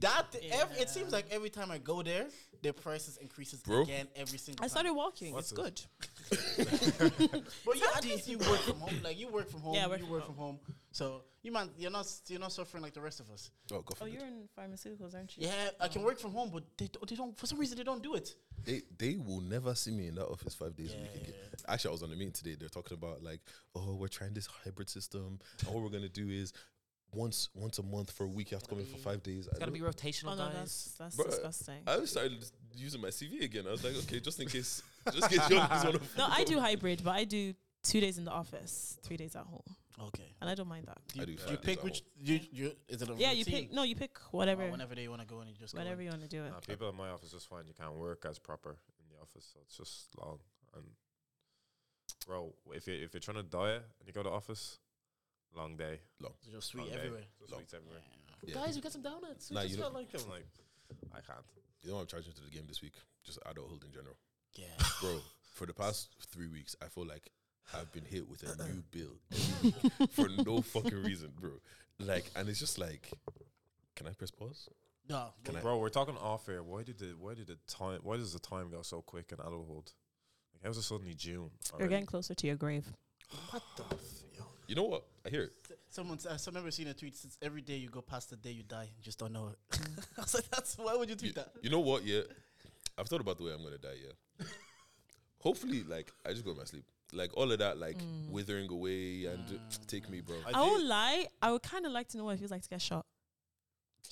[SPEAKER 1] that ev- it seems like every time I go there, their prices increases
[SPEAKER 3] Bro.
[SPEAKER 1] again every single.
[SPEAKER 4] I started
[SPEAKER 1] Time.
[SPEAKER 4] walking.
[SPEAKER 2] What's
[SPEAKER 4] it's
[SPEAKER 2] this?
[SPEAKER 4] good.
[SPEAKER 1] [laughs] But you, at least you work from home. Like you work from home.
[SPEAKER 4] Yeah, I
[SPEAKER 1] you
[SPEAKER 4] work
[SPEAKER 1] work
[SPEAKER 4] from home.
[SPEAKER 1] from home. So you man, you're not you're not suffering like the rest of us.
[SPEAKER 3] Oh, God
[SPEAKER 4] Oh,
[SPEAKER 3] forbid.
[SPEAKER 4] you're in pharmaceuticals, aren't you?
[SPEAKER 1] Yeah, I can work from home, but they don't, they don't. For some reason, they don't do it.
[SPEAKER 3] they they will never see me in that office five days a week
[SPEAKER 1] Yeah,
[SPEAKER 3] again.
[SPEAKER 1] yeah,
[SPEAKER 3] Actually, I was on a meeting today. They're talking about like, oh, we're trying this hybrid system, and what we're gonna do is once once a month for a week, you have to come in for five days. I
[SPEAKER 5] It's got to
[SPEAKER 3] don't-
[SPEAKER 5] be rotational,
[SPEAKER 4] Oh no,
[SPEAKER 5] guys.
[SPEAKER 4] that's that's
[SPEAKER 3] Bruh,
[SPEAKER 4] disgusting.
[SPEAKER 3] I started using my CV again. I was like, okay, just in case, just in case you
[SPEAKER 5] [laughs]
[SPEAKER 3] want to.
[SPEAKER 4] No, I do hybrid, but I do two days in the office, three days at home,
[SPEAKER 1] Okay.
[SPEAKER 4] and I don't mind that.
[SPEAKER 1] Do you,
[SPEAKER 3] I do
[SPEAKER 1] do
[SPEAKER 3] five
[SPEAKER 1] you
[SPEAKER 3] days
[SPEAKER 1] pick
[SPEAKER 3] at
[SPEAKER 1] which? You, you, is it a
[SPEAKER 4] Yeah, you
[SPEAKER 1] routine?
[SPEAKER 4] pick. No, you pick whatever,
[SPEAKER 1] Or whenever they want to go and you just
[SPEAKER 4] whatever
[SPEAKER 1] Go
[SPEAKER 4] you want to do it.
[SPEAKER 2] Nah, Uh, people in my office just find you can't work as proper in the office, so it's just long. And bro, if you if you're trying to diet and you go to office, long day,
[SPEAKER 1] in. Just sweet
[SPEAKER 2] long day.
[SPEAKER 1] everywhere.
[SPEAKER 2] Just
[SPEAKER 3] Long.
[SPEAKER 2] sweets everywhere.
[SPEAKER 1] Yeah.
[SPEAKER 3] Yeah.
[SPEAKER 5] Guys, we got some donuts. We
[SPEAKER 3] Nah,
[SPEAKER 5] just
[SPEAKER 3] you don't-
[SPEAKER 5] felt like them.
[SPEAKER 2] [laughs] I'm like, I can't.
[SPEAKER 3] You know, what I'm charging to the game this week. Just adulthood in general,
[SPEAKER 1] [laughs] Yeah.
[SPEAKER 3] bro. For the past three weeks, I feel like I've been hit with a
[SPEAKER 5] [clears throat]
[SPEAKER 3] new bill every week [laughs] for no fucking reason, bro. Like, and it's just like, can I press pause?
[SPEAKER 1] No.
[SPEAKER 3] Can I-
[SPEAKER 2] Bro, we're talking off air. Why did the why did the time why does the time go so quick in adulthood? Like, how is it suddenly June?
[SPEAKER 4] You're
[SPEAKER 2] already?
[SPEAKER 4] getting closer to your grave.
[SPEAKER 1] What the? F- yo.
[SPEAKER 3] You know what? I hear it.
[SPEAKER 1] S- Someone, s- I s- remember seeing a tweet. Since every day you go past the day you die, you just don't know it. [laughs] I was like, that's why would you
[SPEAKER 3] You,
[SPEAKER 1] tweet that?
[SPEAKER 3] you know what? Yeah, I've thought about the way I'm gonna die. Yeah. Hopefully, like I just go to my sleep. Like all of that, like withering away and take me, bro.
[SPEAKER 2] I
[SPEAKER 4] I won't
[SPEAKER 2] did-
[SPEAKER 4] lie. I would kind of like to know what it feels like to get shot.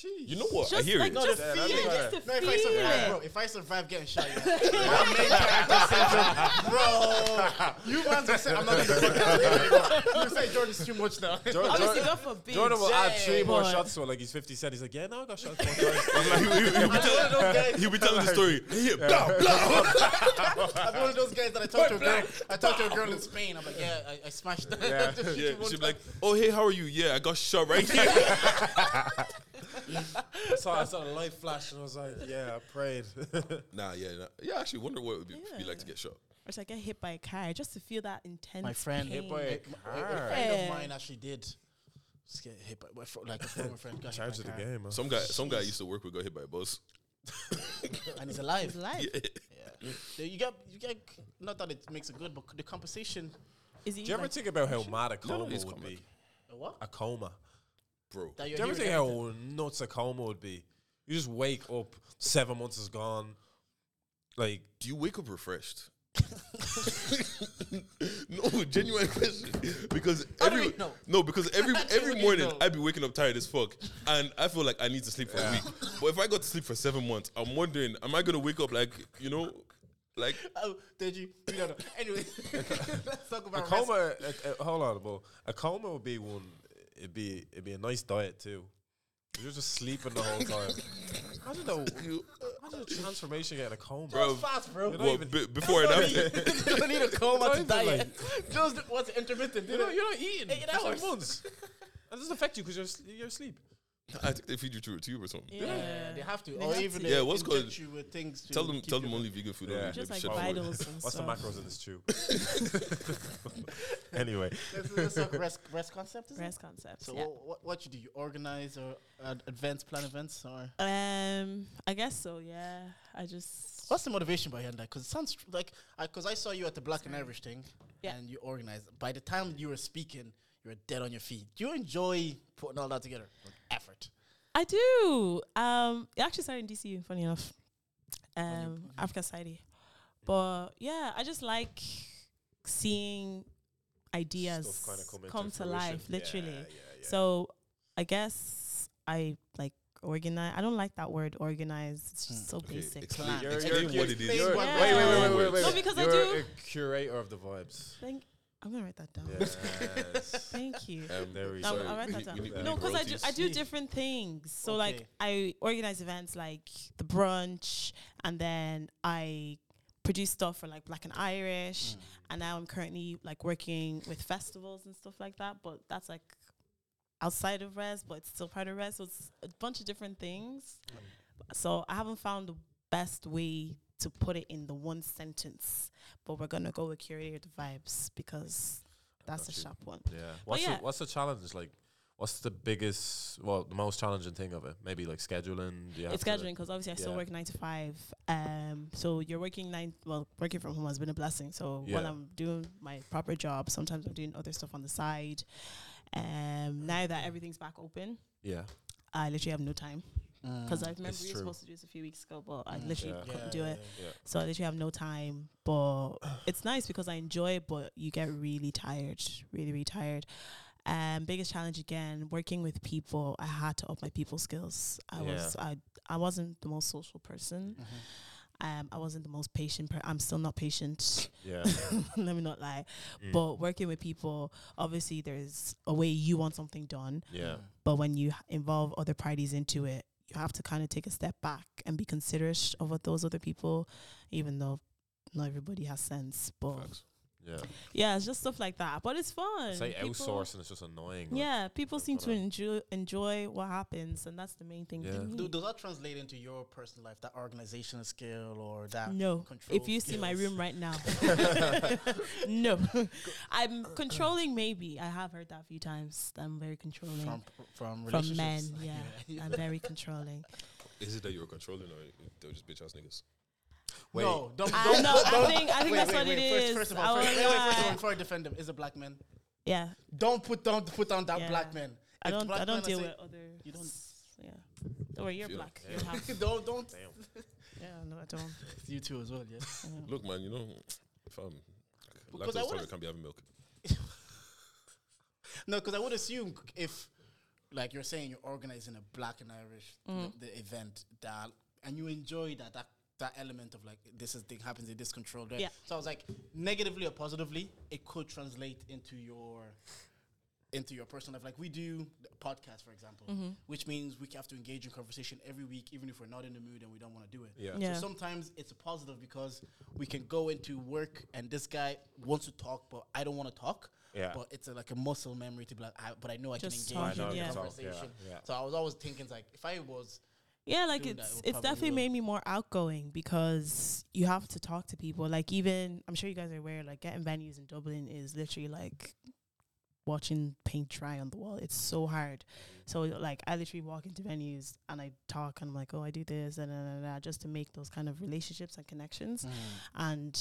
[SPEAKER 3] you know what? Oh, I
[SPEAKER 4] Just
[SPEAKER 3] hear
[SPEAKER 4] like
[SPEAKER 3] it.
[SPEAKER 4] just
[SPEAKER 2] Yeah,
[SPEAKER 4] feel
[SPEAKER 2] that'd be
[SPEAKER 4] it,
[SPEAKER 2] better.
[SPEAKER 4] just to
[SPEAKER 1] No, if
[SPEAKER 4] feel
[SPEAKER 1] I survive, bro,
[SPEAKER 4] it.
[SPEAKER 1] if I survive getting shot, yeah. My main character syndrome, bro. You man's gonna say I'm not gonna fucking. You say Jordan's too much now.
[SPEAKER 2] Jor- Jor-
[SPEAKER 4] [laughs] Obviously, God
[SPEAKER 2] [laughs]
[SPEAKER 4] forbid.
[SPEAKER 2] Jordan will add three more
[SPEAKER 4] Boy.
[SPEAKER 2] shots to it. Like he's 50 cent. He's like, yeah, no, I got shots. [laughs] four times."
[SPEAKER 3] I'm like, [laughs] he'll, be
[SPEAKER 1] I'm one of those guys.
[SPEAKER 3] he'll be telling the story. Yeah, blah, blah. [laughs]
[SPEAKER 1] I'm one of those guys that I talked to a girl. I talked to a girl in Spain. I'm like, yeah, I, I smashed that. [laughs]
[SPEAKER 2] Yeah.
[SPEAKER 1] Just
[SPEAKER 3] Yeah,
[SPEAKER 1] shoot one
[SPEAKER 3] she'll be
[SPEAKER 1] time.
[SPEAKER 3] like, "Oh hey, how are you? Yeah, I got shot right here." [laughs]
[SPEAKER 2] so I saw the light flash and I was like, yeah, I prayed. [laughs]
[SPEAKER 3] nah, yeah, nah. yeah. I actually wonder what it would be, be like to
[SPEAKER 4] Yeah.
[SPEAKER 3] get shot.
[SPEAKER 4] Or should I get hit by a car just to feel that intense?
[SPEAKER 1] My friend
[SPEAKER 4] pain.
[SPEAKER 1] hit by
[SPEAKER 2] Wait,
[SPEAKER 1] A a
[SPEAKER 2] car.
[SPEAKER 1] friend
[SPEAKER 4] Yeah.
[SPEAKER 1] of mine actually did. Just get hit by my fr- like a former friend. Got hit
[SPEAKER 2] Charge
[SPEAKER 1] by
[SPEAKER 2] of the
[SPEAKER 1] car.
[SPEAKER 2] game, man.
[SPEAKER 3] Some guy, some guy I used to work with got hit by a bus. [laughs]
[SPEAKER 1] and he's alive.
[SPEAKER 4] It's life.
[SPEAKER 1] Yeah. So you get you get not that it makes it good, but the compensation.
[SPEAKER 4] Is it
[SPEAKER 2] Do you ever
[SPEAKER 4] like-
[SPEAKER 2] think about how mad a
[SPEAKER 3] No, no,
[SPEAKER 2] coma
[SPEAKER 3] it's
[SPEAKER 2] would
[SPEAKER 3] comic.
[SPEAKER 2] be?
[SPEAKER 1] a What?
[SPEAKER 2] A coma.
[SPEAKER 3] bro.
[SPEAKER 1] That
[SPEAKER 2] Do
[SPEAKER 1] you're
[SPEAKER 2] you ever
[SPEAKER 1] hearing
[SPEAKER 2] think how nuts a coma would be? You just wake up, seven months is gone. Like,
[SPEAKER 3] Do you wake up refreshed? [laughs] no, genuine question. Because
[SPEAKER 1] How do
[SPEAKER 3] every
[SPEAKER 1] we know?
[SPEAKER 3] no, because every
[SPEAKER 1] How do
[SPEAKER 3] every
[SPEAKER 1] we
[SPEAKER 3] morning
[SPEAKER 1] know?
[SPEAKER 3] I'd be waking up tired as fuck, and I feel like I need to sleep for a week. But if I got to sleep for seven months, I'm wondering, am I gonna wake up like you know, like
[SPEAKER 1] Oh, did you? We don't know. Anyway, [laughs] let's talk
[SPEAKER 2] a
[SPEAKER 1] about rest.
[SPEAKER 2] coma, a, a, hold on, bro. A coma would be one, it'd be, it'd be a nice diet too. You're just sleeping the whole time. How did the,
[SPEAKER 3] you,
[SPEAKER 2] how did the transformation get in a coma?
[SPEAKER 3] bro?
[SPEAKER 1] Fast, bro.
[SPEAKER 2] You're not
[SPEAKER 3] Well,
[SPEAKER 2] even-
[SPEAKER 3] b- before
[SPEAKER 2] [laughs]
[SPEAKER 3] and after.
[SPEAKER 1] you don't need a coma
[SPEAKER 2] Not
[SPEAKER 1] to
[SPEAKER 2] even
[SPEAKER 1] diet.
[SPEAKER 2] like-
[SPEAKER 1] Just what's intermittent. You
[SPEAKER 2] You're
[SPEAKER 1] know,
[SPEAKER 2] not, you're not eating.
[SPEAKER 1] Eight
[SPEAKER 2] for seven
[SPEAKER 1] hours.
[SPEAKER 2] months. That doesn't affect you because you're, s- you're asleep.
[SPEAKER 3] I think they feed you through a tube or something.
[SPEAKER 4] Yeah.
[SPEAKER 1] yeah, they have to,
[SPEAKER 4] They
[SPEAKER 1] or
[SPEAKER 4] have
[SPEAKER 1] even
[SPEAKER 4] to.
[SPEAKER 1] they
[SPEAKER 3] Yeah, what's
[SPEAKER 1] inject
[SPEAKER 3] called-
[SPEAKER 1] you with things. To
[SPEAKER 3] Tell them,
[SPEAKER 1] keep
[SPEAKER 3] tell them
[SPEAKER 1] you-
[SPEAKER 3] only vegan food.
[SPEAKER 2] Yeah.
[SPEAKER 3] only,
[SPEAKER 4] Just
[SPEAKER 3] maybe shit
[SPEAKER 4] like
[SPEAKER 3] food.
[SPEAKER 4] vitals and
[SPEAKER 2] What's the
[SPEAKER 4] stuff.
[SPEAKER 2] macros in this tube? [laughs] anyway,
[SPEAKER 1] Let's, let's talk rest, rest concept. is it?
[SPEAKER 4] Breast concepts.
[SPEAKER 1] So
[SPEAKER 4] yeah.
[SPEAKER 1] what, what what you do? You organize or uh, advance plan events or
[SPEAKER 4] Um, I guess so. Yeah. I just.
[SPEAKER 1] what's the motivation behind that? Because it sounds tr- like because I saw you at the Black and Irish thing,
[SPEAKER 4] Yeah.
[SPEAKER 1] and you organized. By the time you were speaking, you were dead on your feet. Do you enjoy putting all that together? Like effort.
[SPEAKER 4] I do. Um, it actually started in DCU. Funny enough, um, Africa Society. But yeah, I just like seeing ideas
[SPEAKER 2] kinda come into
[SPEAKER 4] come to life,
[SPEAKER 2] fruition.
[SPEAKER 4] literally.
[SPEAKER 2] Yeah, yeah, yeah.
[SPEAKER 4] So I guess I like organize. I don't like that word organize. It's just
[SPEAKER 2] Hmm.
[SPEAKER 4] so
[SPEAKER 3] Okay,
[SPEAKER 4] basic.
[SPEAKER 3] explain-
[SPEAKER 4] Plan.
[SPEAKER 2] You're-
[SPEAKER 3] explain
[SPEAKER 2] you're-
[SPEAKER 3] what it is.
[SPEAKER 1] you're-
[SPEAKER 2] Wait,
[SPEAKER 1] Yeah.
[SPEAKER 2] wait, wait, wait, wait,
[SPEAKER 3] No,
[SPEAKER 2] wait.
[SPEAKER 4] because I
[SPEAKER 2] You're
[SPEAKER 4] do-
[SPEAKER 2] a curator of the vibes.
[SPEAKER 4] Thank- I'm gonna write that down.
[SPEAKER 2] Yes.
[SPEAKER 4] Thank you.
[SPEAKER 3] Um,
[SPEAKER 2] There we
[SPEAKER 4] No,
[SPEAKER 2] go.
[SPEAKER 4] I'll write
[SPEAKER 2] [laughs]
[SPEAKER 4] that
[SPEAKER 3] we-
[SPEAKER 4] down.
[SPEAKER 3] we need- we
[SPEAKER 4] No,
[SPEAKER 3] need
[SPEAKER 4] because I do I do
[SPEAKER 1] royalties.
[SPEAKER 4] different things. So like
[SPEAKER 1] Okay.
[SPEAKER 4] I organize events like the brunch, and then I produce stuff for like Black and Irish,
[SPEAKER 2] Hmm.
[SPEAKER 4] and now I'm currently like working with festivals and stuff like that. But that's like outside of res, but it's still part of res. So it's a bunch of different things.
[SPEAKER 2] Hmm.
[SPEAKER 4] So I haven't found the best way to put it in the one sentence, but we're gonna go with curated vibes because that's a
[SPEAKER 2] Got you.
[SPEAKER 4] sharp one.
[SPEAKER 2] Yeah. What's
[SPEAKER 4] yeah.
[SPEAKER 2] the what's the challenge like? What's the biggest, well, the most challenging thing of it? Maybe like scheduling. Do you have
[SPEAKER 4] it's
[SPEAKER 2] to-
[SPEAKER 4] scheduling because obviously I still
[SPEAKER 2] Yeah.
[SPEAKER 4] work nine to five. Um, so you're working nine. Well, working from home has been a blessing. So while
[SPEAKER 2] Yeah.
[SPEAKER 4] I'm doing my proper job, sometimes I'm doing other stuff on the side. Um, now that everything's back open,
[SPEAKER 2] Yeah.
[SPEAKER 4] I literally have no time because I remember
[SPEAKER 2] It's
[SPEAKER 4] we were
[SPEAKER 2] true.
[SPEAKER 4] supposed to do this a few weeks ago, but I
[SPEAKER 1] Mm.
[SPEAKER 4] literally
[SPEAKER 2] Mm. Yeah.
[SPEAKER 4] couldn't do it.
[SPEAKER 2] Yeah.
[SPEAKER 4] So I literally have no time. But it's nice because I enjoy it, but you get really tired, really, really tired. Um, biggest challenge again, working with people. I had to up my people skills. I
[SPEAKER 2] Yeah.
[SPEAKER 4] was I I wasn't the most social person. Um, I wasn't the most patient. Per- I'm still not patient. [laughs]
[SPEAKER 2] Yeah.
[SPEAKER 4] Let me not lie.
[SPEAKER 2] Mm.
[SPEAKER 4] But working with people, obviously, there's a way you want something done,
[SPEAKER 2] yeah.
[SPEAKER 1] Mm-hmm.
[SPEAKER 4] but when you h- involve other parties into it, you have to kind of take a step back and be considerate of what those other people, even though not everybody has sense. But
[SPEAKER 3] Facts.
[SPEAKER 2] Yeah.
[SPEAKER 4] yeah, it's just stuff like that. But it's fun.
[SPEAKER 2] Say
[SPEAKER 4] People-
[SPEAKER 2] outsourcing is just annoying. like,
[SPEAKER 4] Yeah, people
[SPEAKER 2] That's
[SPEAKER 4] seem
[SPEAKER 2] what
[SPEAKER 4] to
[SPEAKER 2] I-
[SPEAKER 4] enjoy enjoy what happens, and that's the main thing.
[SPEAKER 2] Yeah.
[SPEAKER 4] To me.
[SPEAKER 1] Do, does that translate into your personal life, that organizational skill or that?
[SPEAKER 4] no,
[SPEAKER 1] control
[SPEAKER 4] if you see my
[SPEAKER 1] skills?
[SPEAKER 4] room right
[SPEAKER 1] [laughs]
[SPEAKER 4] now, [laughs] no, I'm controlling. Maybe I have heard that a few times. that I'm very controlling
[SPEAKER 1] from from
[SPEAKER 4] from,
[SPEAKER 1] relationships.
[SPEAKER 4] men.
[SPEAKER 1] [laughs]
[SPEAKER 4] yeah, I'm very controlling.
[SPEAKER 3] Is it that you were controlling or they were just bitch ass niggas?
[SPEAKER 2] Wait.
[SPEAKER 1] No, don't,
[SPEAKER 4] I
[SPEAKER 1] don't-
[SPEAKER 4] know,
[SPEAKER 1] don't-
[SPEAKER 4] I
[SPEAKER 1] don't-
[SPEAKER 4] think- I think
[SPEAKER 1] wait,
[SPEAKER 4] that's
[SPEAKER 1] wait,
[SPEAKER 4] what it
[SPEAKER 1] wait, first-
[SPEAKER 4] is.
[SPEAKER 1] First of
[SPEAKER 4] I
[SPEAKER 1] all, first, wait,
[SPEAKER 4] was
[SPEAKER 1] wait, first of all,
[SPEAKER 4] like-
[SPEAKER 1] before I defend him, is a black man.
[SPEAKER 4] Yeah,
[SPEAKER 1] Don't put down put down that
[SPEAKER 4] Yeah.
[SPEAKER 1] black man.
[SPEAKER 4] I
[SPEAKER 1] If
[SPEAKER 4] don't.
[SPEAKER 1] black
[SPEAKER 4] I don't
[SPEAKER 1] man
[SPEAKER 4] deal
[SPEAKER 1] say-
[SPEAKER 4] with other.
[SPEAKER 1] You don't- [laughs]
[SPEAKER 4] Yeah. Don't worry, you're
[SPEAKER 3] Feel
[SPEAKER 4] black.
[SPEAKER 2] it.
[SPEAKER 4] You're half.
[SPEAKER 1] don't don't.
[SPEAKER 4] [laughs] Yeah, no, I
[SPEAKER 1] [laughs]
[SPEAKER 4] don't.
[SPEAKER 1] You too as well. Yeah.
[SPEAKER 4] Yeah. Mm-hmm.
[SPEAKER 3] Look, man, you know, fam.
[SPEAKER 1] Because I
[SPEAKER 3] Lactose
[SPEAKER 1] wanna-
[SPEAKER 3] tolerant can't be having milk.
[SPEAKER 1] [laughs] No, because I would assume c- if, like you're saying, you're organizing a Black and Irish
[SPEAKER 4] Mm.
[SPEAKER 1] the, the event that, and you enjoy that that that element of like this is thing happens in this controlled way.
[SPEAKER 4] Yeah.
[SPEAKER 1] So I was like, negatively or positively, it could translate into your into your personal life. Like we do the podcast, for example,
[SPEAKER 4] Mm-hmm.
[SPEAKER 1] which means we have to engage in conversation every week, even if we're not in the mood and we don't want to do it.
[SPEAKER 2] Yeah.
[SPEAKER 4] Yeah.
[SPEAKER 1] So sometimes it's a positive because we can go into work and this guy wants to talk, but I don't want to talk.
[SPEAKER 2] Yeah.
[SPEAKER 1] But it's a, like a muscle memory to be like, I, but I know I
[SPEAKER 4] Just
[SPEAKER 1] can engage
[SPEAKER 4] talking,
[SPEAKER 1] in
[SPEAKER 4] yeah.
[SPEAKER 1] the
[SPEAKER 4] I
[SPEAKER 2] you
[SPEAKER 4] know
[SPEAKER 2] can talk, yeah,
[SPEAKER 1] conversation.
[SPEAKER 2] yeah.
[SPEAKER 1] So I was always thinking like, if I was,
[SPEAKER 4] Yeah, like
[SPEAKER 1] doing that,
[SPEAKER 4] it's
[SPEAKER 1] it would
[SPEAKER 4] it's
[SPEAKER 1] probably
[SPEAKER 4] definitely
[SPEAKER 1] will.
[SPEAKER 4] made me more outgoing because you have to talk to people. Like even I'm sure you guys are aware, like getting venues in Dublin is literally like watching paint dry on the wall. It's so hard. So like I literally walk into venues and I talk and I'm like, oh, I do this and just to make those kind of relationships and connections. And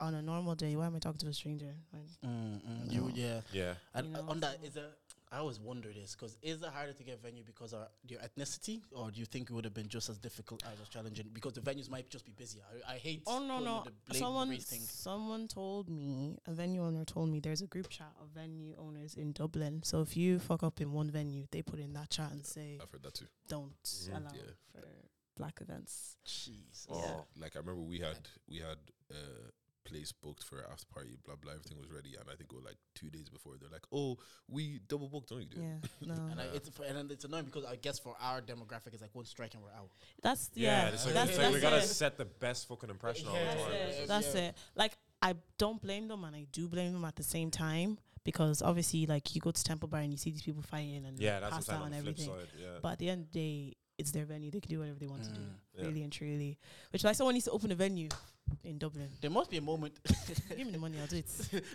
[SPEAKER 4] on a normal day, why am I talking to a stranger? Like,
[SPEAKER 1] you
[SPEAKER 4] No.
[SPEAKER 1] yeah,
[SPEAKER 2] Yeah.
[SPEAKER 1] and uh,
[SPEAKER 4] You know,
[SPEAKER 1] on that
[SPEAKER 4] so-
[SPEAKER 1] is a. I always wonder this because is it harder to get venue because of your ethnicity, or do you think it would have been just as difficult as as challenging because the venues might just be busy? I, I hate.
[SPEAKER 4] Oh no
[SPEAKER 1] pulling
[SPEAKER 4] no!
[SPEAKER 1] the blame
[SPEAKER 4] Someone
[SPEAKER 1] race thing.
[SPEAKER 4] someone told me a venue owner told me there's a group chat of venue owners in Dublin. So if you fuck up in one venue, they put in that chat and say
[SPEAKER 3] I've heard that too.
[SPEAKER 4] don't
[SPEAKER 2] Mhm.
[SPEAKER 4] allow
[SPEAKER 3] Yeah.
[SPEAKER 4] for black events.
[SPEAKER 1] Jesus.
[SPEAKER 2] Oh.
[SPEAKER 3] Like I remember we had we had a place booked for after party, blah blah, everything was ready, and I think it was like two days before they're like, Oh, we double booked, don't you do
[SPEAKER 4] Yeah, no,
[SPEAKER 1] And I, it's f- and then it's annoying because I guess for our demographic, it's like one strike and we're out.
[SPEAKER 4] that's
[SPEAKER 2] Yeah.
[SPEAKER 4] yeah.
[SPEAKER 2] it's
[SPEAKER 4] that's
[SPEAKER 2] like,
[SPEAKER 4] that's,
[SPEAKER 2] it's like we gotta
[SPEAKER 4] it.
[SPEAKER 2] set the best fucking impression all
[SPEAKER 1] Yeah.
[SPEAKER 2] the time.
[SPEAKER 1] That's
[SPEAKER 2] It's
[SPEAKER 1] it.
[SPEAKER 2] just-
[SPEAKER 4] That's
[SPEAKER 1] Yeah.
[SPEAKER 4] it. Like I don't blame them, and I do blame them at the same time because obviously, like you go to Temple Bar and you see these people fighting and
[SPEAKER 2] Yeah, that's what I'm
[SPEAKER 4] pass
[SPEAKER 2] saying
[SPEAKER 4] out
[SPEAKER 2] on
[SPEAKER 4] and
[SPEAKER 2] the flip
[SPEAKER 4] everything.
[SPEAKER 2] side. Yeah.
[SPEAKER 4] But at the end of the day, it's their venue. They can do whatever they want to
[SPEAKER 3] Mm.
[SPEAKER 4] do,
[SPEAKER 2] Yeah.
[SPEAKER 4] really and truly. Which like someone needs to open a venue in Dublin.
[SPEAKER 1] There must be a moment. [laughs]
[SPEAKER 4] Give me the money, I'll do it.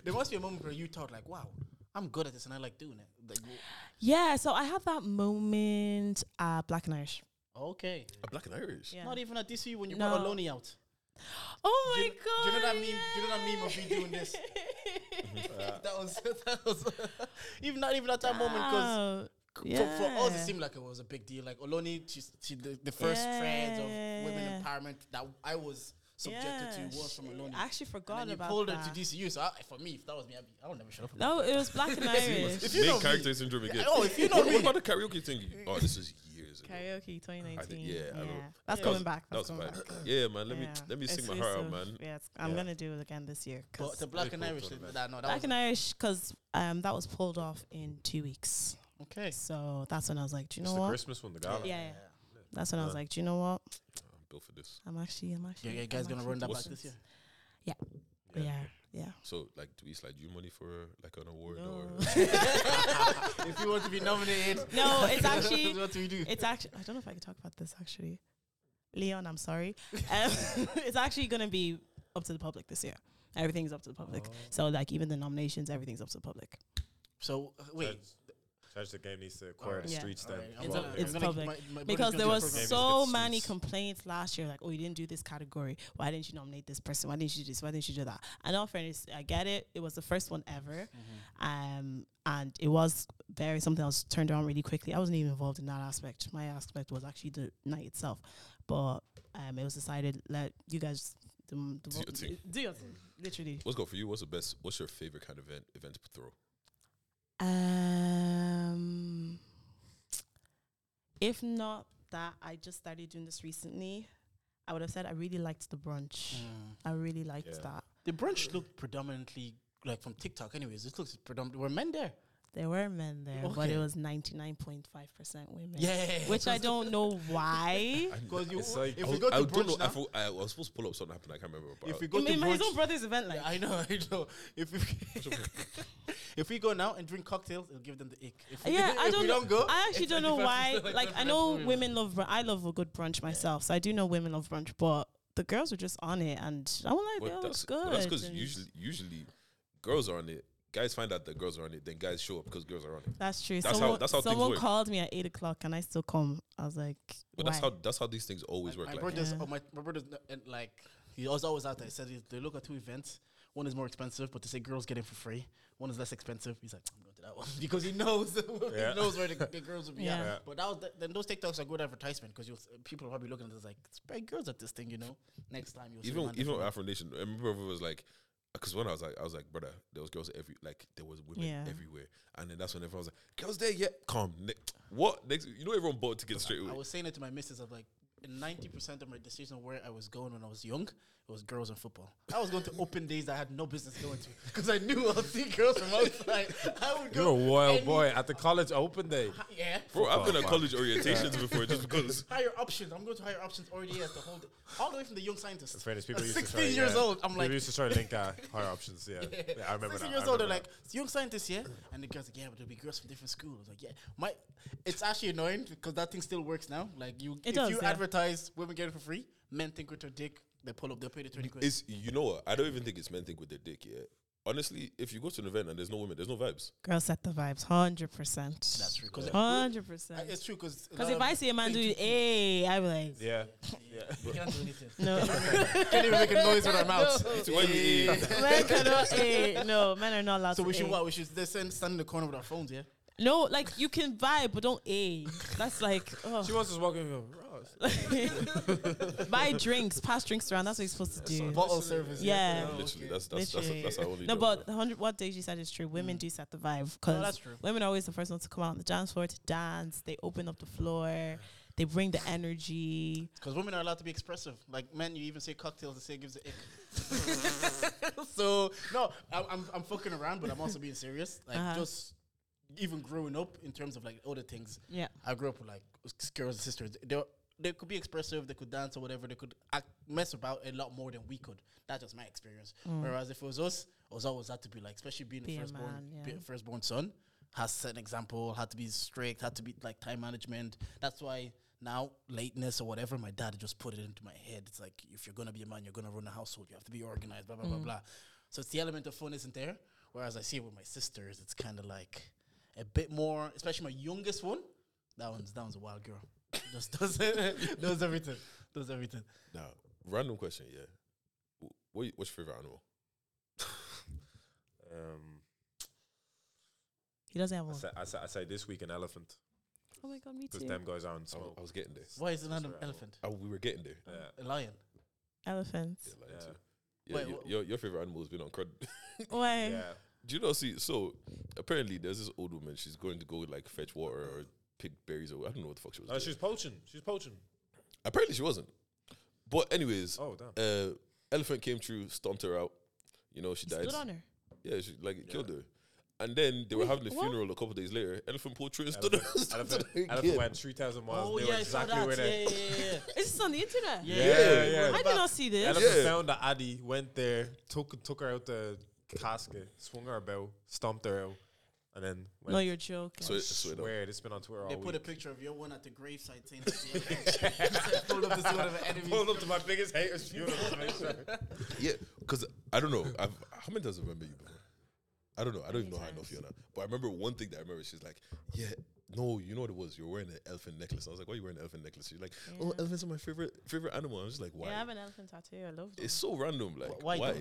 [SPEAKER 1] there must be a moment where you thought like, "Wow, I'm good at this, and I like doing it." Like, w-
[SPEAKER 4] Yeah, so I had that moment at Black and Irish.
[SPEAKER 1] okay,
[SPEAKER 3] A black and Irish.
[SPEAKER 4] Yeah.
[SPEAKER 1] not even at DC when you
[SPEAKER 4] No.
[SPEAKER 1] brought Aloni
[SPEAKER 4] [laughs]
[SPEAKER 1] out.
[SPEAKER 4] oh
[SPEAKER 1] Do
[SPEAKER 4] my
[SPEAKER 1] you kn-
[SPEAKER 4] god!
[SPEAKER 1] do you know that meme? Do you know that meme of me doing [laughs] this?
[SPEAKER 4] [laughs]
[SPEAKER 1] that was [laughs] that was even not even at that moment 'cause
[SPEAKER 4] Wow.
[SPEAKER 1] moment because for, us
[SPEAKER 4] Yeah.
[SPEAKER 1] it seemed like it was a big deal. Like Oloni, she, she the, the first threads of women
[SPEAKER 4] Yeah.
[SPEAKER 1] empowerment that I was subjected
[SPEAKER 4] Yeah,
[SPEAKER 1] to was from
[SPEAKER 4] shit.
[SPEAKER 1] in London.
[SPEAKER 4] I actually forgot
[SPEAKER 1] and then
[SPEAKER 4] about
[SPEAKER 1] you pulled
[SPEAKER 4] that.
[SPEAKER 1] her to DCU. So I, for me, if that was me, I'd be, I would never shut up.
[SPEAKER 4] No, it was
[SPEAKER 1] [laughs]
[SPEAKER 4] black and Irish.
[SPEAKER 1] you know
[SPEAKER 3] Big
[SPEAKER 1] me-
[SPEAKER 3] character syndrome again.
[SPEAKER 1] Oh, if you know
[SPEAKER 3] What-
[SPEAKER 1] me.
[SPEAKER 3] What about the karaoke thing?
[SPEAKER 4] [laughs]
[SPEAKER 3] Oh, this is years ago.
[SPEAKER 4] Karaoke 2019.
[SPEAKER 3] I think-
[SPEAKER 4] yeah,
[SPEAKER 3] yeah, I know.
[SPEAKER 4] that's
[SPEAKER 3] That
[SPEAKER 4] going
[SPEAKER 3] was-
[SPEAKER 4] back.
[SPEAKER 3] That
[SPEAKER 4] That's
[SPEAKER 3] was
[SPEAKER 4] going
[SPEAKER 3] bad. [clears throat]
[SPEAKER 4] back.
[SPEAKER 3] Yeah, man. Let me
[SPEAKER 4] Yeah.
[SPEAKER 3] let me sing
[SPEAKER 4] It's-
[SPEAKER 3] my
[SPEAKER 4] it's
[SPEAKER 3] heart
[SPEAKER 4] so-
[SPEAKER 3] out, man.
[SPEAKER 4] Yeah, it's- I'm
[SPEAKER 3] Yeah.
[SPEAKER 4] gonna do it again this year. 'cause
[SPEAKER 1] But the black
[SPEAKER 2] Very
[SPEAKER 1] and
[SPEAKER 2] cool
[SPEAKER 1] Irish, thing,
[SPEAKER 2] tournament.
[SPEAKER 1] nah, no, that
[SPEAKER 4] Black
[SPEAKER 1] was
[SPEAKER 4] and Irish, because um, that was pulled off in two weeks.
[SPEAKER 1] okay.
[SPEAKER 4] So that's when I was like, do you
[SPEAKER 2] It's
[SPEAKER 4] know
[SPEAKER 2] the
[SPEAKER 4] what?
[SPEAKER 2] Christmas one, the gala.
[SPEAKER 4] Yeah, yeah. That's when I was like, do you know what?
[SPEAKER 3] I'm built for this.
[SPEAKER 4] I'm actually, I'm actually.
[SPEAKER 1] Yeah, yeah,
[SPEAKER 4] I'm
[SPEAKER 1] guys, gonna
[SPEAKER 4] actually
[SPEAKER 1] run that back
[SPEAKER 4] doing
[SPEAKER 1] this year.
[SPEAKER 4] But yeah, yeah.
[SPEAKER 3] So, like, do we slide you money for like an award
[SPEAKER 4] No.
[SPEAKER 3] or?
[SPEAKER 1] if you want to be nominated,
[SPEAKER 4] [laughs] No,
[SPEAKER 1] [laughs]
[SPEAKER 4] it's actually-
[SPEAKER 1] what do we do?
[SPEAKER 4] [laughs] It's actually. I don't know if I can talk about this actually. Leon, I'm sorry. Um, [laughs] it's actually gonna be up to the public this year. Everything's up to the
[SPEAKER 3] Oh.
[SPEAKER 4] public. So like even the nominations, everything's up to the public.
[SPEAKER 1] So uh, wait,
[SPEAKER 2] Judge the game needs to acquire the
[SPEAKER 4] Yeah.
[SPEAKER 2] streets then.
[SPEAKER 1] Alright, I'm
[SPEAKER 4] It's
[SPEAKER 1] gonna-
[SPEAKER 4] a-
[SPEAKER 1] I'm
[SPEAKER 4] it's
[SPEAKER 1] gonna-
[SPEAKER 4] public.
[SPEAKER 1] my- my brother's
[SPEAKER 4] because
[SPEAKER 1] gonna
[SPEAKER 4] there
[SPEAKER 1] do a
[SPEAKER 4] was
[SPEAKER 1] program.
[SPEAKER 4] so
[SPEAKER 2] Maybe it's
[SPEAKER 4] many
[SPEAKER 2] suits.
[SPEAKER 4] complaints last year like oh you didn't do this category why didn't you nominate this person why didn't you do this why didn't you do that and all fairness i get it it was the first one ever um and it was very something that was turned around really quickly i wasn't even involved in that aspect my aspect was actually the night itself but um it was decided let you guys do, do,
[SPEAKER 3] Do your thing.
[SPEAKER 4] do your thing literally
[SPEAKER 3] What's good for you? What's the best? What's your favorite kind of event event to throw?
[SPEAKER 4] Um, if not that, I just started doing this recently. I would have said I really liked the brunch.
[SPEAKER 1] Mm.
[SPEAKER 4] I really liked
[SPEAKER 2] Yeah.
[SPEAKER 4] that.
[SPEAKER 1] The brunch looked predominantly like from TikTok, anyways. It looks predominantly were men there.
[SPEAKER 4] There were men there, but
[SPEAKER 1] Okay.
[SPEAKER 4] it was ninety nine point five percent women.
[SPEAKER 1] Yeah,
[SPEAKER 4] which I
[SPEAKER 1] [laughs]
[SPEAKER 4] don't know why.
[SPEAKER 1] Because you,
[SPEAKER 2] It's like-
[SPEAKER 1] if
[SPEAKER 3] I,
[SPEAKER 1] you go
[SPEAKER 3] I
[SPEAKER 1] to
[SPEAKER 3] don't know.
[SPEAKER 1] brunch
[SPEAKER 3] I,
[SPEAKER 1] now,
[SPEAKER 3] fo- I was supposed to pull up something happened. I can't remember. But
[SPEAKER 1] if you
[SPEAKER 3] I,
[SPEAKER 1] go
[SPEAKER 4] In-
[SPEAKER 1] to
[SPEAKER 4] in my- his own
[SPEAKER 1] brunch,
[SPEAKER 4] brother's event, like
[SPEAKER 1] Yeah, I know, I know. If
[SPEAKER 4] [laughs]
[SPEAKER 1] we [laughs] if we go now and drink cocktails, it'll give them the ick. [laughs] If we-
[SPEAKER 4] yeah, I
[SPEAKER 1] if
[SPEAKER 4] don't,
[SPEAKER 1] we
[SPEAKER 4] know.
[SPEAKER 1] don't go,
[SPEAKER 4] I actually
[SPEAKER 1] it's [laughs]
[SPEAKER 4] don't
[SPEAKER 1] 25%
[SPEAKER 4] know why. Like,
[SPEAKER 1] [laughs]
[SPEAKER 4] I know
[SPEAKER 1] for real.
[SPEAKER 4] women love. Br- I love a good brunch myself, so I do know women love brunch. But the girls were just on it, and I was like,
[SPEAKER 3] well,
[SPEAKER 4] "That was
[SPEAKER 3] that's
[SPEAKER 4] good."
[SPEAKER 3] well, that's because
[SPEAKER 4] and-
[SPEAKER 3] usually usually girls are on it. Guys find out that girls are on it, then guys show up because girls are on it.
[SPEAKER 4] That's true.
[SPEAKER 3] That's how-
[SPEAKER 4] someone
[SPEAKER 3] that's how things
[SPEAKER 4] someone
[SPEAKER 3] work.
[SPEAKER 4] called me at eight o'clock and I still come. I was like,
[SPEAKER 3] But
[SPEAKER 4] why?
[SPEAKER 3] that's how that's how these things always work.
[SPEAKER 1] My
[SPEAKER 3] Like
[SPEAKER 1] brother's,
[SPEAKER 4] Yeah.
[SPEAKER 1] oh, my, my brother's n- and like he was always out there. He said he- they look at two events. One is more expensive, but they say girls get in for free. One is less expensive. He's like, I'm going to that one [laughs] because he knows
[SPEAKER 2] Yeah.
[SPEAKER 1] he knows where the, the girls will be at.
[SPEAKER 4] Yeah.
[SPEAKER 2] Yeah.
[SPEAKER 1] But that was the, then those TikToks are good advertisement because people are probably looking at this like, it's bad girls at this thing, you know. Next time you'll see
[SPEAKER 3] even
[SPEAKER 1] one
[SPEAKER 3] even
[SPEAKER 1] different-
[SPEAKER 3] Afro Nation, I remember it was like, because when I was like, I was like, brother, there was girls every like there was women
[SPEAKER 4] Yeah.
[SPEAKER 3] everywhere, and then that's when everyone was like, girls there, yeah, come ne- what next? You know, everyone bought tickets straight away.
[SPEAKER 1] I was saying it to my missus of like. Ninety percent of my decision where I was going when I was young, it was girls and football. I was going to open days I had no business going to because I knew I'd see girls from outside. I would
[SPEAKER 2] You're a
[SPEAKER 1] go.
[SPEAKER 2] wild
[SPEAKER 1] any-
[SPEAKER 2] boy at the college open day.
[SPEAKER 1] Yeah,
[SPEAKER 3] Bro, I've been at college orientations
[SPEAKER 1] [laughs]
[SPEAKER 3] before just because.
[SPEAKER 1] higher options. I'm going to higher options already at the whole, all the way from the young scientist.
[SPEAKER 2] Fairness,
[SPEAKER 1] At
[SPEAKER 2] people used
[SPEAKER 1] 16
[SPEAKER 2] to try,
[SPEAKER 1] years
[SPEAKER 2] yeah.
[SPEAKER 1] old, I'm
[SPEAKER 2] people
[SPEAKER 1] like,
[SPEAKER 2] used to try to link uh, higher options. Yeah,
[SPEAKER 1] [laughs]
[SPEAKER 2] yeah I remember
[SPEAKER 1] 16
[SPEAKER 2] that.
[SPEAKER 1] years
[SPEAKER 2] I
[SPEAKER 1] old, they're
[SPEAKER 2] remember
[SPEAKER 1] like, "It's young scientists, yeah? And the girls like, yeah, but there'll be girls from different schools. I was like, yeah. My, it's actually annoying because that thing still works now. Like, you,
[SPEAKER 4] It
[SPEAKER 1] if
[SPEAKER 4] does,
[SPEAKER 1] you
[SPEAKER 4] yeah.
[SPEAKER 1] advertise women get it for free, men think with their dick, they pull up, they'll pay the 20 quid.
[SPEAKER 3] It's you know what? I don't even think it's men think with their dick yet. Honestly, if you go to an event and there's no women, there's no vibes.
[SPEAKER 4] girls set the vibes, hundred percent. That's
[SPEAKER 1] true, 'cause it-
[SPEAKER 4] hundred
[SPEAKER 1] Uh,
[SPEAKER 4] percent. [laughs]
[SPEAKER 1] It's true because
[SPEAKER 4] Oh, Because if I see a man do, hey, I
[SPEAKER 1] [laughs]
[SPEAKER 4] be like,
[SPEAKER 2] that. Yeah.
[SPEAKER 1] you can't do anything.
[SPEAKER 4] no,
[SPEAKER 1] can't even make a noise
[SPEAKER 4] [laughs]
[SPEAKER 1] with our mouths.
[SPEAKER 3] When you-
[SPEAKER 4] men cannot, hey, no, men are not allowed.
[SPEAKER 1] So
[SPEAKER 4] to
[SPEAKER 1] we should
[SPEAKER 4] eh.
[SPEAKER 1] what? We should they stand, stand in the corner with our phones, yeah.
[SPEAKER 4] No, like you can vibe, but don't a.
[SPEAKER 1] [laughs]
[SPEAKER 4] That's like,
[SPEAKER 2] She
[SPEAKER 4] oh.
[SPEAKER 2] wants us walking. Go, Ross.
[SPEAKER 4] buy drinks, pass drinks around. That's what you're supposed to do.
[SPEAKER 1] Bottle service.
[SPEAKER 4] Yeah.
[SPEAKER 1] Oh,
[SPEAKER 3] Literally,
[SPEAKER 1] okay.
[SPEAKER 3] that's that's that's,
[SPEAKER 4] Literally.
[SPEAKER 3] that's, how only.
[SPEAKER 4] No,
[SPEAKER 3] job.
[SPEAKER 4] but the hundred what Deji said is true. Women do set the vibe because
[SPEAKER 1] Mm. that's true.
[SPEAKER 4] women are always the first ones to come out on the dance floor to dance. They open up the floor. They bring the energy.
[SPEAKER 1] Because women are allowed to be expressive. Like men, you even say cocktails and say it gives the ick. so no, I, I'm I'm fucking around, but I'm also being serious. Like
[SPEAKER 4] Uh-huh.
[SPEAKER 1] just even growing up in terms of like other things.
[SPEAKER 4] Yeah.
[SPEAKER 1] I grew up with like s- girls and sisters. They were- they could be expressive, they could dance or whatever. They could act, mess about a lot more than we could. That's just my experience.
[SPEAKER 4] Mm.
[SPEAKER 1] Whereas if it was us, it was always had to be like, especially being
[SPEAKER 4] Be
[SPEAKER 1] a
[SPEAKER 4] a
[SPEAKER 1] firstborn,
[SPEAKER 4] man, yeah.
[SPEAKER 1] being a firstborn son, has set an example. Had to be strict. Had to be like time management. That's why now lateness or whatever, my dad just put it into my head. It's like if you're gonna be a man, you're gonna run a household. You have to be organized. Blah blah
[SPEAKER 4] Mm.
[SPEAKER 1] blah blah. So it's the element of fun isn't there. Whereas I see it with my sisters, it's kind of like a bit more, especially my youngest one. That one's that one's a wild girl. [laughs] Just does does everything. Does everything.
[SPEAKER 3] Now, random question, yeah. Wh- What, what's your favorite animal?
[SPEAKER 2] Um,
[SPEAKER 4] He doesn't have
[SPEAKER 2] I
[SPEAKER 4] one.
[SPEAKER 2] say, I, say, I say this week an elephant
[SPEAKER 4] Oh my god, me
[SPEAKER 2] because
[SPEAKER 4] too.
[SPEAKER 2] them guys aren't
[SPEAKER 3] I, w-
[SPEAKER 2] smoke.
[SPEAKER 3] I was getting there. Oh,
[SPEAKER 1] Why is it not
[SPEAKER 2] That's
[SPEAKER 1] an
[SPEAKER 2] right.
[SPEAKER 1] elephant?
[SPEAKER 3] I, we were getting there.
[SPEAKER 2] Yeah.
[SPEAKER 1] A lion.
[SPEAKER 3] [laughs]
[SPEAKER 4] Elephants.
[SPEAKER 3] Yeah, lying
[SPEAKER 2] Yeah.
[SPEAKER 3] too. Yeah,
[SPEAKER 1] Wait,
[SPEAKER 3] your,
[SPEAKER 1] wha-
[SPEAKER 3] your, your favorite animal has been on crud. [laughs]
[SPEAKER 4] Why?
[SPEAKER 2] Yeah.
[SPEAKER 3] Do you know? See, so apparently there's this old woman. She's going to go like fetch water or pick berries or I don't know what the fuck she was.
[SPEAKER 2] Oh,
[SPEAKER 3] doing.
[SPEAKER 2] she's poaching. She's poaching.
[SPEAKER 3] apparently she wasn't. But anyways,
[SPEAKER 2] Oh, damn.
[SPEAKER 3] uh, elephant came through, stomped her out. You know, she
[SPEAKER 4] He
[SPEAKER 3] died.
[SPEAKER 4] stood on her.
[SPEAKER 3] Yeah, she like it killed her. And then they were
[SPEAKER 4] Wait,
[SPEAKER 3] having a
[SPEAKER 4] what?
[SPEAKER 3] funeral a couple days later. Elephant pulled through and stood
[SPEAKER 2] Elephant,
[SPEAKER 3] stood on [laughs]
[SPEAKER 2] elephant,
[SPEAKER 3] her again.
[SPEAKER 2] elephant went 3,000 miles.
[SPEAKER 1] Oh
[SPEAKER 2] knew
[SPEAKER 1] yeah,
[SPEAKER 2] exactly
[SPEAKER 1] I saw
[SPEAKER 2] where
[SPEAKER 1] that.
[SPEAKER 2] they-
[SPEAKER 1] Yeah, yeah, yeah.
[SPEAKER 4] Is this on the internet?
[SPEAKER 1] yeah.
[SPEAKER 2] Yeah, yeah.
[SPEAKER 4] I did not see
[SPEAKER 2] The
[SPEAKER 4] this.
[SPEAKER 2] elephant
[SPEAKER 3] Yeah.
[SPEAKER 2] found the Addy, went there, took took her out the casket, swung her bell, stomped her out, and then went.
[SPEAKER 4] No, you're joking.
[SPEAKER 3] So
[SPEAKER 2] I
[SPEAKER 3] it- so it-
[SPEAKER 2] swear, it's been on Twitter
[SPEAKER 1] They
[SPEAKER 2] all [laughs]
[SPEAKER 1] [laughs] put a
[SPEAKER 2] week.
[SPEAKER 1] picture of your one at the gravesite saying, that's the [laughs] elephant. "Pull up to see one of the enemies."
[SPEAKER 2] Pulled up to my biggest hater's funeral to
[SPEAKER 1] [laughs]
[SPEAKER 2] make sure.
[SPEAKER 3] Yeah, because I don't know. I've, how many times have I met you before? I don't know. I don't even know how I know
[SPEAKER 4] times?
[SPEAKER 3] Fiona. But I remember one thing that I remember. She's like, "Yeah, no, you know what it was? You're wearing an elephant necklace." I was like, "Why are you wearing an elephant necklace?" She's like, "Oh,
[SPEAKER 4] Yeah.
[SPEAKER 3] elephants are my favorite favorite animal." I was just like, "Why?"
[SPEAKER 4] Yeah, I have an elephant tattoo. I love it.
[SPEAKER 3] it's so random. Like,
[SPEAKER 1] Wh- why
[SPEAKER 3] why?
[SPEAKER 1] though?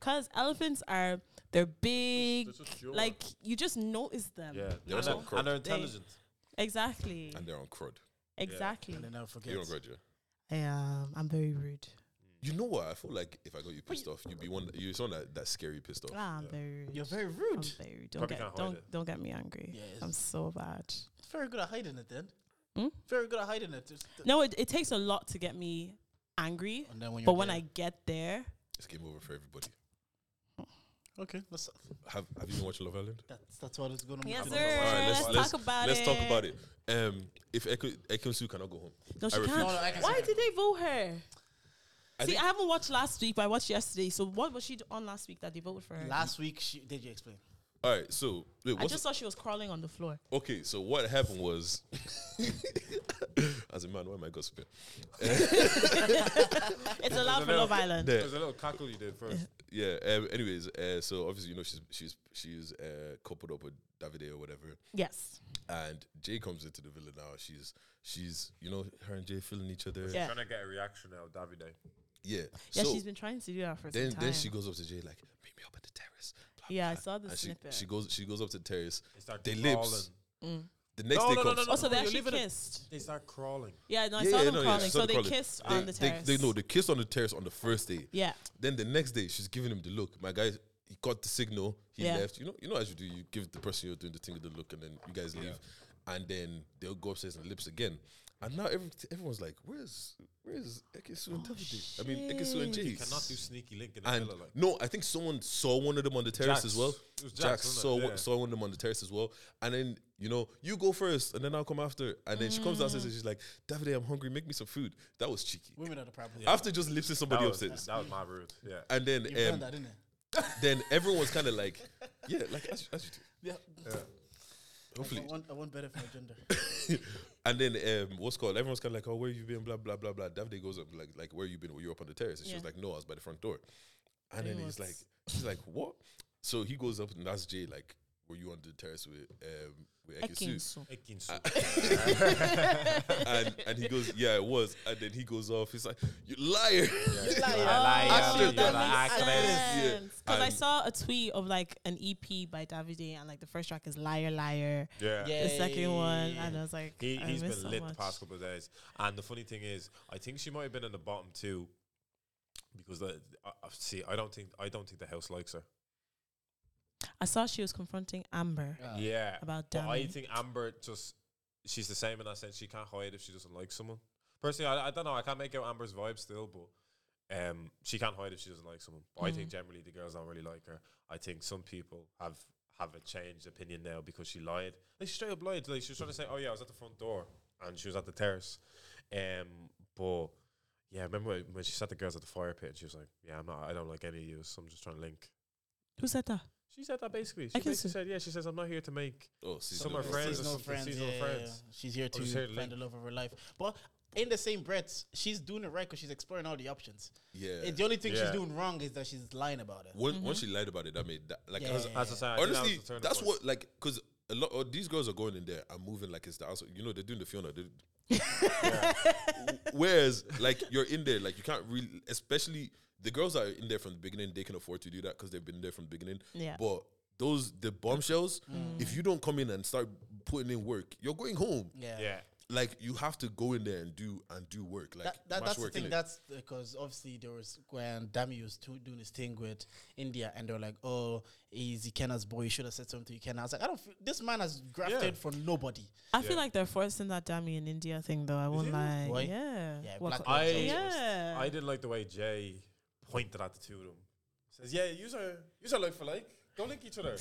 [SPEAKER 4] Because elephants are, they're big.
[SPEAKER 2] They're just pure.
[SPEAKER 4] Like, you just notice them.
[SPEAKER 2] Yeah,
[SPEAKER 3] They're
[SPEAKER 2] and,
[SPEAKER 3] also
[SPEAKER 2] they're-
[SPEAKER 3] crooked.
[SPEAKER 2] and they're
[SPEAKER 4] They-
[SPEAKER 2] intelligent.
[SPEAKER 4] Exactly.
[SPEAKER 3] And they're on crud.
[SPEAKER 1] [laughs]
[SPEAKER 4] Exactly.
[SPEAKER 1] And then I'll
[SPEAKER 3] You're on
[SPEAKER 1] forget.
[SPEAKER 3] crud, yeah.
[SPEAKER 4] I am. I'm very rude.
[SPEAKER 3] You know what? I feel like if I got you pissed off, you'd be one. You're someone that, that's scary pissed off.
[SPEAKER 4] Ah, I'm very rude.
[SPEAKER 1] [laughs] You're very
[SPEAKER 4] I'm
[SPEAKER 1] rude.
[SPEAKER 4] very rude. Don't
[SPEAKER 2] Probably
[SPEAKER 4] get
[SPEAKER 2] can't hide
[SPEAKER 4] don't
[SPEAKER 2] it.
[SPEAKER 4] don't get me angry.
[SPEAKER 1] Yeah,
[SPEAKER 4] I'm
[SPEAKER 1] it's
[SPEAKER 4] so bad.
[SPEAKER 1] very good at hiding it. Then
[SPEAKER 4] Hmm?
[SPEAKER 1] very good at hiding it. Just th-
[SPEAKER 4] No, it, it takes a lot to get me angry.
[SPEAKER 1] And then when
[SPEAKER 4] But
[SPEAKER 1] you're
[SPEAKER 4] when
[SPEAKER 1] there-
[SPEAKER 4] I get there,
[SPEAKER 3] It's game over for everybody.
[SPEAKER 1] okay, that's
[SPEAKER 3] Have Have you been watching Love Island?
[SPEAKER 1] that's, that's what it's gonna.
[SPEAKER 4] yes,
[SPEAKER 1] be.
[SPEAKER 4] sir.
[SPEAKER 3] Alright,
[SPEAKER 4] let's,
[SPEAKER 3] let's- let's-
[SPEAKER 4] talk about
[SPEAKER 3] Let's
[SPEAKER 4] it.
[SPEAKER 3] talk about it. Um, if Eko- Ekansu cannot go home,
[SPEAKER 4] No, she
[SPEAKER 3] I refuse.
[SPEAKER 1] No,
[SPEAKER 4] can't.
[SPEAKER 1] no, I can
[SPEAKER 4] Why
[SPEAKER 1] see
[SPEAKER 4] did
[SPEAKER 1] that.
[SPEAKER 4] they vote her?
[SPEAKER 3] I
[SPEAKER 4] See,
[SPEAKER 3] think-
[SPEAKER 4] I haven't watched last week, but I watched yesterday. So what was she d- on last week that they voted for her?
[SPEAKER 1] Last week, she, did you explain?
[SPEAKER 3] all right. So wait,
[SPEAKER 4] I
[SPEAKER 3] what's
[SPEAKER 4] just saw she was crawling on
[SPEAKER 3] [laughs]
[SPEAKER 4] the [laughs] floor.
[SPEAKER 3] Okay, so what happened was, [laughs] as a man, why am I gossiping?
[SPEAKER 4] It's allowed for
[SPEAKER 2] no.
[SPEAKER 4] Love Island.
[SPEAKER 2] There's a little cackle you did first.
[SPEAKER 3] Yeah. Um, anyways, uh, so obviously you know she's she's she's uh, coupled up with Davide or whatever,
[SPEAKER 4] Yes.
[SPEAKER 3] and Jay comes into the villa now. She's she's you know her and Jay feeling each other.
[SPEAKER 4] Yeah.
[SPEAKER 2] Trying to get a reaction out of Davide.
[SPEAKER 3] Yeah.
[SPEAKER 4] Yeah,
[SPEAKER 3] so
[SPEAKER 4] she's been trying to do that for
[SPEAKER 3] then
[SPEAKER 4] some time.
[SPEAKER 3] then she goes up to Jay like meet me up at the terrace. blah,
[SPEAKER 4] Yeah, I
[SPEAKER 3] blah."
[SPEAKER 4] saw the
[SPEAKER 3] and
[SPEAKER 4] snippet.
[SPEAKER 3] She, Oh, she goes she goes up to the terrace.
[SPEAKER 2] They start
[SPEAKER 3] They
[SPEAKER 2] crawling.
[SPEAKER 3] lips. The next
[SPEAKER 2] No, no,
[SPEAKER 3] day
[SPEAKER 2] no,
[SPEAKER 3] comes.
[SPEAKER 2] no, no.
[SPEAKER 4] also, Oh, they
[SPEAKER 2] You're
[SPEAKER 4] actually
[SPEAKER 2] leaving it-
[SPEAKER 4] kissed.
[SPEAKER 2] They start crawling.
[SPEAKER 4] Yeah, no, I
[SPEAKER 3] Yeah,
[SPEAKER 4] saw
[SPEAKER 3] yeah,
[SPEAKER 4] them
[SPEAKER 3] no, yeah,
[SPEAKER 4] crawling.
[SPEAKER 3] she saw
[SPEAKER 4] so
[SPEAKER 3] them
[SPEAKER 4] they
[SPEAKER 3] crawling.
[SPEAKER 4] kissed
[SPEAKER 3] They,
[SPEAKER 4] Oh, on the
[SPEAKER 3] they,
[SPEAKER 4] terrace.
[SPEAKER 3] they no, they kissed on the terrace on the first day.
[SPEAKER 4] Yeah.
[SPEAKER 3] Then the next day, she's giving him the look. My guy, he got the signal. He
[SPEAKER 4] Yeah.
[SPEAKER 3] left. You know, you know as you do, you give the person you're doing the thing the look, and then you guys leave, and then they'll go upstairs and lips again. And now every, everyone's like, "Where's where's Ekesu and Davide? I mean, Ekesu and
[SPEAKER 4] shit.
[SPEAKER 3] Jay."
[SPEAKER 2] You cannot do sneaky link in the
[SPEAKER 3] And
[SPEAKER 2] villa. Like.
[SPEAKER 3] no, I think someone saw one of them on the terrace
[SPEAKER 2] Jax.
[SPEAKER 3] as well.
[SPEAKER 2] It was Jax, wasn't
[SPEAKER 3] Jax
[SPEAKER 2] it?
[SPEAKER 3] saw
[SPEAKER 2] Yeah.
[SPEAKER 3] one, saw one of them on the terrace as well. And then you know, you go first, and then I'll come after. And then she comes downstairs and she's like, "Davide, I'm hungry. Make me some food." That was cheeky.
[SPEAKER 1] Women are the problem.
[SPEAKER 3] After just lipsing
[SPEAKER 2] That
[SPEAKER 3] somebody
[SPEAKER 2] was,
[SPEAKER 3] upstairs,
[SPEAKER 2] that was my route. Yeah.
[SPEAKER 3] and then
[SPEAKER 1] You've done
[SPEAKER 3] um,
[SPEAKER 1] that, didn't it?
[SPEAKER 3] then everyone's kind of like, yeah, like as, as you do.
[SPEAKER 1] Yeah.
[SPEAKER 3] Hopefully,
[SPEAKER 1] I want, I want better for my gender.
[SPEAKER 3] [laughs] and then um, what's called? Everyone's kind of like, oh, where you been? Blah blah blah blah. Davide goes up like, like where you been? Were you up on the terrace? And she was
[SPEAKER 4] Yeah.
[SPEAKER 3] like, no, I was by the front door. And
[SPEAKER 4] Then
[SPEAKER 3] then
[SPEAKER 4] he
[SPEAKER 3] he's
[SPEAKER 4] was-
[SPEAKER 3] like, she's like, what? So he goes up and asks Jay like, were you on the terrace with um, with [laughs] Ekesu?
[SPEAKER 4] Ekinsu.
[SPEAKER 2] Ekin
[SPEAKER 3] [laughs] and and he goes, yeah, it was. And then he goes off. He's like, you liar. [laughs]
[SPEAKER 4] Oh,
[SPEAKER 3] After you're
[SPEAKER 4] that
[SPEAKER 3] the
[SPEAKER 4] makes
[SPEAKER 3] actress. Yeah.
[SPEAKER 4] sense. 'Cause I
[SPEAKER 3] And-
[SPEAKER 4] saw a tweet of like an EP by Davide, and like the first track is "Liar Liar,"
[SPEAKER 2] Yeah.
[SPEAKER 1] Yeah.
[SPEAKER 4] the second one, and I
[SPEAKER 1] Yeah.
[SPEAKER 4] was like,
[SPEAKER 2] He,
[SPEAKER 4] I
[SPEAKER 2] he's
[SPEAKER 4] miss
[SPEAKER 2] been
[SPEAKER 4] so
[SPEAKER 2] lit
[SPEAKER 4] much.
[SPEAKER 2] the past couple of days. And the funny thing is, I think she might have been in the bottom two because the, I, I- see, I don't think I don't think the house likes her.
[SPEAKER 4] I saw she was confronting Amber
[SPEAKER 2] yeah.
[SPEAKER 4] about
[SPEAKER 2] But I
[SPEAKER 4] Danny.
[SPEAKER 2] think Amber just she's the same in that sense. She can't hide if she doesn't like someone. Personally, I, I don't know. I can't make out Amber's vibe still, but um, she can't hide if she doesn't like someone. But I think
[SPEAKER 4] Mm.
[SPEAKER 2] generally the girls don't really like her. I think some people have have a changed opinion now because she lied. Like she straight up lied. Like she was trying to say, "Oh yeah, I was at the front door and she was at the terrace." Um, but yeah, I remember when- when she sat the girls at the fire pit and she was like, "Yeah, I'm not. I don't like any of you. So I'm just trying to link."
[SPEAKER 4] Who said that?
[SPEAKER 2] She said that basically. She
[SPEAKER 4] I can
[SPEAKER 2] basically
[SPEAKER 4] see.
[SPEAKER 2] said, "Yeah." She says, "I'm not here to make."
[SPEAKER 3] Oh, see,
[SPEAKER 2] Some
[SPEAKER 3] so
[SPEAKER 2] are
[SPEAKER 3] the-
[SPEAKER 2] friends.
[SPEAKER 1] Seasonal
[SPEAKER 2] That's the
[SPEAKER 1] friends.
[SPEAKER 2] seasonal
[SPEAKER 1] yeah, yeah,
[SPEAKER 2] friends.
[SPEAKER 1] yeah. She's here to
[SPEAKER 2] she's here to
[SPEAKER 1] find the love of her life. But in the same breath, she's doing it right because she's exploring all the options.
[SPEAKER 3] Yeah.
[SPEAKER 1] It- the only thing
[SPEAKER 2] Yeah.
[SPEAKER 1] she's doing wrong is that she's lying about it.
[SPEAKER 3] When, Once she lied about it, that made that like
[SPEAKER 1] Yeah,
[SPEAKER 3] as-
[SPEAKER 1] yeah,
[SPEAKER 2] As I
[SPEAKER 1] yeah.
[SPEAKER 2] say, I think that was
[SPEAKER 3] Honestly,
[SPEAKER 2] the turning
[SPEAKER 3] that's
[SPEAKER 2] point.
[SPEAKER 3] what like because a lot of these girls are going in there and moving like it's the house. You know, they're doing the Fiona. They,
[SPEAKER 2] [laughs]
[SPEAKER 3] Whereas, like you're in there, like you can't really, especially the girls that are in there from the beginning. They can afford to do that because they've been there from the beginning.
[SPEAKER 4] [laughs] Yeah.
[SPEAKER 3] But
[SPEAKER 1] Mm.
[SPEAKER 3] those the bombshells, if you don't come in and start putting in work, you're going home.
[SPEAKER 1] Yeah.
[SPEAKER 2] Yeah.
[SPEAKER 3] like you have to go in there and do and do work. Like
[SPEAKER 1] that, that,
[SPEAKER 3] match
[SPEAKER 1] that's the
[SPEAKER 3] work,
[SPEAKER 1] thing.
[SPEAKER 3] innit?
[SPEAKER 1] That's because obviously there was when Dami was too, doing his thing with India, and they were like, "Oh, he's Ikena's boy. You should have said something to Ikena." I was like, "I don't. Feel, this man has grafted
[SPEAKER 2] Yeah.
[SPEAKER 1] for nobody."
[SPEAKER 4] I
[SPEAKER 2] Yeah.
[SPEAKER 4] feel like they're forcing that Dami in India thing though. I won't lie.
[SPEAKER 1] Why?
[SPEAKER 4] Yeah.
[SPEAKER 1] Yeah,
[SPEAKER 4] What
[SPEAKER 1] Black
[SPEAKER 4] co-
[SPEAKER 2] I-
[SPEAKER 1] Lives Matter.
[SPEAKER 4] yeah.
[SPEAKER 2] I didn't like the way Jay pointed at the two of them. Says, "Yeah, you are you are like for like. Don't link each other."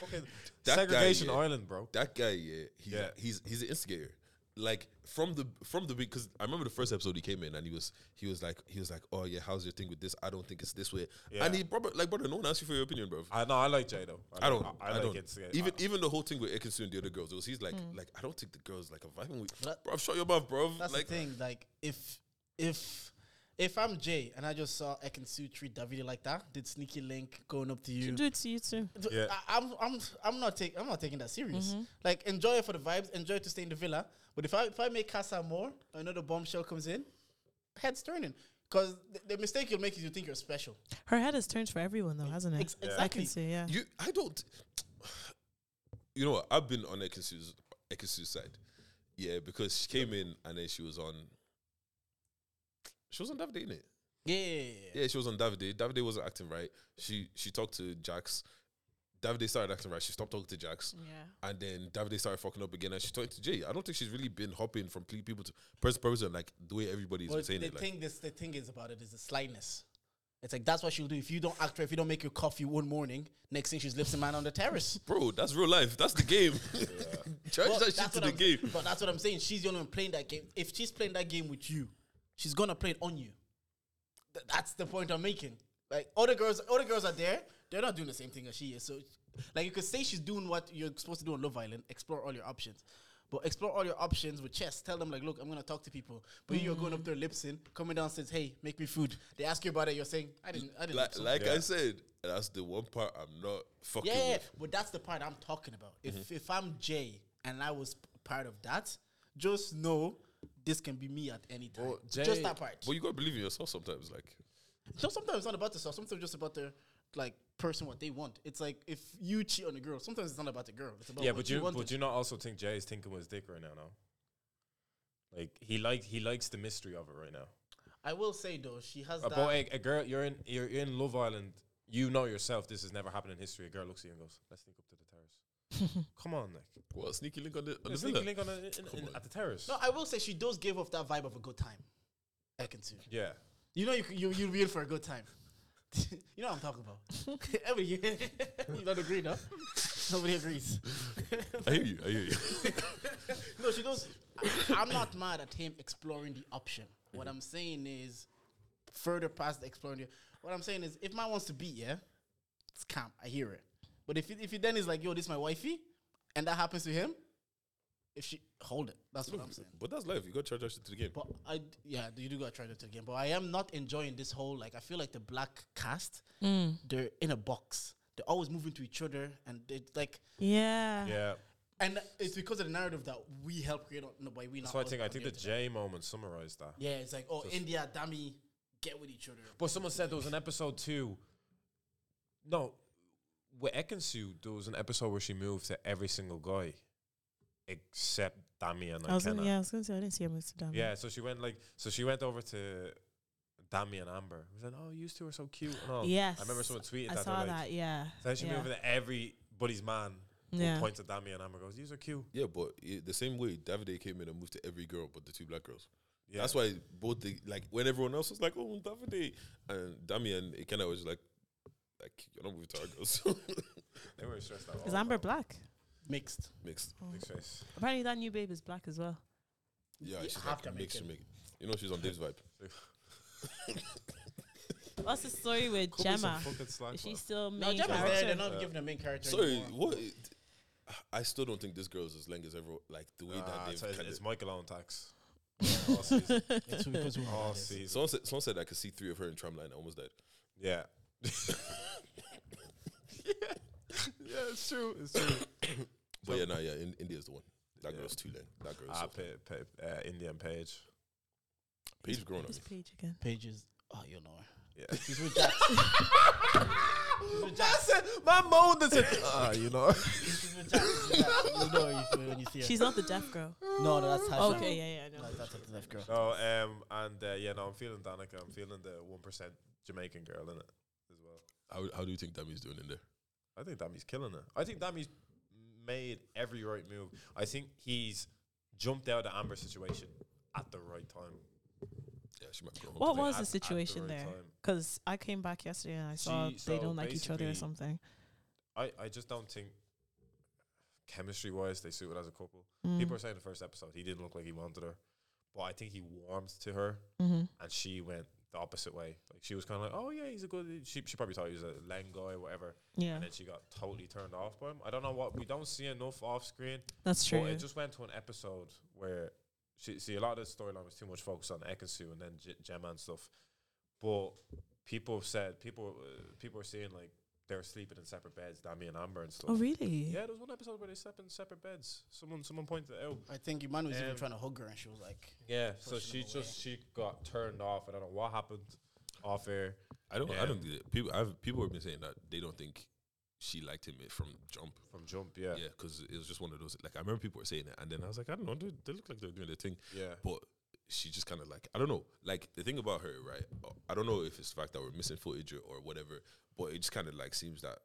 [SPEAKER 2] Fucking
[SPEAKER 3] That guy,
[SPEAKER 2] segregation
[SPEAKER 3] yeah.
[SPEAKER 2] island, bro.
[SPEAKER 3] that guy, yeah, he's
[SPEAKER 2] Yeah.
[SPEAKER 3] he's he's an instigator. Like from the from the because I remember the first episode he came in and he was he was like he was like oh yeah how's your thing with this I don't think it's this way
[SPEAKER 2] Yeah.
[SPEAKER 3] and he brother like brother no one asked you for your opinion bro
[SPEAKER 2] I know. I like Jay though.
[SPEAKER 3] I don't
[SPEAKER 2] like-
[SPEAKER 3] I, don't
[SPEAKER 2] instigate-
[SPEAKER 3] even
[SPEAKER 2] I-
[SPEAKER 3] even the whole thing with Ekinsu and the other girls it was he's like like I don't think the girls like are vibing with
[SPEAKER 1] That-
[SPEAKER 3] bro shut your mouth bro
[SPEAKER 1] That's
[SPEAKER 3] like
[SPEAKER 1] the thing. Like if if if I'm Jay and I just saw Ekansu treat Davide like that, did Sneaky Link going up to
[SPEAKER 4] You
[SPEAKER 1] you?
[SPEAKER 4] do it to you too.
[SPEAKER 1] th-
[SPEAKER 2] Yeah.
[SPEAKER 1] I, I'm I'm I'm not taking I'm not taking that serious. Like enjoy it for the vibes, enjoy to stay in the villa. But if I if I make Casa more, another bombshell comes in, heads turning. Because the, the mistake you'll make is you think you're special.
[SPEAKER 4] Her head has turned for everyone though, hasn't it?
[SPEAKER 1] Ex- Yeah.
[SPEAKER 4] I can
[SPEAKER 1] exactly.
[SPEAKER 4] see, yeah.
[SPEAKER 3] you I don't [sighs] you know what I've been on Ekinsu's Ekinsu's side yeah because she came in and then she was on she was on Davide innit
[SPEAKER 1] Yeah, yeah,
[SPEAKER 3] Yeah, she was on Davide. Davide wasn't acting right. She she talked to Jax. Davide started acting right. She stopped talking to Jax,
[SPEAKER 4] Yeah.
[SPEAKER 3] and then Davide started fucking up again. And she talked to Jay. I don't think she's really been hopping from ple- people to person to person like the way everybody's
[SPEAKER 1] But
[SPEAKER 3] saying
[SPEAKER 1] the
[SPEAKER 3] it. Like,
[SPEAKER 1] thing this the thing is about it is the slightness. It's like that's what she'll do. If you don't act right, if you don't make your coffee one morning, next thing she's lifting man on the terrace.
[SPEAKER 3] bro, that's real life. That's the
[SPEAKER 1] [laughs]
[SPEAKER 3] game. [laughs] Charge
[SPEAKER 1] But
[SPEAKER 3] that
[SPEAKER 1] that's
[SPEAKER 3] shit to
[SPEAKER 1] what
[SPEAKER 3] the
[SPEAKER 1] I'm-
[SPEAKER 3] game.
[SPEAKER 1] But that's what I'm saying. She's the only one playing that game. If she's playing that game with you, she's gonna play it on you. Th- that's the point I'm making. Like other girls, other girls are there. They're not doing the same thing as she is. So, like you could say she's doing what you're supposed to do on Love Island. Explore all your options. But explore all your options with chess. Tell them like, look, I'm gonna talk to people. But you're going up there lips in, coming down says, hey, make me food. They ask you about it. You're saying, I didn't, I didn't.
[SPEAKER 3] Like,
[SPEAKER 1] lip-sync."
[SPEAKER 3] like I
[SPEAKER 2] Yeah.
[SPEAKER 3] said, that's the one part I'm not fucking
[SPEAKER 1] Yeah, yeah,
[SPEAKER 3] with.
[SPEAKER 1] but that's the part I'm talking about. If
[SPEAKER 2] Mm-hmm.
[SPEAKER 1] if I'm Jay and I was p- part of that, just know this can be me at any time.
[SPEAKER 2] Well, Jay-
[SPEAKER 1] just that part.
[SPEAKER 3] But you gotta believe in yourself sometimes. Like,
[SPEAKER 1] so sometimes it's not about the stuff. Sometimes it's just about the like person what they want. It's like if you cheat on a girl, sometimes it's not about the girl. It's about
[SPEAKER 2] yeah,
[SPEAKER 1] what
[SPEAKER 2] but you,
[SPEAKER 1] want.
[SPEAKER 2] but you not also think Jay is thinking with his dick right now? No. Like he like he likes the mystery of it right now.
[SPEAKER 1] I will say though, she has
[SPEAKER 2] Uh,
[SPEAKER 1] that.
[SPEAKER 2] but a, a girl, you're in you're in Love Island. You know yourself. This has never happened in history. A girl looks at you and goes, "Let's sneak up to the terrace." Come on, Nick.
[SPEAKER 3] what sneaky link on the on the
[SPEAKER 2] Let's sneak a
[SPEAKER 3] villa?
[SPEAKER 2] link on a, in, in,
[SPEAKER 3] on.
[SPEAKER 2] at the terrace.
[SPEAKER 1] no, I will say she does give off that vibe of a good time. I can see.
[SPEAKER 2] yeah.
[SPEAKER 1] You know, you c- you you real for a good time. [laughs] you know what I'm talking about. Every year, [laughs] you don't agree, no? Nobody agrees.
[SPEAKER 3] I hear you. I hear you. [laughs]
[SPEAKER 1] No, she does. I, I'm not mad at him exploring the option. What I'm saying is, further past the exploring. The, what I'm saying is, if man wants to beat, yeah, it's calm. I hear it. But if it, if he then is like, yo, this is my wifey, and that happens to him, if she hold it, that's what I'm saying.
[SPEAKER 3] But that's life. You gotta charge that shit to the game.
[SPEAKER 1] But I d- yeah, you do gotta try that again. But I am not enjoying this whole like I feel like the black cast,
[SPEAKER 4] Mm.
[SPEAKER 1] they're in a box. They're always moving to each other, and they like,
[SPEAKER 4] Yeah.
[SPEAKER 2] Yeah.
[SPEAKER 1] and it's because of the narrative that we help create. On, no, by we
[SPEAKER 2] That's why
[SPEAKER 1] not.
[SPEAKER 2] I
[SPEAKER 1] us,
[SPEAKER 2] think
[SPEAKER 1] but
[SPEAKER 2] I
[SPEAKER 1] on
[SPEAKER 2] think
[SPEAKER 1] the
[SPEAKER 2] the
[SPEAKER 1] internet.
[SPEAKER 2] J moment summarized that.
[SPEAKER 1] Yeah, it's like, oh, India, Dami, get with each other.
[SPEAKER 2] But someone said there was an episode two. No, with Ekansu, there was an episode where she moved to every single guy except Dami and
[SPEAKER 4] I was gonna,
[SPEAKER 2] Ikenna.
[SPEAKER 4] yeah, I was gonna say I didn't see him with Dami.
[SPEAKER 2] Yeah, so she went like so she went over to Dami and Amber. She said, "Oh, you two are so cute." And all.
[SPEAKER 4] Yes.
[SPEAKER 2] I remember someone tweeted
[SPEAKER 4] I
[SPEAKER 2] that.
[SPEAKER 4] saw
[SPEAKER 2] they're Like,
[SPEAKER 4] that, yeah.
[SPEAKER 2] so then she
[SPEAKER 4] yeah.
[SPEAKER 2] moved over to everybody's man.
[SPEAKER 4] Yeah.
[SPEAKER 2] Who points at Dami and Amber goes, "These are cute."
[SPEAKER 3] Yeah, but i the same way Davide came in and moved to every girl but the two black girls.
[SPEAKER 2] Yeah.
[SPEAKER 3] That's why both the like when everyone else was like, "Oh, Davide," and Dami and Ikena was like, "Like you're not moving to our girls." [laughs]
[SPEAKER 2] they were stressed out.
[SPEAKER 4] Is
[SPEAKER 2] all
[SPEAKER 4] Amber
[SPEAKER 2] about
[SPEAKER 4] black?
[SPEAKER 1] Mixed.
[SPEAKER 3] mixed.
[SPEAKER 2] it. Big face.
[SPEAKER 4] Apparently that new babe is black as well.
[SPEAKER 3] Yeah,
[SPEAKER 1] You
[SPEAKER 3] she's
[SPEAKER 1] have
[SPEAKER 3] like
[SPEAKER 1] to make
[SPEAKER 3] mixed
[SPEAKER 1] it.
[SPEAKER 3] Jamaican. You know, she's on Dave's vibe.
[SPEAKER 4] What's the story with
[SPEAKER 2] Could be some
[SPEAKER 4] Gemma?
[SPEAKER 2] fucking slack,
[SPEAKER 4] Is she
[SPEAKER 2] man.
[SPEAKER 4] still main
[SPEAKER 1] No, Gemma's
[SPEAKER 4] character?
[SPEAKER 1] there. They're not giving the main character.
[SPEAKER 3] [laughs] Sorry,
[SPEAKER 1] anymore.
[SPEAKER 3] what? I still don't think this girl's as leng as everyone. Like the way
[SPEAKER 2] Ah,
[SPEAKER 3] that they've.
[SPEAKER 2] so it's,
[SPEAKER 3] kinda-
[SPEAKER 2] it's Michael Owen tax. All
[SPEAKER 1] [laughs]
[SPEAKER 2] season.
[SPEAKER 1] It's because we
[SPEAKER 3] Oh,
[SPEAKER 2] All season.
[SPEAKER 3] someone said, someone said I could see three of her in tramline. I almost died.
[SPEAKER 2] Yeah. [laughs] yeah, it's true. It's true.
[SPEAKER 3] But yeah, no, yeah, in, India's the one. That
[SPEAKER 2] Yeah.
[SPEAKER 3] girl's too leng. That girl's.
[SPEAKER 2] ah,
[SPEAKER 3] so
[SPEAKER 2] pa- pa- uh, Indian Page.
[SPEAKER 3] Paige grown up.
[SPEAKER 4] This page again.
[SPEAKER 1] [laughs] pages. Oh, you know her.
[SPEAKER 2] Yeah.
[SPEAKER 1] She's with Jax.
[SPEAKER 2] I said, my moaned and said, ah, you know.
[SPEAKER 1] She's with Jack. she's with Jack. You know if- when you see her.
[SPEAKER 4] She's not the deaf girl.
[SPEAKER 1] no, no, [laughs] that's Tasha.
[SPEAKER 4] Okay, yeah, yeah, I
[SPEAKER 1] No,
[SPEAKER 4] know.
[SPEAKER 1] that's the left girl.
[SPEAKER 2] Oh, um, and uh, yeah, no, I'm feeling Danica. I'm feeling the one percent Jamaican girl in it as well.
[SPEAKER 3] How, how do you think Dami's doing in there?
[SPEAKER 2] I think Dami's killing it. I think Dami's made every right move. I think he's jumped out of Amber situation at the right time.
[SPEAKER 3] Yeah, she might go home.
[SPEAKER 4] What
[SPEAKER 2] Like,
[SPEAKER 4] was
[SPEAKER 2] at-
[SPEAKER 4] the
[SPEAKER 2] at the
[SPEAKER 4] situation
[SPEAKER 2] right
[SPEAKER 4] there?
[SPEAKER 2] time.
[SPEAKER 4] Because I came back yesterday and I saw
[SPEAKER 2] She-
[SPEAKER 4] they
[SPEAKER 2] so
[SPEAKER 4] don't like each other or
[SPEAKER 2] basically-
[SPEAKER 4] something.
[SPEAKER 2] I, I just don't think chemistry wise they suit it as a couple.
[SPEAKER 4] Mm.
[SPEAKER 2] People are saying the first episode he didn't look like he wanted her, but I think he warmed to her
[SPEAKER 4] hmm
[SPEAKER 2] and she went the opposite way. Like she was kind of like, oh yeah, he's a good. She she probably thought he was a Len guy or whatever,
[SPEAKER 4] Yeah,
[SPEAKER 2] and then she got totally turned off by him. I don't know what we don't see enough off screen.
[SPEAKER 4] that's true.
[SPEAKER 2] But it just went to an episode where she see a lot of the storyline was too much focused on Ekansu and then J- Gemma and stuff. But people said people uh, people were saying like they're sleeping in separate beds, Dami and Amber and stuff.
[SPEAKER 4] oh, really?
[SPEAKER 2] Yeah, there was one episode where they slept in separate beds. Someone someone pointed it out.
[SPEAKER 1] I think Iman was even
[SPEAKER 2] Um,
[SPEAKER 1] trying to hug her, and she was like,
[SPEAKER 2] Yeah, so
[SPEAKER 1] Pushing
[SPEAKER 2] she
[SPEAKER 1] them away.
[SPEAKER 2] just she got turned off. I don't know what happened off air.
[SPEAKER 3] I don't. I
[SPEAKER 2] Yeah.
[SPEAKER 3] don't. Think that people. I've people have been saying that they don't think she liked him from jump.
[SPEAKER 2] From jump, yeah,
[SPEAKER 3] Yeah, because it was just one of those. Like I remember people were saying it, and then I was like, I don't know. They, they look like they're doing their thing,
[SPEAKER 2] yeah,
[SPEAKER 3] but she just kind of like I don't know. Like the thing about her, right? uh, I don't know if it's the fact that we're missing footage or, or whatever, but it just kind of like seems that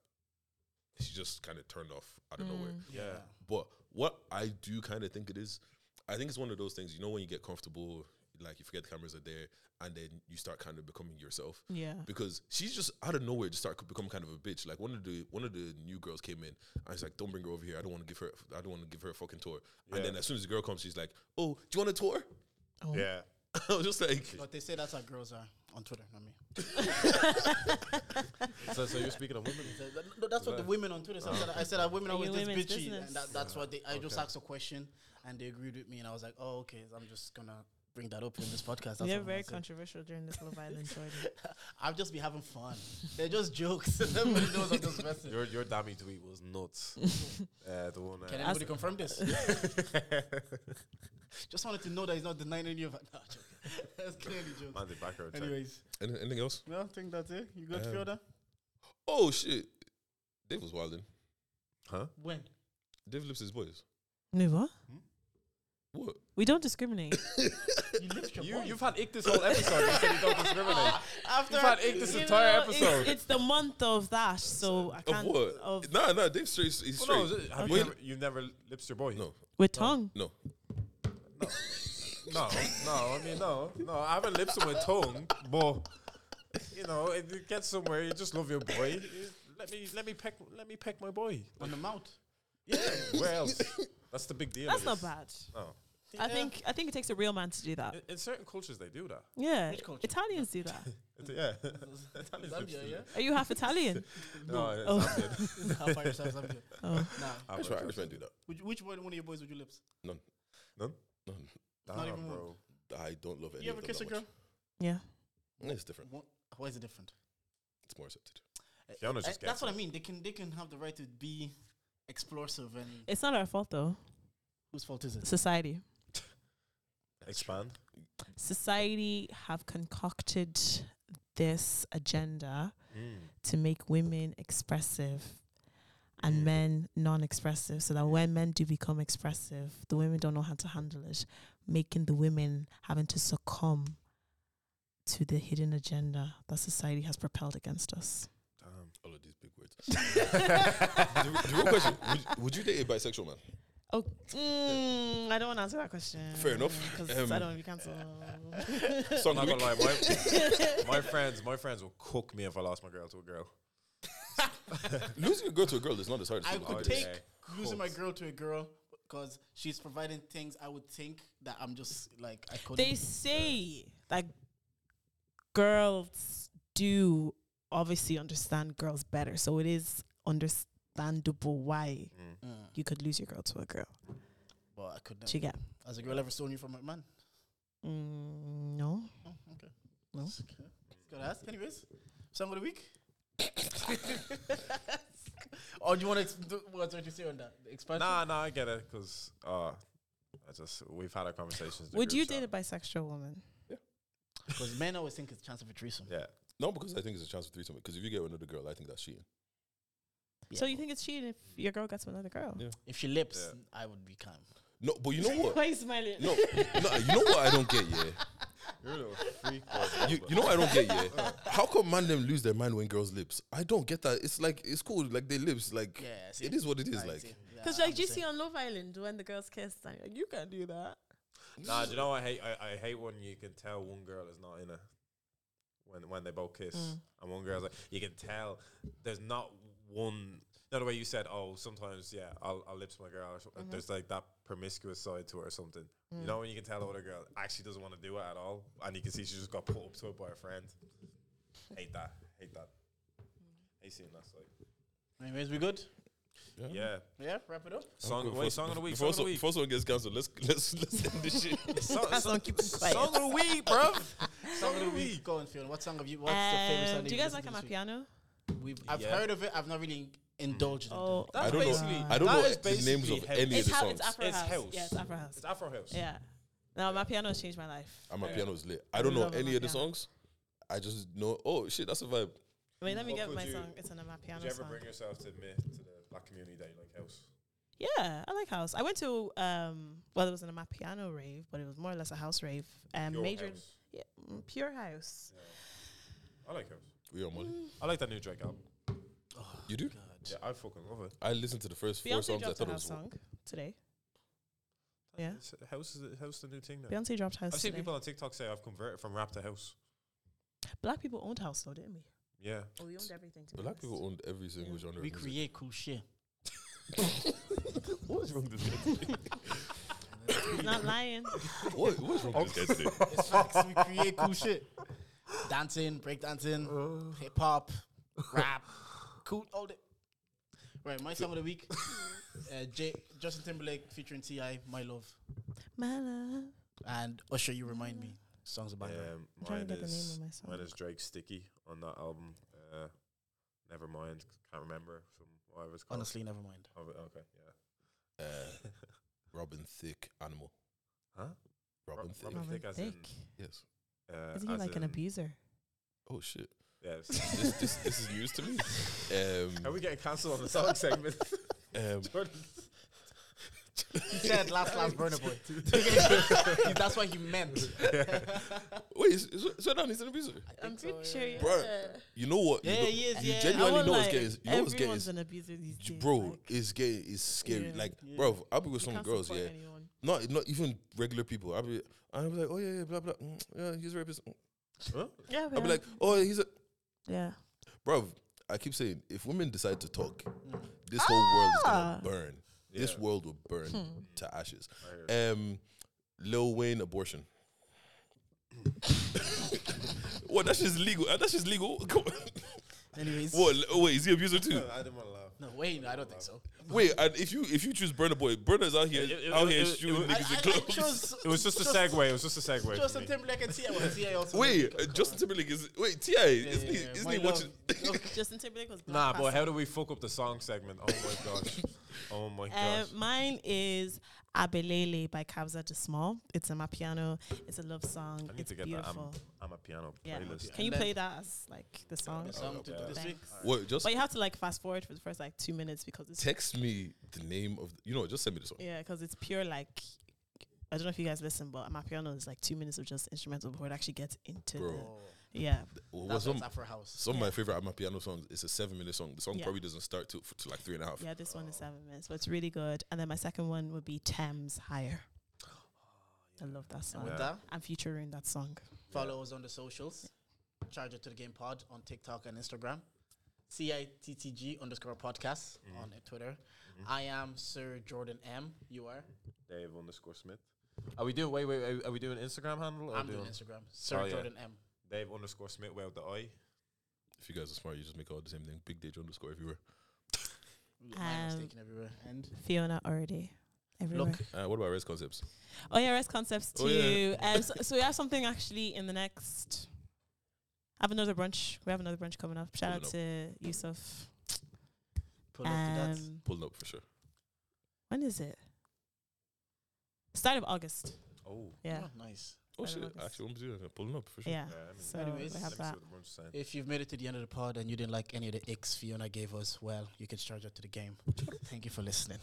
[SPEAKER 3] she just kind of turned off out of
[SPEAKER 4] Mm.
[SPEAKER 3] nowhere.
[SPEAKER 2] yeah, yeah,
[SPEAKER 3] But what I do kind of think it is, I think it's one of those things. You know, when you get comfortable, like you forget the cameras are there, and then you start kind of becoming yourself
[SPEAKER 4] Yeah.
[SPEAKER 3] because she's just out of nowhere just started becoming kind of a bitch. Like one of the one of the new girls came in. I was like, "Don't bring her over here. I don't want to give her. I don't want to give her a fucking tour." And
[SPEAKER 2] Yeah.
[SPEAKER 3] then as soon as the girl comes, she's like, "Oh, do you want a tour?" [laughs]
[SPEAKER 4] Oh. [laughs]
[SPEAKER 3] I was just like,
[SPEAKER 1] "But they say that's how girls are on Twitter, not me."
[SPEAKER 2] so, so you're speaking of [laughs] women.
[SPEAKER 1] Th- th- no, that's what the women on Twitter said. I said- I said that women are
[SPEAKER 4] Are you
[SPEAKER 1] always this
[SPEAKER 4] women's
[SPEAKER 1] bitchy,
[SPEAKER 4] business?
[SPEAKER 1] and that, that's what they. I just asked a question, and they agreed with me, and I was like, "Oh, okay. I'm just gonna bring that up in this podcast." That's
[SPEAKER 4] You're
[SPEAKER 1] all
[SPEAKER 4] very
[SPEAKER 1] I said.
[SPEAKER 4] controversial during this Love
[SPEAKER 2] [laughs]
[SPEAKER 1] [laughs]
[SPEAKER 4] Island Jordan.
[SPEAKER 1] I'll just be having fun. They're just jokes. Everybody knows I'm just messing.
[SPEAKER 2] Your your Dami tweet was nuts.
[SPEAKER 4] [laughs]
[SPEAKER 2] uh, the one. uh,
[SPEAKER 1] Can anybody confirm this? [laughs]
[SPEAKER 2] [laughs]
[SPEAKER 4] [laughs]
[SPEAKER 1] just wanted to know that he's not denying any of it. [laughs] No, I'm joking. That's clearly jokes.
[SPEAKER 2] Man, the background check.
[SPEAKER 1] Anyways,
[SPEAKER 3] Any- "Anything else?"
[SPEAKER 1] no, I think that's it. You got
[SPEAKER 3] Um,
[SPEAKER 1] Fiona?
[SPEAKER 3] Oh shit, Dave was wilding.
[SPEAKER 2] huh?
[SPEAKER 1] When?
[SPEAKER 3] Dave lips his boys.
[SPEAKER 4] No, what?
[SPEAKER 3] What?
[SPEAKER 4] We don't discriminate.
[SPEAKER 1] You lift
[SPEAKER 2] [laughs]
[SPEAKER 1] your
[SPEAKER 2] You,
[SPEAKER 1] voice.
[SPEAKER 2] you've had ick this whole episode. you said you don't
[SPEAKER 1] [laughs]
[SPEAKER 4] [laughs]
[SPEAKER 2] discriminate.
[SPEAKER 1] After
[SPEAKER 2] You've had ick this
[SPEAKER 4] You
[SPEAKER 2] entire
[SPEAKER 4] know, it's- It's,
[SPEAKER 2] episode.
[SPEAKER 4] the month of that, so I
[SPEAKER 3] Of
[SPEAKER 4] can't.
[SPEAKER 3] what?
[SPEAKER 4] of-
[SPEAKER 3] Nah, nah. Dave straight. He's
[SPEAKER 2] Well, no,
[SPEAKER 3] straight.
[SPEAKER 2] is it- have
[SPEAKER 4] Okay.
[SPEAKER 2] you never, you've never lips your boy?
[SPEAKER 3] No,
[SPEAKER 4] with tongue.
[SPEAKER 3] no.
[SPEAKER 2] no, no. I mean, no, no. I haven't lips him with tongue, but you know, if you get somewhere, you just love your boy. You- Let me, let me peck, let me peck my boy.
[SPEAKER 1] on the mouth.
[SPEAKER 2] Yeah. Where else? That's the big deal.
[SPEAKER 4] That's
[SPEAKER 2] it
[SPEAKER 4] not
[SPEAKER 2] is.
[SPEAKER 4] bad.
[SPEAKER 2] No.
[SPEAKER 4] I
[SPEAKER 1] [laughs]
[SPEAKER 4] think I think it takes a real man to do that.
[SPEAKER 2] In, in certain cultures, they do that.
[SPEAKER 4] Yeah,
[SPEAKER 1] Which culture?
[SPEAKER 4] Italians do that.
[SPEAKER 2] It- yeah. Italians lips
[SPEAKER 1] Zambia,
[SPEAKER 2] do
[SPEAKER 1] yeah?
[SPEAKER 2] [laughs] that.
[SPEAKER 4] Are you half Italian?
[SPEAKER 2] No, it's
[SPEAKER 4] Oh.
[SPEAKER 2] Zambia.
[SPEAKER 1] How far yourself, Zambia?
[SPEAKER 4] Oh.
[SPEAKER 1] Nah.
[SPEAKER 3] Irish men- Irish men do that.
[SPEAKER 1] Which, which one, one of your boys would you lips?
[SPEAKER 3] None.
[SPEAKER 1] Not
[SPEAKER 2] Damn,
[SPEAKER 1] even one.
[SPEAKER 2] bro.
[SPEAKER 3] I don't love any
[SPEAKER 1] You
[SPEAKER 3] of
[SPEAKER 1] ever
[SPEAKER 3] them
[SPEAKER 1] kiss a
[SPEAKER 3] that
[SPEAKER 1] girl?
[SPEAKER 3] much.
[SPEAKER 4] Yeah.
[SPEAKER 3] No, It's different.
[SPEAKER 1] What, why is it different?
[SPEAKER 3] It's more accepted.
[SPEAKER 2] Fiona's
[SPEAKER 1] Uh,
[SPEAKER 2] just
[SPEAKER 1] that's what I
[SPEAKER 2] gangster.
[SPEAKER 1] mean. They can they can have the right to be explosive, and
[SPEAKER 4] It's not our fault though.
[SPEAKER 1] whose fault is [laughs] it?
[SPEAKER 4] Society.
[SPEAKER 2] Expand.
[SPEAKER 4] Society have concocted this agenda
[SPEAKER 3] Mm.
[SPEAKER 4] to make women expressive
[SPEAKER 3] Mm.
[SPEAKER 4] and men non-expressive so that when men do become expressive the women don't know how to handle it making the women having to succumb to the hidden agenda that society has propelled
[SPEAKER 3] [laughs]
[SPEAKER 4] against us
[SPEAKER 2] Damn.
[SPEAKER 3] All of these big words. the, the real question: would, would you date a bisexual man?
[SPEAKER 4] oh mm, i don't want to answer that question
[SPEAKER 3] Fair enough.
[SPEAKER 4] because
[SPEAKER 3] Um,
[SPEAKER 4] i don't want to be cancelled
[SPEAKER 3] [laughs] Song
[SPEAKER 2] I'm not
[SPEAKER 3] week.
[SPEAKER 2] gonna lie, my,
[SPEAKER 3] [laughs]
[SPEAKER 2] my friends, my friends will cook me if I lost my girl to a
[SPEAKER 4] [laughs]
[SPEAKER 2] girl. [laughs]
[SPEAKER 3] Losing a girl to a girl is not as hard as
[SPEAKER 1] I
[SPEAKER 3] people
[SPEAKER 1] could
[SPEAKER 3] think it is.
[SPEAKER 1] take losing my
[SPEAKER 2] Cult.
[SPEAKER 1] girl to a girl because she's providing things I would think that I'm just like I couldn't.
[SPEAKER 4] they say that girls do obviously understand girls better, so it is understandable why
[SPEAKER 1] Mm,
[SPEAKER 4] you could lose your girl to a girl.
[SPEAKER 1] but I could
[SPEAKER 4] Do you
[SPEAKER 1] never.
[SPEAKER 4] get?
[SPEAKER 1] Has a girl ever stolen you from a man?
[SPEAKER 4] Mm, no.
[SPEAKER 1] Oh, okay.
[SPEAKER 4] No.
[SPEAKER 1] It's okay. It's good ask. Anyways, song of the [laughs] week. or do you want to? Ex- do- what's what you say on that? The expansion.
[SPEAKER 2] Nah, nah, I get it because uh, I just we've had our conversations. in the
[SPEAKER 4] Would
[SPEAKER 2] group
[SPEAKER 4] you
[SPEAKER 2] chat.
[SPEAKER 4] date a bisexual woman?
[SPEAKER 1] Because men always think it's a chance of a threesome.
[SPEAKER 2] Yeah,
[SPEAKER 3] No, because I think it's a chance for threesome. Because if you get with another girl, I think that's cheating.
[SPEAKER 1] Yeah.
[SPEAKER 4] So you think it's cheating if your girl gets with another girl?
[SPEAKER 3] Yeah.
[SPEAKER 1] if she lips,
[SPEAKER 2] Yeah.
[SPEAKER 1] I would be calm.
[SPEAKER 3] No, but you know what?
[SPEAKER 4] Why are you smiling?
[SPEAKER 3] No, no, you know what I don't get, yeah.
[SPEAKER 1] [laughs]
[SPEAKER 2] You're a little freak.
[SPEAKER 3] You, you know what I don't get,
[SPEAKER 1] [laughs]
[SPEAKER 3] yeah. How come man them lose their mind when girls lips? I don't get that. It's like it's cool, like they lips, like
[SPEAKER 1] Yeah, see?
[SPEAKER 3] it is what it is,
[SPEAKER 1] I
[SPEAKER 3] like.
[SPEAKER 1] see. Yeah,
[SPEAKER 4] Because
[SPEAKER 1] I'm
[SPEAKER 4] like
[SPEAKER 1] the
[SPEAKER 4] you
[SPEAKER 1] same.
[SPEAKER 4] see on Love Island when the girls kiss, and you're like, you can't do that.
[SPEAKER 2] Nah, do you know what I hate? I, I hate when you can tell one girl is not in it when when they both kiss,
[SPEAKER 4] Mm.
[SPEAKER 2] and one girl's like you can tell there's not one. Not the way you said, oh, sometimes yeah, I'll, I'll lips my girl. Or something.
[SPEAKER 4] Mhm.
[SPEAKER 2] There's like that promiscuous side to her or something. You
[SPEAKER 4] Mm.
[SPEAKER 2] know when you can tell the other girl actually doesn't want to do it at all, and you can see she just got put up to it by her friend. Hate that. Hate that.
[SPEAKER 4] Mm.
[SPEAKER 2] Hate seeing that side.
[SPEAKER 1] Anyways, we good?
[SPEAKER 2] Yeah.
[SPEAKER 1] Yeah, wrap it up.
[SPEAKER 2] Song.
[SPEAKER 3] Before-
[SPEAKER 2] Wait. Song of
[SPEAKER 3] [laughs]
[SPEAKER 2] the week. Song
[SPEAKER 3] Before,
[SPEAKER 2] of the
[SPEAKER 3] so,
[SPEAKER 2] week.
[SPEAKER 3] before someone gets cancelled, let's let's [laughs] let's end this
[SPEAKER 2] [laughs]
[SPEAKER 3] shit.
[SPEAKER 2] Song
[SPEAKER 4] That's
[SPEAKER 2] song-
[SPEAKER 4] gonna keep them quiet.
[SPEAKER 2] song of the week, bro. Song of the week.
[SPEAKER 1] Go and feel. What song have you? What's your favorite song?
[SPEAKER 4] Um, do you guys like my piano?
[SPEAKER 1] We've, I've
[SPEAKER 2] Yeah.
[SPEAKER 1] heard of it. I've not really indulged. in
[SPEAKER 4] Oh,
[SPEAKER 1] it.
[SPEAKER 2] That's
[SPEAKER 3] I don't know-
[SPEAKER 2] basically.
[SPEAKER 3] I don't
[SPEAKER 2] that
[SPEAKER 3] know
[SPEAKER 2] is
[SPEAKER 3] the names
[SPEAKER 2] basically
[SPEAKER 3] of
[SPEAKER 2] house.
[SPEAKER 3] any of
[SPEAKER 4] it's,
[SPEAKER 3] the
[SPEAKER 4] how,
[SPEAKER 3] songs.
[SPEAKER 4] it's Afro
[SPEAKER 2] It's
[SPEAKER 4] house.
[SPEAKER 2] house.
[SPEAKER 4] Yeah, it's Afro house.
[SPEAKER 2] It's Afro House.
[SPEAKER 4] Yeah. No, my piano has changed my life.
[SPEAKER 3] And my
[SPEAKER 2] Yeah.
[SPEAKER 3] piano's lit. I don't know
[SPEAKER 4] Love
[SPEAKER 3] any
[SPEAKER 4] my
[SPEAKER 3] of the
[SPEAKER 4] piano.
[SPEAKER 3] songs. I just know. Oh shit, that's a vibe.
[SPEAKER 4] Wait, let me
[SPEAKER 2] What
[SPEAKER 4] get
[SPEAKER 2] would
[SPEAKER 4] my
[SPEAKER 2] you-
[SPEAKER 4] song. It's an my
[SPEAKER 2] Did
[SPEAKER 4] piano
[SPEAKER 2] you ever
[SPEAKER 4] song.
[SPEAKER 2] bring yourself to admit to the black community that you like house?
[SPEAKER 4] Yeah, I like house. I went to um, well, it wasn't a my piano rave, but it was more or less a house rave. Um,
[SPEAKER 2] Your
[SPEAKER 4] major,
[SPEAKER 2] house.
[SPEAKER 4] Yeah, mm, pure house. Mm.
[SPEAKER 2] I like house.
[SPEAKER 3] We are money.
[SPEAKER 2] I like that new Drake album.
[SPEAKER 3] You do?
[SPEAKER 1] God.
[SPEAKER 2] Yeah, I fucking love it.
[SPEAKER 3] I listened to the first four
[SPEAKER 4] Beyonce
[SPEAKER 3] songs. I
[SPEAKER 4] dropped a
[SPEAKER 3] thought it
[SPEAKER 4] house
[SPEAKER 3] was.
[SPEAKER 4] song today. Yeah.
[SPEAKER 2] It's- house is the, house the new thing now.
[SPEAKER 4] Beyonce dropped house.
[SPEAKER 2] I've seen
[SPEAKER 4] today.
[SPEAKER 2] people on TikTok say I've converted from rap to house.
[SPEAKER 4] Black people owned house though, didn't we?
[SPEAKER 3] [laughs]
[SPEAKER 2] Yeah,
[SPEAKER 4] Oh, we owned everything. To be
[SPEAKER 3] Black
[SPEAKER 4] honest.
[SPEAKER 3] people owned every single
[SPEAKER 4] Yeah.
[SPEAKER 3] genre.
[SPEAKER 1] We
[SPEAKER 3] of music.
[SPEAKER 1] create cool shit.
[SPEAKER 3] What's wrong with this guy?
[SPEAKER 4] He's [laughs] not lying.
[SPEAKER 3] What, what's wrong with this guy
[SPEAKER 2] [laughs]
[SPEAKER 3] today?
[SPEAKER 1] It's facts. We create cool shit.
[SPEAKER 3] [laughs]
[SPEAKER 1] Dancing,
[SPEAKER 3] Uh,
[SPEAKER 1] breakdancing, hip
[SPEAKER 3] [laughs]
[SPEAKER 1] hop, rap, cool, all the. Right, my song of the
[SPEAKER 3] [laughs]
[SPEAKER 1] week. Uh, J- Justin Timberlake featuring Ti, My Love,
[SPEAKER 4] My love.
[SPEAKER 1] and Usher, You Remind Me. Songs about her.
[SPEAKER 2] um,
[SPEAKER 4] I'm trying to
[SPEAKER 2] mine
[SPEAKER 4] get the name
[SPEAKER 2] is
[SPEAKER 4] of my song.
[SPEAKER 2] mine is Drake Sticky on that album. Uh, never mind, can't remember from whatever it's called.
[SPEAKER 1] Honestly, never
[SPEAKER 3] [laughs]
[SPEAKER 1] mind.
[SPEAKER 2] Oh, okay, yeah.
[SPEAKER 3] Uh, Robin Thicke, animal.
[SPEAKER 2] Huh?
[SPEAKER 3] Robin
[SPEAKER 2] Ro-
[SPEAKER 3] Thicke.
[SPEAKER 2] Robin- Thick as in-
[SPEAKER 3] Yes.
[SPEAKER 2] Uh,
[SPEAKER 4] Isn't he
[SPEAKER 2] as
[SPEAKER 4] like an
[SPEAKER 2] in-
[SPEAKER 4] abuser?
[SPEAKER 3] Oh shit.
[SPEAKER 2] Yeah, it's-
[SPEAKER 3] [laughs] this, this, this is news to me.
[SPEAKER 2] Are
[SPEAKER 3] Um,
[SPEAKER 2] we getting cancelled on the [laughs] song segment?
[SPEAKER 3] um,
[SPEAKER 2] [laughs] Jordan.
[SPEAKER 1] He said last last burner
[SPEAKER 3] [laughs]
[SPEAKER 1] boy. That's what he meant.
[SPEAKER 3] wait, is, is, is that he's an abuser?
[SPEAKER 4] I'm
[SPEAKER 1] think
[SPEAKER 4] pretty
[SPEAKER 1] so,
[SPEAKER 4] sure.
[SPEAKER 1] yeah.
[SPEAKER 3] Bruh,
[SPEAKER 4] yeah.
[SPEAKER 3] You know what?
[SPEAKER 1] Yeah,
[SPEAKER 3] you know,
[SPEAKER 1] he is,
[SPEAKER 3] You
[SPEAKER 1] yeah. I
[SPEAKER 3] genuinely
[SPEAKER 4] I
[SPEAKER 3] know
[SPEAKER 4] was
[SPEAKER 3] what's
[SPEAKER 4] like,
[SPEAKER 3] gay. is- You know what's gay.
[SPEAKER 4] everyone's
[SPEAKER 3] is-
[SPEAKER 4] an abuser these days.
[SPEAKER 3] Bro,
[SPEAKER 4] like,
[SPEAKER 3] it's gay. It's scary.
[SPEAKER 4] Yeah.
[SPEAKER 3] Like,
[SPEAKER 1] Yeah.
[SPEAKER 3] bro, I'll be with
[SPEAKER 4] you
[SPEAKER 3] some
[SPEAKER 4] can't
[SPEAKER 3] girls.
[SPEAKER 4] support
[SPEAKER 3] Yeah,
[SPEAKER 4] anyone.
[SPEAKER 3] not not even regular people. I'll be. I'll be like, oh yeah, yeah, blah blah. Mm, yeah, he's a rapist. Mm.
[SPEAKER 4] Yeah,
[SPEAKER 3] I'll be
[SPEAKER 4] yeah.
[SPEAKER 3] like, oh, yeah, he's a
[SPEAKER 4] yeah.
[SPEAKER 3] bro. I keep saying, if women decide to talk, this whole world is
[SPEAKER 4] Ah. Hmm.
[SPEAKER 3] gonna burn. This
[SPEAKER 2] Yeah.
[SPEAKER 3] world will burn to ashes.
[SPEAKER 2] I hear it.
[SPEAKER 3] Um, Lil Wayne abortion. [coughs] what? That's just legal. Uh, That's just legal. [laughs] Come on.
[SPEAKER 1] Anyways,
[SPEAKER 3] What? Oh, wait, is he abuser too?
[SPEAKER 2] I didn't want to laugh.
[SPEAKER 1] no, wait, no, I don't think so.
[SPEAKER 3] Wait, and if you if you choose Burner Boy, Burner's out here
[SPEAKER 2] It- it-
[SPEAKER 3] out
[SPEAKER 2] it-
[SPEAKER 3] here
[SPEAKER 2] it-
[SPEAKER 3] shooting
[SPEAKER 2] it-
[SPEAKER 1] I,
[SPEAKER 3] niggas in
[SPEAKER 1] I- I
[SPEAKER 3] clubs.
[SPEAKER 1] chose-
[SPEAKER 3] [laughs]
[SPEAKER 2] It was just a segue. It was just a segue. for
[SPEAKER 1] Justin
[SPEAKER 2] me.
[SPEAKER 1] Timberlake and Ti. Well, Ti also.
[SPEAKER 3] Wait, uh, Justin Timberlake is wait Ti isn't he
[SPEAKER 1] yeah,
[SPEAKER 3] isn't
[SPEAKER 1] my
[SPEAKER 3] he
[SPEAKER 1] love.
[SPEAKER 3] watching?
[SPEAKER 4] Justin Timberlake was
[SPEAKER 2] Nah,
[SPEAKER 4] black.
[SPEAKER 2] boy, how do we fuck up the song segment? Oh [laughs] my gosh. Oh my
[SPEAKER 4] Uh,
[SPEAKER 2] gosh.
[SPEAKER 4] mine is Abelele by Kabza De Small. It's in my piano. It's a love song.
[SPEAKER 2] I need
[SPEAKER 4] It's
[SPEAKER 2] to get that. I'm,
[SPEAKER 4] beautiful.
[SPEAKER 2] I'm a piano
[SPEAKER 4] Yeah.
[SPEAKER 2] playlist.
[SPEAKER 4] Can you
[SPEAKER 1] And
[SPEAKER 4] play that as like the song?
[SPEAKER 3] [laughs]
[SPEAKER 1] The song to do this week.
[SPEAKER 4] Thanks.
[SPEAKER 3] Oh, What? Just
[SPEAKER 4] But you have to like fast forward for the first like two minutes because it's
[SPEAKER 3] text me the name of you know. Just send me the song.
[SPEAKER 4] Yeah, because it's pure like I don't know if you guys listen, but my piano is like two minutes of just instrumental before it actually gets into
[SPEAKER 3] Bro.
[SPEAKER 1] Oh,
[SPEAKER 4] the yeah.
[SPEAKER 3] Well, what's
[SPEAKER 1] that's
[SPEAKER 3] some
[SPEAKER 1] what's Afro House.
[SPEAKER 3] some of my favorite my piano songs. It's a seven minute song. The song
[SPEAKER 4] Yeah.
[SPEAKER 3] probably doesn't start till, till like three and a half.
[SPEAKER 4] Yeah, this one is seven minutes, but it's really good. And then my second one would be Thames Higher. I love that
[SPEAKER 1] And
[SPEAKER 4] song.
[SPEAKER 1] with
[SPEAKER 2] Yeah.
[SPEAKER 1] that,
[SPEAKER 4] And Future ruined that song.
[SPEAKER 1] follow us on the socials. Charge it to the game pod on TikTok and Instagram. CITTG underscore podcast
[SPEAKER 2] Mm-hmm.
[SPEAKER 1] on Twitter. I am Sir Jordan M. You are?
[SPEAKER 2] Dave underscore Smith. Are we doing, wait, wait, wait, are we doing Instagram handle? Or
[SPEAKER 1] I'm doing Instagram. Sir
[SPEAKER 2] Oh, yeah.
[SPEAKER 1] Jordan M.
[SPEAKER 2] Dave underscore Smith without the I.
[SPEAKER 3] If you guys are smart, you just make all the same thing. Big Dage underscore everywhere.
[SPEAKER 1] Mine was
[SPEAKER 4] Um,
[SPEAKER 1] taken everywhere. And
[SPEAKER 4] Fiona already. Everywhere.
[SPEAKER 1] look,
[SPEAKER 3] Uh, what about Res Concepts?
[SPEAKER 4] Oh yeah, rest concepts too.
[SPEAKER 3] Oh, yeah.
[SPEAKER 4] Um, so, so we have something actually in the next. I have another brunch. We have another brunch coming up. Shout out
[SPEAKER 3] Coming
[SPEAKER 4] to Yusuf.
[SPEAKER 1] pull up to that.
[SPEAKER 4] Um,
[SPEAKER 3] Pulling up for sure.
[SPEAKER 4] when is it? Start of August.
[SPEAKER 2] Oh.
[SPEAKER 4] Yeah.
[SPEAKER 1] Oh, nice.
[SPEAKER 3] Oh
[SPEAKER 4] Side
[SPEAKER 3] shit!
[SPEAKER 4] of August.
[SPEAKER 3] Actually, one percent I'm pulling up for sure.
[SPEAKER 4] Yeah.
[SPEAKER 2] Yeah, I mean,
[SPEAKER 4] so
[SPEAKER 1] Anyways.
[SPEAKER 4] we
[SPEAKER 2] Let me
[SPEAKER 4] have
[SPEAKER 2] see
[SPEAKER 4] that.
[SPEAKER 2] what the brunch is saying.
[SPEAKER 1] If you've made it to the end of the pod
[SPEAKER 4] [laughs]
[SPEAKER 1] and you didn't like any of the icks Fiona gave us, well, you can charge up to the game. Thank you for listening.